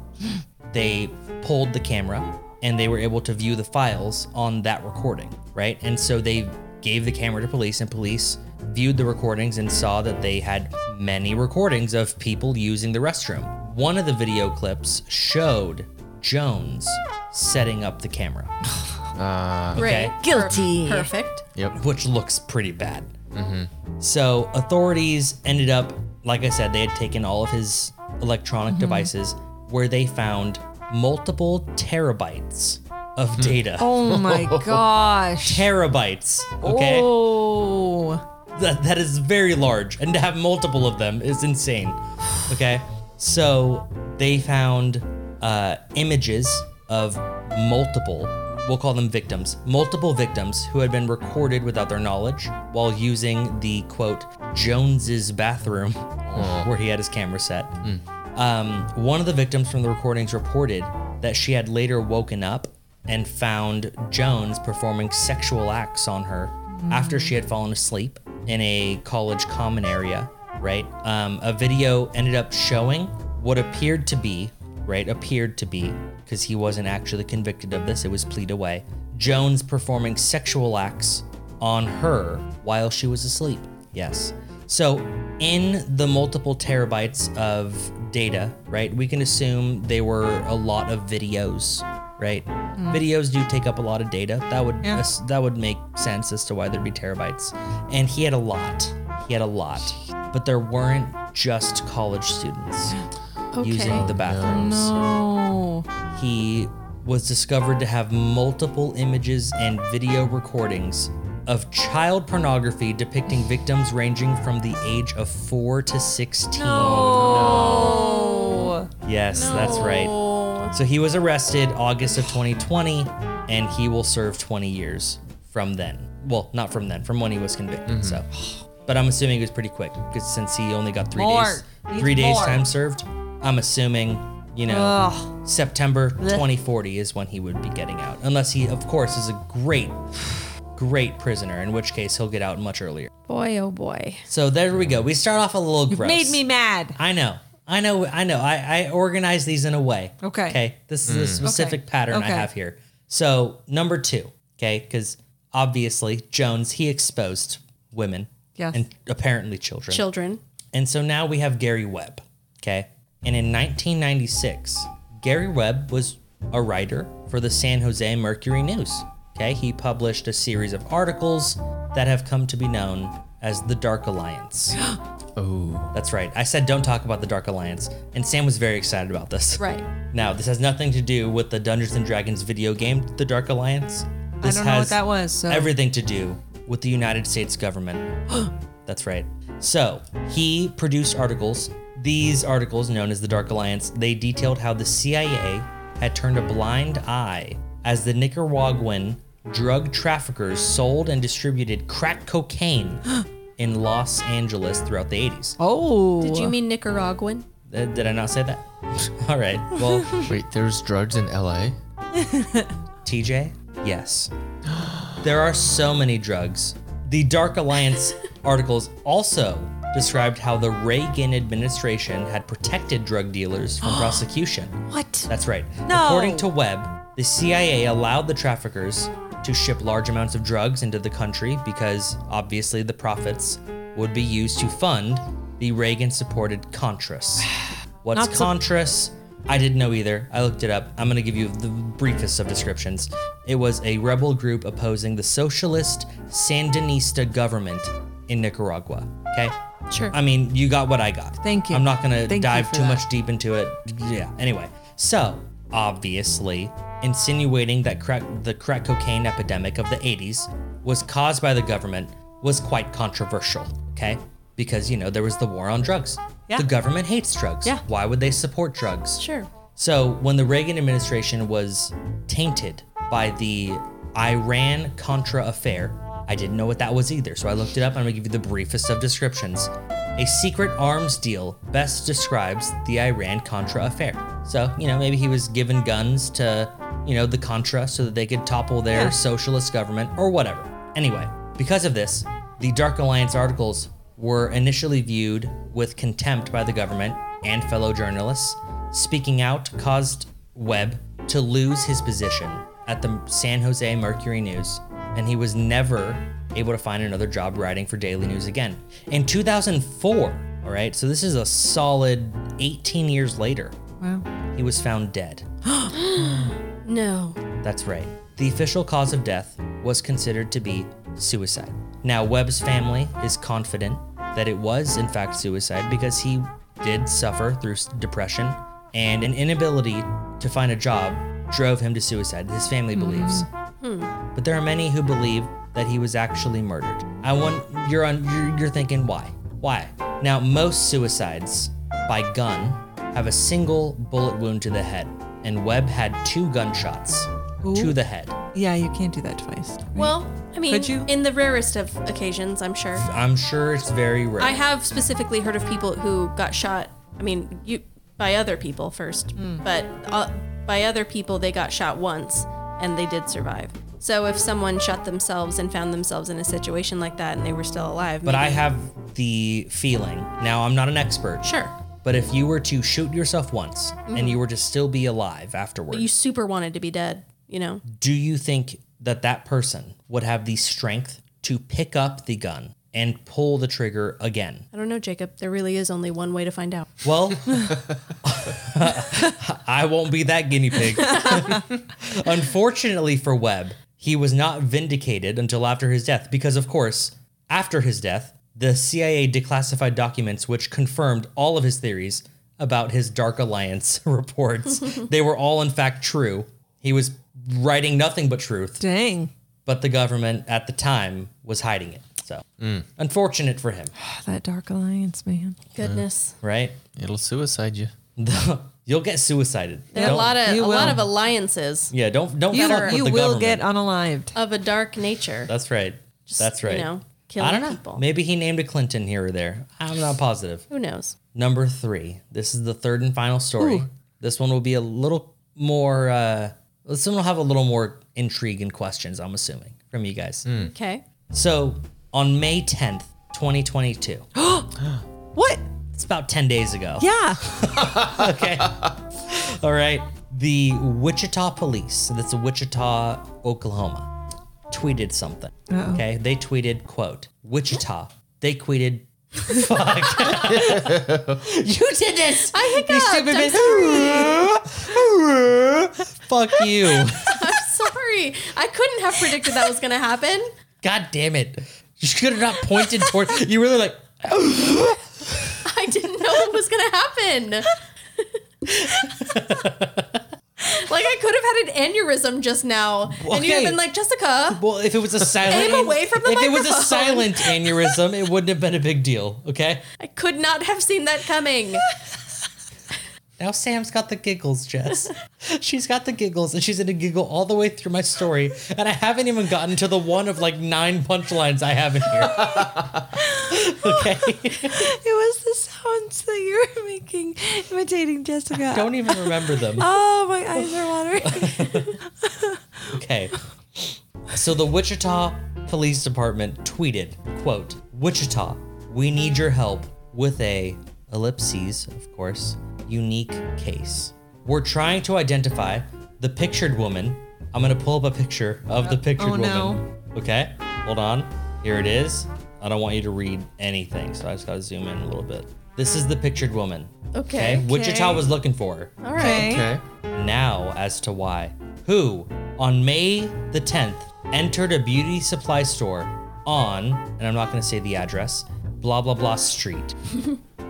Speaker 2: They pulled the camera and they were able to view the files on that recording, right? And so they gave the camera to police, and police viewed the recordings and saw that they had many recordings of people using the restroom. One of the video clips showed Jones setting up the camera,
Speaker 1: Great.
Speaker 6: Guilty.
Speaker 1: Perfect.
Speaker 5: Yep.
Speaker 2: which looks pretty bad. So authorities ended up, like I said, they had taken all of his electronic devices where they found multiple terabytes of data.
Speaker 6: Oh my gosh.
Speaker 2: Terabytes. Okay.
Speaker 6: Oh.
Speaker 2: that, that is very large and to have multiple of them is insane okay so they found uh, images of multiple we'll call them victims multiple victims who had been recorded without their knowledge while using the quote jones's bathroom where he had his camera set um, one of the victims from the recordings reported that she had later woken up and found Jones performing sexual acts on her after she had fallen asleep in a college common area, right? Um, a video ended up showing what appeared to be right, appeared to be, because he wasn't actually convicted of this, it was plead away, Jones performing sexual acts on her while she was asleep. Yes. So, in the multiple terabytes of data, right, we can assume they were a lot of videos, right? Videos do take up a lot of data. That would
Speaker 6: Yeah.
Speaker 2: that would make sense as to why there'd be terabytes. And he had a lot. He had a lot, but there weren't just college students using the bathrooms.
Speaker 6: Oh.
Speaker 2: He was discovered to have multiple images and video recordings of child pornography depicting victims ranging from the age of 4 to 16.
Speaker 6: Oh.
Speaker 2: Yes, that's right. So he was arrested August of 2020 and he will serve 20 years from then. Well, not from then, from when he was convicted. So, but I'm assuming it was pretty quick because since he only got 3
Speaker 6: More.
Speaker 2: days,
Speaker 6: Needs
Speaker 2: 3 days
Speaker 6: more.
Speaker 2: time served, I'm assuming, you know,
Speaker 6: Ugh.
Speaker 2: September 2040 is when he would be getting out. Unless he of course is a great great prisoner, in which case he'll get out much earlier.
Speaker 1: Boy, oh boy.
Speaker 2: So there we go. We start off a little gross.
Speaker 6: Made me mad.
Speaker 2: I know. I know. I know. I, I organize these in a way.
Speaker 6: Okay.
Speaker 2: Okay. This is a specific
Speaker 6: Okay.
Speaker 2: pattern I
Speaker 6: Okay.
Speaker 2: have here. So number two. Okay. Because obviously Jones he exposed women.
Speaker 6: Yes.
Speaker 2: And apparently children.
Speaker 1: Children.
Speaker 2: And so now we have Gary Webb. Okay. And in 1996, Gary Webb was a writer for the San Jose Mercury News. Okay. He published a series of articles that have come to be known as the Dark Alliance. oh. That's right. I said don't talk about the Dark Alliance. And Sam was very excited about this.
Speaker 1: Right.
Speaker 2: Now, this has nothing to do with the Dungeons and Dragons video game, The Dark Alliance. This
Speaker 6: I don't know what that was. So.
Speaker 2: everything to do with the United States government. That's right. So he produced articles. These articles, known as the Dark Alliance, they detailed how the CIA had turned a blind eye as the Nicaraguan drug traffickers sold and distributed crack cocaine in Los Angeles throughout the 80s.
Speaker 6: oh.
Speaker 1: Did you mean Nicaraguan?
Speaker 2: Uh, Did I not say that? All right. Well,
Speaker 5: Wait, there's drugs in LA?
Speaker 2: TJ? Yes. there are so many drugs. The Dark Alliance articles also described how the Reagan administration had protected drug dealers from prosecution.
Speaker 6: what?
Speaker 2: That's right.
Speaker 6: No.
Speaker 2: According to Webb, the CIA allowed the traffickers to ship large amounts of drugs into the country because obviously the profits would be used to fund the Reagan supported Contras. What's
Speaker 6: Not so-
Speaker 2: Contras? I didn't know either. I looked it up. I'm going to give you the briefest of descriptions. It was a rebel group opposing the socialist Sandinista government in Nicaragua. Okay?
Speaker 1: Sure.
Speaker 2: I mean, you got what I got.
Speaker 6: Thank you.
Speaker 2: I'm not going to
Speaker 6: Thank you
Speaker 2: dive
Speaker 6: for
Speaker 2: too
Speaker 6: that.
Speaker 2: much deep into it. Yeah. Anyway, so obviously, insinuating that crack, the crack cocaine epidemic of the 80s was caused by the government was quite controversial. Okay, because you know there was the war on drugs.
Speaker 6: Yeah.
Speaker 2: The government hates drugs.
Speaker 6: Yeah.
Speaker 2: Why would they support drugs?
Speaker 1: Sure.
Speaker 2: So, when the Reagan administration was tainted by the Iran Contra affair, I didn't know what that was either, so I looked it up and I'm gonna give you the briefest of descriptions. A secret arms deal best describes the Iran Contra affair. So, you know, maybe he was given guns to, you know, the Contra so that they could topple their
Speaker 6: Yeah.
Speaker 2: socialist government or whatever. Anyway, because of this, the Dark Alliance articles were initially viewed with contempt by the government and fellow journalists. Speaking out caused Webb to lose his position at the San Jose Mercury News, and he was never able to find another job writing for Daily News again. In 2004, all right, so this is a solid 18 years later,
Speaker 6: Wow.
Speaker 2: he was found dead.
Speaker 1: No.
Speaker 2: That's right. The official cause of death was considered to be suicide. Now, Webb's family is confident that it was, in fact, suicide because he did suffer through s- depression and an inability to find a job drove him to suicide, his family believes. But there are many who believe that he was actually murdered. I want you're on you're, you're thinking why? Why? Now, most suicides by gun have a single bullet wound to the head, and Webb had two gunshots to the head.
Speaker 6: Yeah, you can't do that twice.
Speaker 1: Well, I mean,
Speaker 6: Could you?
Speaker 1: in the rarest of occasions, I'm sure.
Speaker 2: I'm sure it's very rare.
Speaker 1: I have specifically heard of people who got shot. I mean, you by other people first,
Speaker 2: Hmm.
Speaker 1: but uh, by other people they got shot once and they did survive. So if someone shot themselves and found themselves in a situation like that and they were still alive,
Speaker 2: but I have the feeling. Now, I'm not an expert.
Speaker 1: sure Mm-hmm.
Speaker 2: But if you were to shoot yourself once and you were to still be alive afterwards,
Speaker 1: You super wanted to be dead, you know?
Speaker 2: do you think that that person would have the strength to pick up the gun and pull the trigger again?
Speaker 1: I don't know, Jacob. There really is only one way to find out.
Speaker 2: Well, I won't be that guinea pig. Unfortunately for Webb, he was not vindicated until after his death because, of course, after his death, the CIA declassified documents which confirmed all of his theories about his Dark Alliance reports. they were all, in fact, true. He was writing nothing but truth.
Speaker 6: Dang.
Speaker 2: but the government at the time was hiding it. So unfortunate for him,
Speaker 6: That Dark Alliance, man.
Speaker 1: Goodness.
Speaker 2: right?
Speaker 5: It'll suicide you.
Speaker 2: You'll get suicided.
Speaker 1: There are a
Speaker 2: Don't-
Speaker 1: lot of
Speaker 6: You
Speaker 1: a lot
Speaker 6: will.
Speaker 1: of alliances
Speaker 2: yeah. Don't don't
Speaker 6: You,
Speaker 2: fuck with
Speaker 6: you
Speaker 2: the
Speaker 6: will
Speaker 2: government.
Speaker 6: get unalived.
Speaker 1: of a dark nature.
Speaker 2: That's right. That's right.
Speaker 1: You know, killing
Speaker 2: I don't know.
Speaker 1: people.
Speaker 2: Maybe he named a Clinton here or there. I'm not positive.
Speaker 1: Who knows?
Speaker 2: Number three. This is the third and final story. This one will be a little more. Uh, this one will have a little more intrigue and questions. I'm assuming from you guys.
Speaker 1: Okay.
Speaker 2: So on May 10th, 2022,
Speaker 6: What?
Speaker 2: it's about 10 days ago.
Speaker 6: Yeah.
Speaker 2: okay. All right. The Wichita police, that's Wichita, Oklahoma, tweeted something. Okay. They tweeted, quote, Wichita. They tweeted, fuck. you did this.
Speaker 1: I hiccuped. I'm
Speaker 2: fuck you.
Speaker 1: sorry. I couldn't have predicted that was going to happen.
Speaker 2: God damn it. You should have not pointed toward. You really like,
Speaker 1: I didn't know it was going to happen. like I could have had an aneurusm just now, and you'd have
Speaker 2: Okay.
Speaker 1: been like, Jessica.
Speaker 2: well, if it was a silent.
Speaker 1: Aim away from the
Speaker 2: If it was a
Speaker 1: microphone.
Speaker 2: silent aneurysm, it wouldn't have been a big deal. Okay.
Speaker 1: I could not have seen that coming.
Speaker 2: Now Sam's got the giggles, Jess. she's got the giggles, and she's gonna giggle all the way through my story. And I haven't even gotten to the one of like nine punchlines I have in here. okay,
Speaker 6: it was the sounds that you were making imitating Jessica.
Speaker 2: don't even remember them.
Speaker 6: oh, my eyes are watering.
Speaker 2: Okay. So the Wichita Police Department tweeted, quote, Wichita, we need your help with a ellipses, of course, unique case. We're trying to identify the pictured woman. I'm gonna pull up a picture of the pictured
Speaker 6: oh,
Speaker 2: woman.
Speaker 6: no.
Speaker 2: Okay, hold on. Here it is. I don't want you to read anything, so I just gotta zoom in a little bit. This is the pictured woman.
Speaker 1: Okay.
Speaker 2: Wichita was looking for her.
Speaker 1: All right.
Speaker 5: Okay.
Speaker 2: Now, as to why. Who, on May the 10th, entered a beauty supply store on, and I'm not going to say the address, blah, blah, blah street,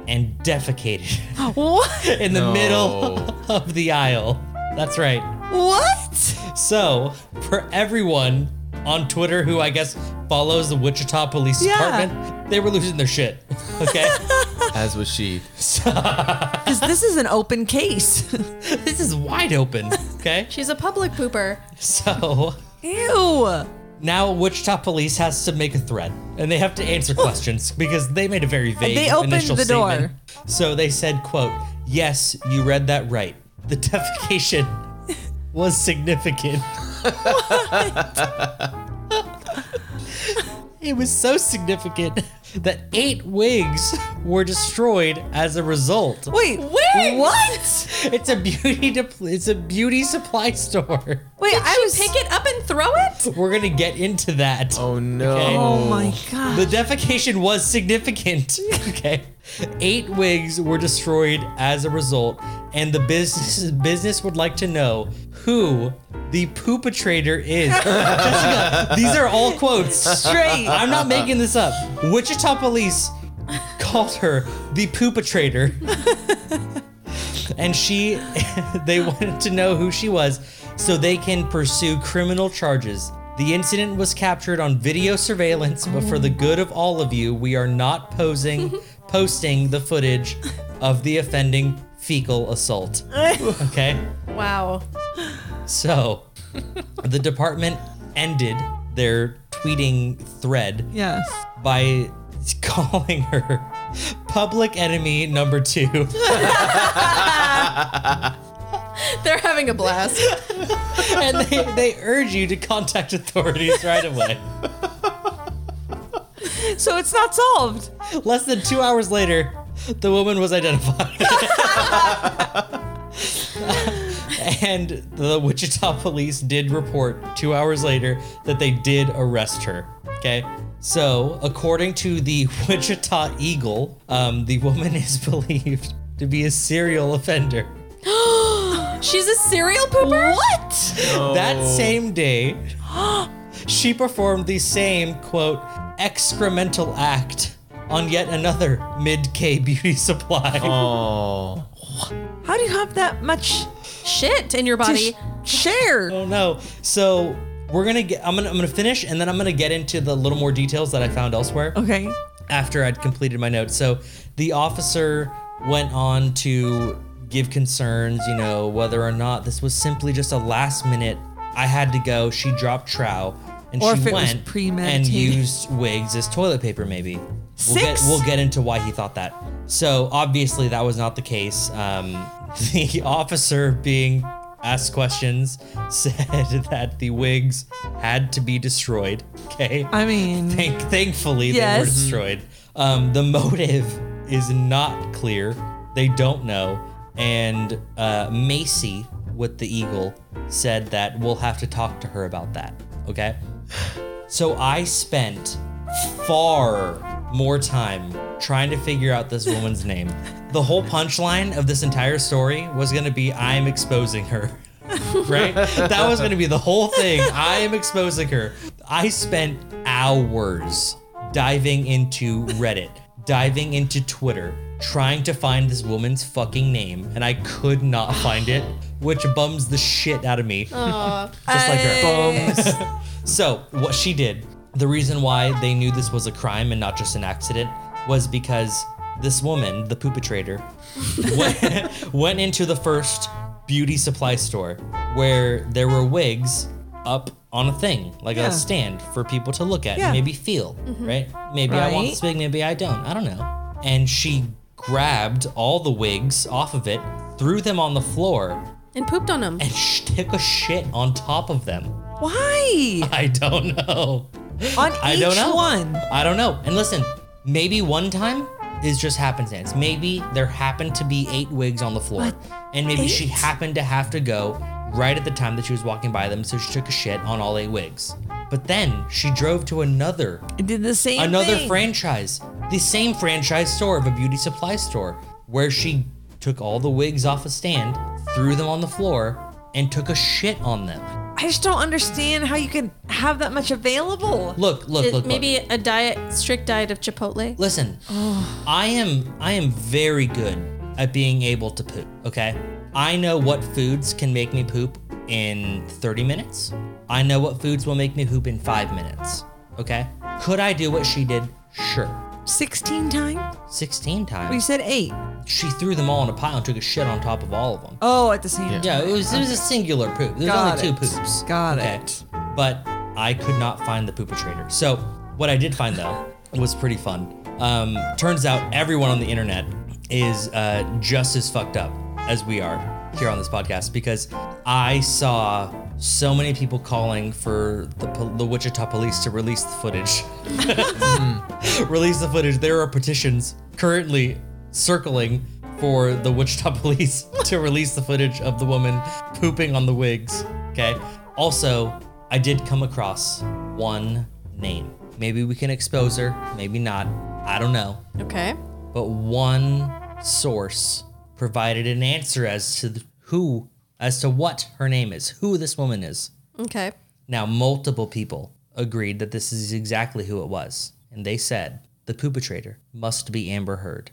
Speaker 2: and defecated
Speaker 6: What?
Speaker 2: in the middle of the aisle. That's right.
Speaker 6: What?
Speaker 2: So, for everyone on Twitter who I guess follows the Wichita Police
Speaker 6: Yeah.
Speaker 2: Department, they were losing their shit. Okay.
Speaker 5: As was she.
Speaker 6: Because this is an open case.
Speaker 2: this is wide open. Okay.
Speaker 1: She's a public pooper.
Speaker 2: So.
Speaker 6: Ew.
Speaker 2: Now Wichita police has to make a threat, and they have to answer questions because they made a very vague
Speaker 6: They opened
Speaker 2: initial
Speaker 6: the
Speaker 2: statement. So they said, "quote Yes, you read that right. The defecation was significant. it was so significant that eight wigs were destroyed as a result.
Speaker 6: Wait.
Speaker 1: Wigs!
Speaker 6: What?
Speaker 2: It's a beauty. dep- It's a beauty supply store.
Speaker 6: Wait, I was.
Speaker 1: Pick it up and throw it.
Speaker 2: We're gonna get into that.
Speaker 5: Oh no.
Speaker 2: Okay.
Speaker 6: oh my god.
Speaker 2: The defecation was significant. Okay. Eight wigs were destroyed as a result, and the business business would like to know who the poopatrator is. Jessica, these are all quotes.
Speaker 6: Straight.
Speaker 2: Uh, I'm not making this up. Wichita police called her the poopatrator. and she they wanted to know who she was so they can pursue criminal charges. The incident was captured on video surveillance, but for the good of all of you, we are not posing posting the footage of the offending fecal assault. Okay?
Speaker 1: Wow.
Speaker 2: So, the department ended their tweeting thread
Speaker 6: yes.
Speaker 2: by calling her public enemy number two.
Speaker 1: They're having a blast.
Speaker 2: and they, they urge you to contact authorities right away.
Speaker 6: So it's not solved.
Speaker 2: Less than two hours later, the woman was identified. and the Wichita police did report two hours later that they did arrest her. Okay. So, according to the Wichita Eagle, um, the woman is believed to be a serial offender.
Speaker 1: She's a serial pooper? What?
Speaker 2: That same day, she performed the same, quote, excremental act on yet another mid K beauty supply.
Speaker 6: How do you have that much
Speaker 1: Shit in your
Speaker 6: to
Speaker 1: body.
Speaker 6: sh- share?
Speaker 2: Oh no. So we're gonna get I'm gonna I'm gonna finish and then I'm gonna get into the little more details that I found elsewhere
Speaker 6: Okay.
Speaker 2: after I'd completed my notes. So the officer went on to give concerns, you know, whether or not this was simply just a last minute I had to go, she dropped trow and
Speaker 6: Or
Speaker 2: she
Speaker 6: if it was
Speaker 2: went and
Speaker 6: premeditated.
Speaker 2: used wigs as toilet paper maybe. We'll get,
Speaker 6: Six?
Speaker 2: we'll get into why he thought that. So obviously that was not the case. Um, the officer being asked questions said that the wigs had to be destroyed. Okay.
Speaker 6: I mean,
Speaker 2: Thank, thankfully, they were
Speaker 6: Yes.
Speaker 2: destroyed. Um, the motive is not clear. They don't know. And uh, Macy with the eagle said that we'll have to talk to her about that. Okay. So I spent far more time trying to figure out this woman's name. The whole punchline of this entire story was going to be I'm exposing her right? that was going to be the whole thing. I am exposing her. I spent hours diving into Reddit, diving into Twitter, trying to find this woman's fucking name, and I could not find it, which bums the shit out of me. Just like her. So, what she did, the reason why they knew this was a crime and not just an accident was because this woman, the perpetrator, went, went into the first beauty supply store where there were wigs up on a thing, like
Speaker 6: Yeah.
Speaker 2: a stand for people to look at
Speaker 6: Yeah.
Speaker 2: and maybe feel, right? Maybe I want
Speaker 6: Right.
Speaker 2: this wig, maybe I don't. I don't know. And she grabbed all the wigs off of it, threw them on the floor,
Speaker 1: and pooped on them.
Speaker 2: and sh- took a shit on top of them.
Speaker 6: Why?
Speaker 2: I don't know.
Speaker 6: On
Speaker 2: I
Speaker 6: each
Speaker 2: don't know.
Speaker 6: one.
Speaker 2: I don't know. And listen, maybe one time is just happenstance. Maybe there happened to be eight wigs on the floor. And maybe she
Speaker 6: Eight?
Speaker 2: happened to have to go right at the time that she was walking by them, so she took a shit on all eight wigs. But then she drove to another
Speaker 6: Did the same
Speaker 2: another
Speaker 6: thing.
Speaker 2: franchise, the same franchise store of a beauty supply store, where she took all the wigs off a stand, threw them on the floor, and took a shit on them.
Speaker 6: I just don't understand how you can have that much available.
Speaker 2: Look, look,
Speaker 1: Did-
Speaker 2: look. look.
Speaker 1: maybe a diet, strict diet of Chipotle.
Speaker 2: Listen, I am I am very good at being able to poop, okay? I know what foods can make me poop in 30 minutes. I know what foods will make me poop in 5 minutes, okay? Could I do what she did? Sure.
Speaker 6: 16 times?
Speaker 2: 16
Speaker 6: We
Speaker 2: times.
Speaker 6: said eight.
Speaker 2: She threw them all in a pile and took a shit on top of all of them.
Speaker 6: Oh, at the same time.
Speaker 2: Yeah, it was it was a singular poop. There was
Speaker 6: Got
Speaker 2: only two
Speaker 6: it.
Speaker 2: poops.
Speaker 6: Got it.
Speaker 2: But I could not find the perpetrator. So what I did find though was pretty fun. Um, turns out everyone on the internet is uh, just as fucked up as we are here on this podcast because I saw so many people calling for the, po- the Wichita police to release the footage release the footage. There are petitions currently circling for the Wichita police to release the footage of the woman pooping on the wigs. Okay. Also, I did come across one name. Maybe we can expose her, maybe not. I don't know.
Speaker 1: Okay.
Speaker 2: But one source provided an answer as to th- who, as to what her name is, who this woman is.
Speaker 1: Okay.
Speaker 2: Now, multiple people agreed that this is exactly who it was, and they said the perpetrator must be Amber Heard.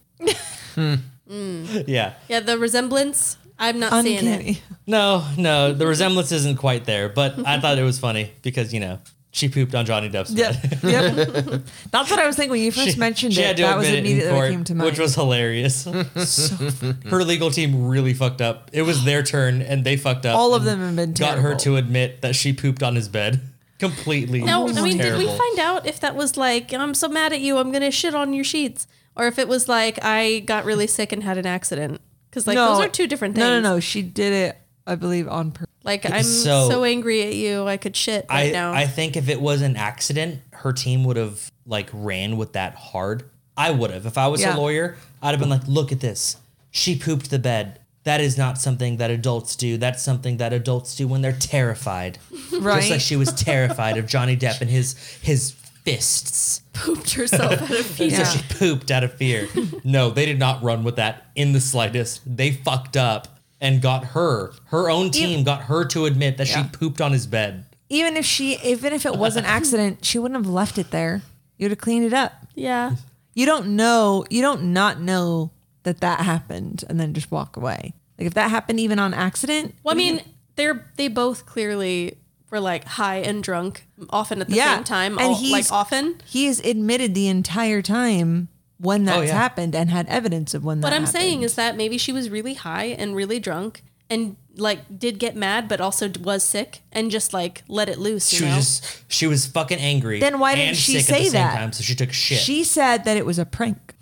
Speaker 2: Hmm. Yeah.
Speaker 1: Yeah, the resemblance, I'm not seeing it.
Speaker 6: Uncanny.
Speaker 2: No, no, the resemblance isn't quite there, but I thought it was funny because you know she pooped on Johnny Depp's bed.
Speaker 6: Yep. yep. That's what I was thinking when you first mentioned
Speaker 2: She
Speaker 6: it.
Speaker 2: had to
Speaker 6: That was
Speaker 2: admit it in
Speaker 6: immediately what
Speaker 2: court,
Speaker 6: came to mind.
Speaker 2: which was hilarious. Her legal team really fucked up. It was their turn, and they fucked up.
Speaker 6: All of
Speaker 2: and
Speaker 6: them have been
Speaker 2: got her
Speaker 6: terrible.
Speaker 2: to admit that she pooped on his bed. Completely.
Speaker 1: No, I mean, did we
Speaker 2: terrible.
Speaker 1: find out if that was like, I'm so mad at you, I'm going to shit on your sheets? Or if it was like, I got really sick and had an accident? Because, like, those are two different things.
Speaker 6: No, no, no. She did it, I believe, on purpose.
Speaker 1: Like, I'm
Speaker 2: So-
Speaker 1: so, angry at you, I could shit right
Speaker 2: I,
Speaker 1: now.
Speaker 2: I think if it was an accident, her team would have like ran with that hard. I would have. If I was a
Speaker 6: Yeah.
Speaker 2: lawyer, I'd have been like, look at this. She pooped the bed. That is not something that adults do. That's something that adults do when they're terrified.
Speaker 6: Right.
Speaker 2: Just like she was terrified of Johnny Depp and his his fists.
Speaker 1: Pooped herself out of fear.
Speaker 6: Yeah.
Speaker 2: So she pooped out of fear. no, they did not run with that in the slightest. They fucked up and got her. Her own team got her to admit that
Speaker 6: Yeah.
Speaker 2: she pooped on his bed.
Speaker 6: Even if she, even if it was an accident, she wouldn't have left it there. You'd have cleaned it up.
Speaker 1: Yeah.
Speaker 6: You don't know. You don't not know that that happened, and then just walk away. Like if that happened even on accident,
Speaker 1: Well, I mean, they're they both clearly were like high and drunk, often at the
Speaker 6: Yeah.
Speaker 1: same time,
Speaker 6: And
Speaker 1: all,
Speaker 6: he's-
Speaker 1: like often.
Speaker 6: he has admitted the entire time when that's
Speaker 2: yeah.
Speaker 6: happened and had evidence of when that.
Speaker 1: What I'm
Speaker 6: happened.
Speaker 1: saying is that maybe she was really high and really drunk and like did get mad, but also d- was sick and just like let it loose. You
Speaker 2: She
Speaker 1: know?
Speaker 2: was just she was fucking angry.
Speaker 6: Then why didn't
Speaker 2: and
Speaker 6: she
Speaker 2: sick at
Speaker 6: say
Speaker 2: the
Speaker 6: that?
Speaker 2: Same time, so she took a shit.
Speaker 6: She said that it was a prank.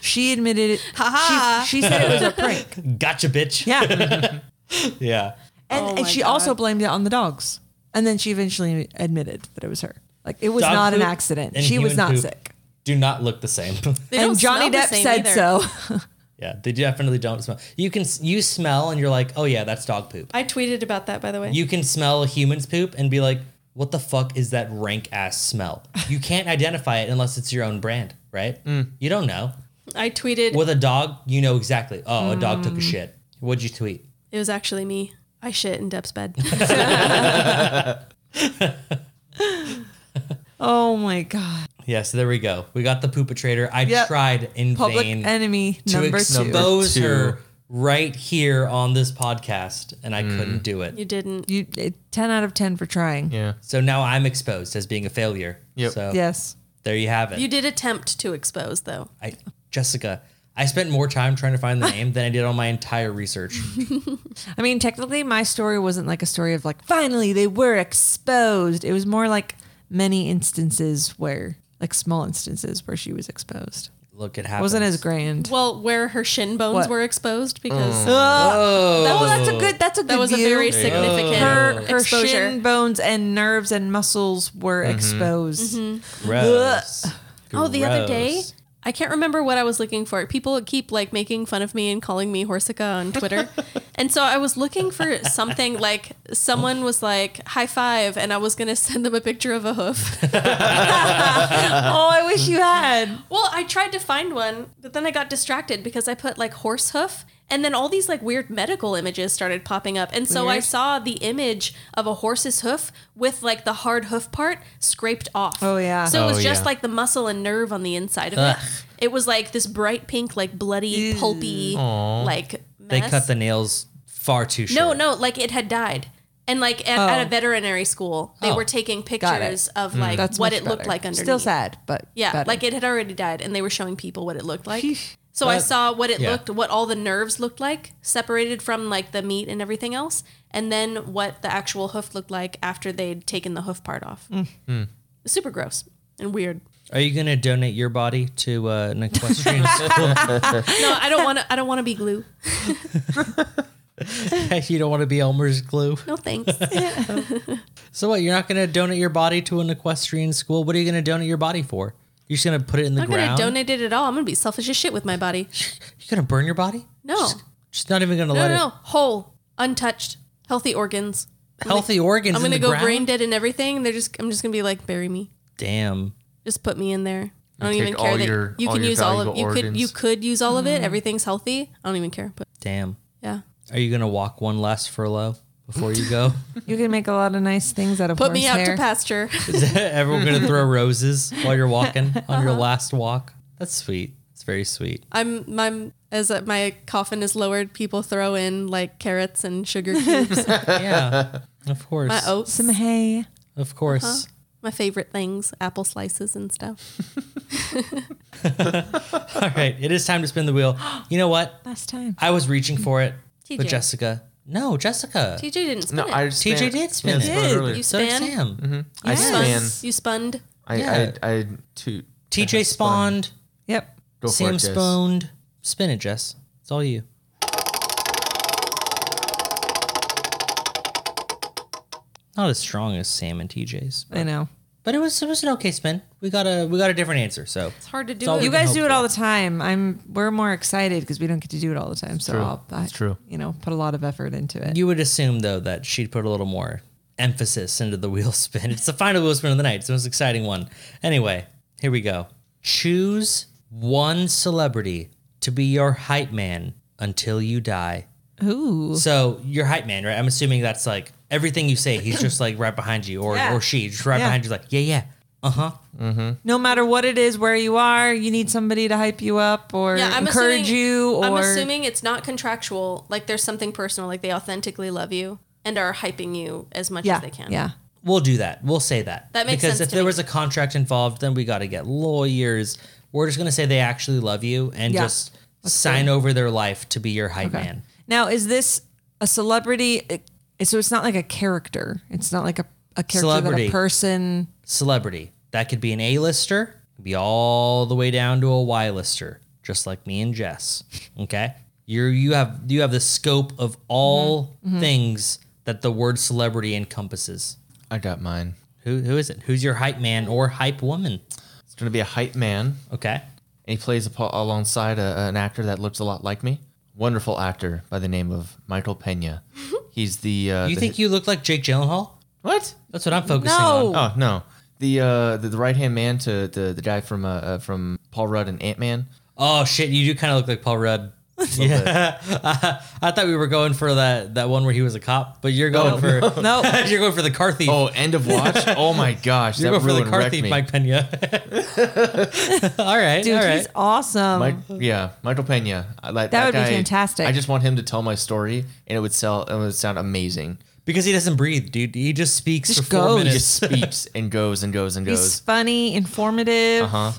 Speaker 6: she admitted it.
Speaker 1: ha.
Speaker 6: She, she said it was a prank.
Speaker 2: gotcha, bitch.
Speaker 6: Yeah.
Speaker 2: Yeah.
Speaker 6: And,
Speaker 1: Oh
Speaker 6: and
Speaker 1: my
Speaker 6: she
Speaker 1: God.
Speaker 6: also blamed it on the dogs. And then she eventually admitted that it was her. Like it was
Speaker 2: Dog
Speaker 6: not an
Speaker 2: poop
Speaker 6: accident.
Speaker 2: and
Speaker 6: She was
Speaker 2: human
Speaker 6: not
Speaker 2: poop.
Speaker 6: sick.
Speaker 2: Do not look the same.
Speaker 1: They don't
Speaker 6: And Johnny
Speaker 1: smell the
Speaker 6: Depp
Speaker 1: same
Speaker 6: said
Speaker 1: either.
Speaker 6: so.
Speaker 2: yeah, they definitely don't smell. You can s- you smell and you're like, oh yeah, that's dog poop.
Speaker 1: I tweeted about that, by the way.
Speaker 2: You can smell a human's poop and be like, what the fuck is that rank ass smell? You can't identify it unless it's your own brand, right? You don't know.
Speaker 1: I tweeted.
Speaker 2: With a dog, you know exactly. Oh, a dog
Speaker 6: Mm.
Speaker 2: took a shit. What'd you tweet?
Speaker 1: It was actually me. I shit in Depp's bed.
Speaker 6: Oh my God.
Speaker 2: Yeah, so there we go. We got the poopa trader. I
Speaker 6: Yep.
Speaker 2: tried in
Speaker 6: Public
Speaker 2: vain
Speaker 6: enemy
Speaker 2: to
Speaker 6: number two.
Speaker 5: Number
Speaker 2: expose
Speaker 5: two.
Speaker 2: her right here on this podcast, and I
Speaker 5: Mm.
Speaker 2: couldn't do it.
Speaker 1: you didn't.
Speaker 6: You, eh, 10 out of 10 for trying.
Speaker 5: Yeah.
Speaker 2: So now I'm exposed as being a failure.
Speaker 5: Yep.
Speaker 2: So
Speaker 6: Yes.
Speaker 2: there you have it.
Speaker 1: You did attempt to expose, though.
Speaker 2: I, Jessica, I spent more time trying to find the name than I did on my entire research.
Speaker 6: I mean, technically, my story wasn't like a story of like, finally, they were exposed. It was more like many instances where, like small instances where she was exposed.
Speaker 2: Look, it happens.
Speaker 6: Wasn't as grand.
Speaker 1: Well, where her shin bones
Speaker 6: What?
Speaker 1: were exposed because
Speaker 6: Oh, that's a good. That's a good.
Speaker 1: that was a
Speaker 6: view.
Speaker 1: very significant
Speaker 6: her, her
Speaker 1: exposure.
Speaker 6: shin bones and nerves and muscles were
Speaker 5: Mm-hmm.
Speaker 6: exposed.
Speaker 1: Mm-hmm.
Speaker 2: Gross.
Speaker 1: Oh, the other day,
Speaker 2: Gross.
Speaker 1: I can't remember what I was looking for. People keep like making fun of me and calling me Horsica on Twitter. and so I was looking for something like someone was like high five and I was going to send them a picture of a hoof.
Speaker 5: Uh-huh.
Speaker 6: Oh, I wish you
Speaker 5: Mm-hmm.
Speaker 6: had.
Speaker 1: well, I tried to find one, but then I got distracted because I put like horse hoof and then all these like weird medical images started popping up. And so I
Speaker 6: Weird.
Speaker 1: saw the image of a horse's hoof with like the hard hoof part scraped off.
Speaker 6: Oh, yeah.
Speaker 1: So it was
Speaker 5: Oh,
Speaker 1: just
Speaker 5: yeah.
Speaker 1: like the muscle and nerve on the inside of it. It was like this bright pink, like bloody, pulpy, like mess.
Speaker 2: they cut the nails far too
Speaker 1: no,
Speaker 2: short.
Speaker 1: no, like it had died. And like at,
Speaker 6: Oh.
Speaker 1: at a veterinary school, they
Speaker 2: Oh. Hmm.
Speaker 1: were taking pictures of like
Speaker 6: That's
Speaker 1: what
Speaker 6: much
Speaker 1: it looked
Speaker 6: better.
Speaker 1: like underneath.
Speaker 6: Still sad, but
Speaker 1: Yeah,
Speaker 6: better.
Speaker 1: like it had already died, and they were showing people what it looked like.
Speaker 6: Sheesh.
Speaker 1: So I
Speaker 2: That-
Speaker 1: saw what it
Speaker 2: yeah.
Speaker 1: looked, what all the nerves looked like, separated from like the meat and everything else, and then what the actual hoof looked like after they'd taken the hoof part off.
Speaker 2: Mm.
Speaker 1: Super gross and weird.
Speaker 2: Are you going to donate your body to uh, an equestrian school?
Speaker 1: No, I don't want to. I don't want to be glue.
Speaker 2: you don't want to be Elmer's glue.
Speaker 1: No thanks.
Speaker 2: So what? You're not going to donate your body to an equestrian school? What are you going to donate your body for? You're just going to put it in the
Speaker 1: I'm not
Speaker 2: ground?
Speaker 1: gonna donate it at all. I'm gonna be selfish as shit with my body.
Speaker 2: You're going to burn your body?
Speaker 1: No,
Speaker 2: Just not even going to
Speaker 1: no,
Speaker 2: let
Speaker 1: no,
Speaker 2: it.
Speaker 1: no. Whole, untouched, healthy organs.
Speaker 2: Healthy organs
Speaker 1: I'm
Speaker 2: in
Speaker 1: gonna
Speaker 2: the
Speaker 1: go
Speaker 2: ground?
Speaker 1: brain dead and everything. They're just. I'm just gonna be like, bury me.
Speaker 2: Damn.
Speaker 1: Just put me in there. I don't
Speaker 5: And
Speaker 1: even
Speaker 5: take
Speaker 1: care
Speaker 5: all
Speaker 1: that
Speaker 5: your-
Speaker 1: you
Speaker 5: all
Speaker 1: can
Speaker 5: your
Speaker 1: use all of.
Speaker 5: valuable
Speaker 1: You could.
Speaker 5: organs.
Speaker 1: You could use all
Speaker 6: Mm-hmm.
Speaker 1: of it. Everything's healthy. I don't even care. But
Speaker 2: Damn.
Speaker 1: yeah,
Speaker 2: Are you going to walk one last furlough before you go?
Speaker 6: you can make a lot of nice things out of
Speaker 1: put me
Speaker 6: horse
Speaker 1: out to
Speaker 6: hair.
Speaker 1: pasture.
Speaker 2: Everyone going to throw roses while you're walking on your last walk? That's sweet. It's very sweet.
Speaker 1: I'm my as uh, my coffin is lowered. People throw in like carrots and sugar cubes,
Speaker 2: Yeah. Of course.
Speaker 1: my Uh-huh. oats,
Speaker 6: Some hay.
Speaker 2: Of course.
Speaker 1: my favorite things, apple slices and stuff.
Speaker 2: All right. It is time to spin the wheel. You know what?
Speaker 6: Last time.
Speaker 2: I was reaching for it, but
Speaker 1: TJ.
Speaker 2: Jessica. No, Jessica.
Speaker 1: TJ didn't spin
Speaker 5: No,
Speaker 1: it.
Speaker 5: I just
Speaker 2: TJ
Speaker 5: spun-
Speaker 2: did spin
Speaker 5: yeah, I
Speaker 2: it.
Speaker 5: spun
Speaker 2: Did.
Speaker 5: earlier.
Speaker 1: You
Speaker 2: So did
Speaker 1: span?
Speaker 2: Sam.
Speaker 5: I
Speaker 1: Spun-
Speaker 5: span.
Speaker 1: You spuned.
Speaker 5: I,
Speaker 2: Yeah.
Speaker 5: I, I, two.
Speaker 2: TJ spawned.
Speaker 6: Yep.
Speaker 5: Go for
Speaker 2: Sam
Speaker 5: it, Jess.
Speaker 2: spawned. Spin it, Jess. It's all you. Not as strong as Sam and TJ's.
Speaker 6: I know.
Speaker 2: But it was it was an okay spin. We got a we got a different answer. So
Speaker 7: It's hard to do.
Speaker 2: all
Speaker 7: it.
Speaker 2: we
Speaker 6: You
Speaker 2: can
Speaker 6: guys
Speaker 2: hope
Speaker 6: do it
Speaker 2: for.
Speaker 6: all the time. I'm we're more excited because we don't get to do it all the time. So
Speaker 5: true.
Speaker 6: I'll, I,
Speaker 5: It's true.
Speaker 6: You know, put a lot of effort into it.
Speaker 2: You would assume though that she'd put a little more emphasis into the wheel spin. It's the final wheel spin of the night. It's the most exciting one. Anyway, here we go. Choose one celebrity to be your hype man until you die.
Speaker 6: Ooh,
Speaker 2: So your hype man, right? I'm assuming that's like everything you say. He's just like right behind you, or
Speaker 6: Yeah.
Speaker 2: or she just right
Speaker 6: Yeah.
Speaker 2: behind you, like yeah, yeah, uh huh.
Speaker 6: no matter what it is, where you are, you need somebody to hype you up or
Speaker 1: Yeah, I'm
Speaker 6: encourage
Speaker 1: assuming,
Speaker 6: you. Or
Speaker 1: I'm assuming it's not contractual. Like there's something personal. Like they authentically love you and are hyping you as much
Speaker 6: yeah,
Speaker 1: as they can.
Speaker 6: yeah.
Speaker 2: We'll do that. We'll say that.
Speaker 1: That makes
Speaker 2: because
Speaker 1: sense
Speaker 2: if
Speaker 1: to
Speaker 2: there
Speaker 1: me.
Speaker 2: was a contract involved, then we got to get lawyers. We're just gonna say they actually love you and
Speaker 6: Yeah.
Speaker 2: just sign over their life to be your hype
Speaker 6: Okay.
Speaker 2: man.
Speaker 6: Now, is this a celebrity? It- So it's not like a character. It's not like a, a character that
Speaker 2: Celebrity.
Speaker 6: a person.
Speaker 2: Celebrity that could be an A-lister, could be all the way down to a Y-lister, just like me and Jess. Okay, you you have you have the scope of all
Speaker 6: Mm-hmm.
Speaker 2: things that the word celebrity encompasses.
Speaker 5: I got mine.
Speaker 2: Who who is it? Who's your hype man or hype woman?
Speaker 5: It's gonna be a hype man,
Speaker 2: Okay,
Speaker 5: and he plays a, pa- alongside a, an actor that looks a lot like me. Wonderful actor by the name of Michael Pena. He's the. Uh,
Speaker 2: you
Speaker 5: the-
Speaker 2: think you look like Jake Gyllenhaal?
Speaker 5: what?
Speaker 2: That's what I'm focusing
Speaker 6: No.
Speaker 2: on.
Speaker 5: Oh no, the uh, the, the right hand man to the the guy from uh, uh, from Paul Rudd and Ant Man.
Speaker 2: Oh shit, you do kind of look like Paul Rudd. yeah, I thought we were going for that that one where he was a cop, but you're going for
Speaker 6: No.
Speaker 2: you're going for the car thief.
Speaker 5: Oh, end of watch. oh my gosh,
Speaker 2: you're
Speaker 5: that
Speaker 2: going for
Speaker 5: really
Speaker 2: the car
Speaker 5: wrecked
Speaker 2: thief,
Speaker 5: me.
Speaker 2: Mike Pena. all right,
Speaker 6: Dude,
Speaker 2: all right.
Speaker 6: he's awesome.
Speaker 5: Mike, yeah, Michael Pena. I like
Speaker 6: Mm-hmm. That would be
Speaker 5: guy-
Speaker 6: fantastic.
Speaker 5: I just want him to tell my story, and it would sell. It would sound amazing.
Speaker 2: because he doesn't breathe, dude. He just speaks
Speaker 6: Just
Speaker 2: for four
Speaker 6: goes.
Speaker 5: He
Speaker 2: minutes.
Speaker 5: just speaks and goes and goes and
Speaker 6: He's
Speaker 5: goes.
Speaker 6: funny, informative.
Speaker 2: Uh-huh.
Speaker 5: Uh huh.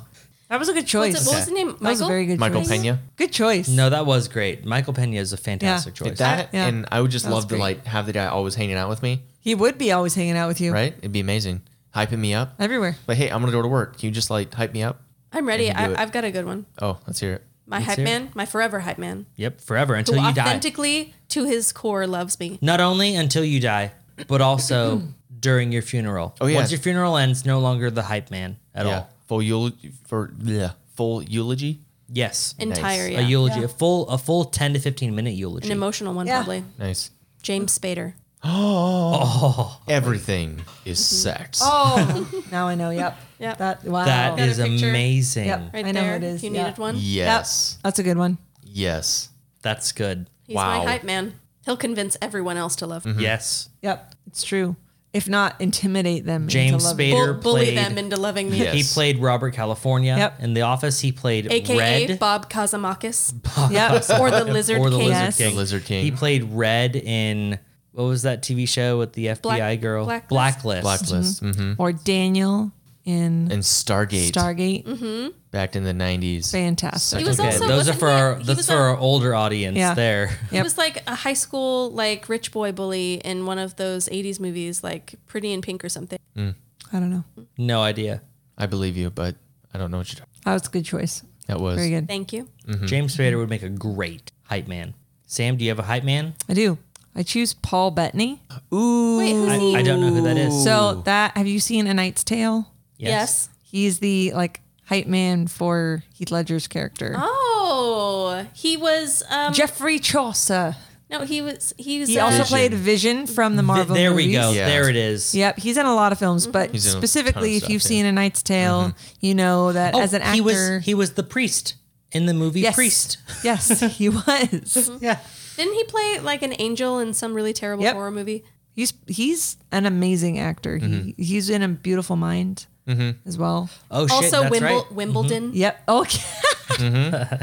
Speaker 6: That was a good
Speaker 1: What's
Speaker 6: choice.
Speaker 1: it- what was the name?
Speaker 6: That was a
Speaker 1: Michael?
Speaker 6: very good
Speaker 5: Michael
Speaker 6: choice.
Speaker 5: Pena.
Speaker 6: Good choice.
Speaker 2: No, that was great. Michael Pena is a fantastic
Speaker 5: Did
Speaker 2: choice.
Speaker 5: that,
Speaker 6: Yeah.
Speaker 5: and I would just
Speaker 6: That was
Speaker 5: love to
Speaker 6: great.
Speaker 5: like have the guy always hanging out with me.
Speaker 6: He would be always hanging out with you.
Speaker 5: Right? It'd be amazing, hyping me up.
Speaker 6: Everywhere.
Speaker 5: Like, hey, I'm gonna go to work. Can you just like hype me up?
Speaker 1: I'm ready.
Speaker 5: You can do it.
Speaker 1: I, I've got a good one.
Speaker 5: Oh, let's hear it.
Speaker 1: My
Speaker 2: Let's
Speaker 1: hype
Speaker 2: hear it.
Speaker 1: man, my forever hype man,
Speaker 2: yep, forever
Speaker 1: who
Speaker 2: until you die.
Speaker 1: authentically to his core loves me.
Speaker 2: Not only until you die, but also during your funeral.
Speaker 5: Oh, yeah.
Speaker 2: Once your funeral ends, no longer the hype man at
Speaker 5: yeah.
Speaker 2: all.
Speaker 5: Full eulogy for yeah. Full eulogy.
Speaker 2: Yes.
Speaker 1: Entire,
Speaker 2: a
Speaker 1: yeah.
Speaker 2: eulogy, a full a full ten to fifteen minute
Speaker 1: An
Speaker 2: eulogy.
Speaker 1: emotional one,
Speaker 6: Yeah.
Speaker 1: probably.
Speaker 5: Nice.
Speaker 1: James Spader.
Speaker 5: Everything is sex.
Speaker 6: Oh, now I know. Yep.
Speaker 1: Yep.
Speaker 6: That, wow.
Speaker 2: That
Speaker 1: a
Speaker 2: is
Speaker 1: picture.
Speaker 2: amazing.
Speaker 6: Yep.
Speaker 1: Right
Speaker 6: I know
Speaker 1: there.
Speaker 6: it is,
Speaker 1: If you
Speaker 6: yeah.
Speaker 1: needed one.
Speaker 5: Yes.
Speaker 6: That's a good one.
Speaker 5: Yes.
Speaker 2: That's good.
Speaker 1: He's
Speaker 5: Wow.
Speaker 1: my hype man. He'll convince everyone else to love him.
Speaker 2: Mhm.
Speaker 5: Mm-hmm.
Speaker 2: Yes.
Speaker 6: Yep. It's true. If not, intimidate them.
Speaker 2: James
Speaker 6: into loving-
Speaker 2: Spader
Speaker 1: Bull- bully
Speaker 2: played-
Speaker 1: them into loving me.
Speaker 5: Yes.
Speaker 2: He played Robert California
Speaker 6: Yep.
Speaker 2: in The Office. He played
Speaker 1: AKA
Speaker 2: Red
Speaker 1: Bob Kazamakis
Speaker 6: Yep.
Speaker 1: or the Lizard
Speaker 2: or the
Speaker 1: King.
Speaker 2: Lizard
Speaker 6: Yes.
Speaker 2: King.
Speaker 5: The Lizard King.
Speaker 2: He played Red in what was that TV show with the FBI
Speaker 1: Black-
Speaker 2: girl?
Speaker 1: Blacklist?
Speaker 2: Blacklist.
Speaker 5: Blacklist. hmm
Speaker 6: or Daniel in
Speaker 5: And Stargate
Speaker 6: Mm-hmm. Stargate.
Speaker 1: Mm-hmm.
Speaker 5: back in the 90s.
Speaker 6: Fantastic.
Speaker 1: He was
Speaker 2: Okay,
Speaker 1: also-
Speaker 2: those are
Speaker 1: wasn't
Speaker 2: for
Speaker 1: he-
Speaker 2: our,
Speaker 1: he
Speaker 2: that's
Speaker 1: was
Speaker 2: for
Speaker 1: on-
Speaker 2: our older audience
Speaker 6: Yeah.
Speaker 2: there.
Speaker 1: He was like a high school like rich boy bully in one of those 80s movies like Pretty in Pink or something.
Speaker 6: I don't know.
Speaker 2: No idea.
Speaker 5: I believe you, but I don't know what you're talking
Speaker 6: That was a good choice.
Speaker 5: That was.
Speaker 6: Very good.
Speaker 1: Thank you.
Speaker 5: Mm-hmm.
Speaker 2: James Spader would make a great hype man. Sam, do you have a hype man?
Speaker 6: I do. I choose Paul Bettany.
Speaker 1: Wait, who's
Speaker 2: I,
Speaker 1: he?
Speaker 2: I don't know who that is.
Speaker 6: So that have you seen A Knight's Tale?
Speaker 1: yes.
Speaker 6: He's the like hype man for Heath Ledger's character.
Speaker 1: Oh, he was um
Speaker 6: Jeffrey Chaucer.
Speaker 1: no, he was he was
Speaker 6: He
Speaker 1: uh,
Speaker 6: also
Speaker 5: Vision.
Speaker 6: played Vision from the Marvel.
Speaker 2: there we
Speaker 6: movies.
Speaker 2: go.
Speaker 5: Yeah.
Speaker 2: There it is.
Speaker 6: Yep, he's in a lot of films, but
Speaker 5: in a ton of
Speaker 6: specifically, if
Speaker 5: stuff,
Speaker 6: you've
Speaker 5: yeah.
Speaker 6: seen A Knight's Tale, you know that
Speaker 2: Oh,
Speaker 6: as an actor,
Speaker 2: he was he was the priest in the movie
Speaker 6: yes,
Speaker 2: Priest.
Speaker 6: yes, he was.
Speaker 2: Yeah.
Speaker 1: Didn't he play like an angel in some really terrible
Speaker 6: Yep.
Speaker 1: horror movie?
Speaker 6: He's he's an amazing actor. He he's in a Beautiful Mind as well.
Speaker 2: Oh shit.
Speaker 1: also
Speaker 2: that's
Speaker 1: Wimble-
Speaker 2: right.
Speaker 6: Mm-hmm.
Speaker 1: Wimbledon.
Speaker 6: Yep. Okay.
Speaker 2: yeah.
Speaker 1: about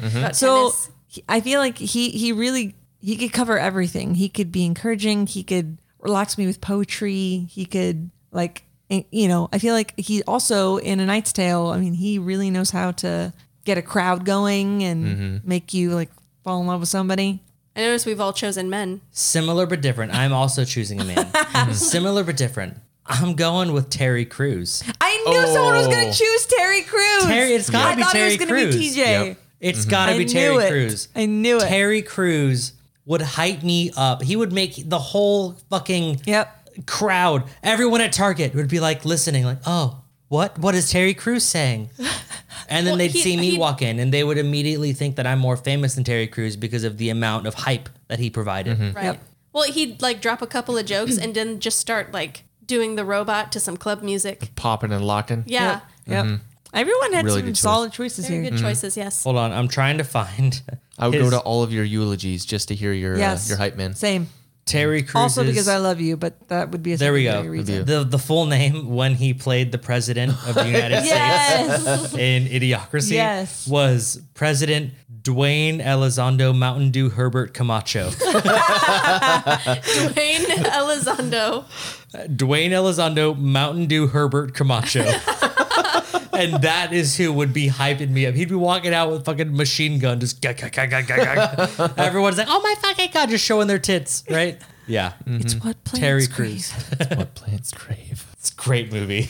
Speaker 6: Mm-hmm. So
Speaker 1: tennis.
Speaker 6: he- I feel like he he really he could cover everything. He could be encouraging. He could relax me with poetry. He could like eh, you know. I feel like he also in A Knight's Tale. I mean, he really knows how to get a crowd going and
Speaker 2: Mm-hmm.
Speaker 6: make you like fall in love with somebody.
Speaker 1: I notice we've all chosen men.
Speaker 2: Similar but different. I'm also choosing a man. Similar but different. I'm going with Terry Crews.
Speaker 6: I knew someone was going
Speaker 5: Oh.
Speaker 6: to choose Terry Crews.
Speaker 2: Terry, it's gotta
Speaker 6: I
Speaker 2: be
Speaker 6: thought
Speaker 2: Terry
Speaker 6: it was
Speaker 2: Crews.
Speaker 6: to be TJ.
Speaker 5: Yep.
Speaker 2: It's gotta
Speaker 6: I
Speaker 2: be
Speaker 6: knew
Speaker 2: Terry
Speaker 6: it.
Speaker 2: Crews.
Speaker 6: I knew it.
Speaker 2: Terry Crews would hype me up. He would make the whole fucking
Speaker 6: Yep.
Speaker 2: crowd, everyone at Target would be like listening, like, oh, what? What is Terry Crews saying? And then
Speaker 1: Well,
Speaker 2: they'd
Speaker 1: he-
Speaker 2: see me
Speaker 1: he-
Speaker 2: walk in and they would immediately think that I'm more famous than Terry Crews because of the amount of hype that he provided.
Speaker 1: Right. Well, he'd like drop a couple of jokes and then just start like doing the robot to some club music.
Speaker 5: popping and locking.
Speaker 1: Yeah.
Speaker 6: Yep.
Speaker 2: Mm-hmm.
Speaker 6: Mm-hmm. Everyone had
Speaker 5: Really
Speaker 6: some
Speaker 5: good choice.
Speaker 6: solid choices
Speaker 1: Very
Speaker 6: here.
Speaker 1: good choices, yes.
Speaker 2: Hold on, I'm trying to find.
Speaker 5: I would go
Speaker 2: his-
Speaker 5: to all of your eulogies just to hear your uh,
Speaker 6: Yes.
Speaker 5: your hype man.
Speaker 6: Same.
Speaker 2: Terry Crews.
Speaker 6: Also because I love you, but that would be a
Speaker 2: There we go.
Speaker 6: secondary reason.
Speaker 2: The the full name when he played the president of the United
Speaker 6: Yes.
Speaker 2: States in Idiocracy
Speaker 6: Yes.
Speaker 2: was President Dwayne Elizondo Mountain Dew Herbert Camacho.
Speaker 1: Dwayne Elizondo.
Speaker 2: Dwayne Elizondo Mountain Dew Herbert Camacho. and that is who would be hyping me up. He'd be walking out with fucking machine gun, just gah, gah, gah, gah, gah, gah. everyone's like, oh my fucking god, just showing their tits, right? Yeah.
Speaker 6: It's what plants
Speaker 2: Mm-hmm. Terry
Speaker 6: crave.
Speaker 2: Crews.
Speaker 5: what plants crave.
Speaker 2: It's a great movie.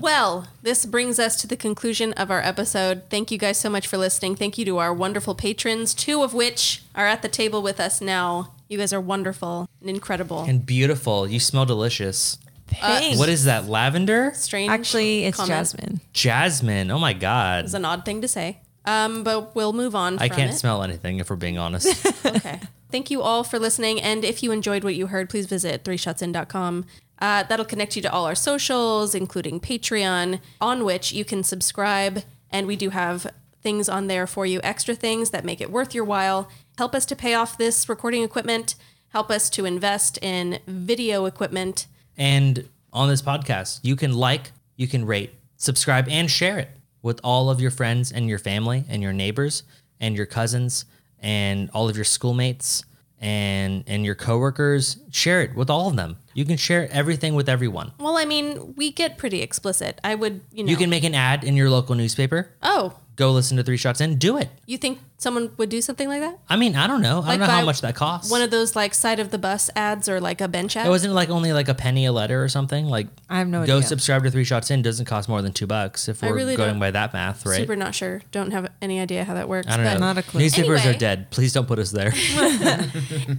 Speaker 1: Well, this brings us to the conclusion of our episode. Thank you guys so much for listening. Thank you to our wonderful patrons, two of which are at the table with us now. You guys are wonderful and incredible.
Speaker 2: And beautiful. You smell delicious.
Speaker 6: Thanks.
Speaker 2: What is that? Lavender?
Speaker 1: Strange.
Speaker 6: Actually, it's
Speaker 1: comment.
Speaker 6: Jasmine.
Speaker 2: Jasmine. Oh my god.
Speaker 1: It's an odd thing to say. Um, but we'll move on. From
Speaker 2: I can't
Speaker 1: it.
Speaker 2: smell anything if we're being honest.
Speaker 1: okay. Thank you all for listening. And if you enjoyed what you heard, please visit threeshotsin.com. Uh, that'll connect you to all our socials, including Patreon, on which you can subscribe. And we do have things on there for you, extra things that make it worth your while. Help us to pay off this recording equipment, help us to invest in video equipment.
Speaker 2: and on this podcast, you can like, you can rate, subscribe, and share it with all of your friends and your family and your neighbors and your cousins and all of your schoolmates and and your coworkers. Share it with all of them. You can share everything with everyone.
Speaker 1: Well, I mean, we get pretty explicit. I would, you know.
Speaker 2: You can make an ad in your local newspaper.
Speaker 1: oh,
Speaker 2: Go listen to Three Shots In. Do it.
Speaker 1: you think someone would do something like that?
Speaker 2: I mean, I don't know. I
Speaker 1: Like
Speaker 2: don't know how
Speaker 1: buy
Speaker 2: much that costs.
Speaker 1: One of those like side of the bus ads or like a bench ad?
Speaker 2: It wasn't like only like a penny a letter or something. Like
Speaker 6: I have no
Speaker 2: go
Speaker 6: idea.
Speaker 2: subscribe to Three Shots In doesn't cost more than two bucks if we're
Speaker 1: really
Speaker 2: going
Speaker 1: don't-
Speaker 2: by that math, right?
Speaker 1: Super not sure. Don't have any idea how that works.
Speaker 2: I don't know.
Speaker 1: but
Speaker 6: Not a clue.
Speaker 2: Newspapers
Speaker 1: Anyway.
Speaker 2: are dead. Please don't put us there.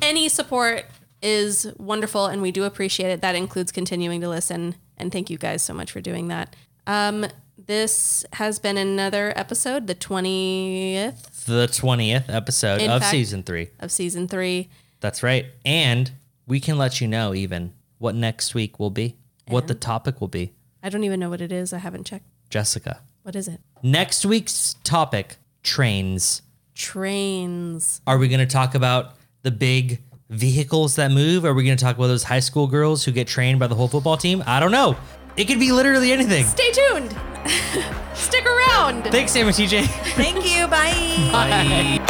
Speaker 1: any support is wonderful and we do appreciate it. That includes continuing to listen. And thank you guys so much for doing that. Um, this has been another episode, the 20th
Speaker 2: the twentieth episode
Speaker 1: In
Speaker 2: of
Speaker 1: fact-
Speaker 2: season three.
Speaker 1: of season three.
Speaker 2: That's right. And we can let you know even what next week will be, what the topic will be.
Speaker 1: I don't even know what it is. I haven't checked.
Speaker 2: Jessica.
Speaker 1: What is it?
Speaker 2: Next week's topic, trains.
Speaker 1: Trains.
Speaker 2: Are we gonna talk about the big vehicles that move? Are we gonna talk about those high school girls who get trained by the whole football team? I don't know. It could be literally anything.
Speaker 1: Stay tuned. Stick around.
Speaker 2: Thanks, Sam and TJ.
Speaker 6: Thank you. Bye.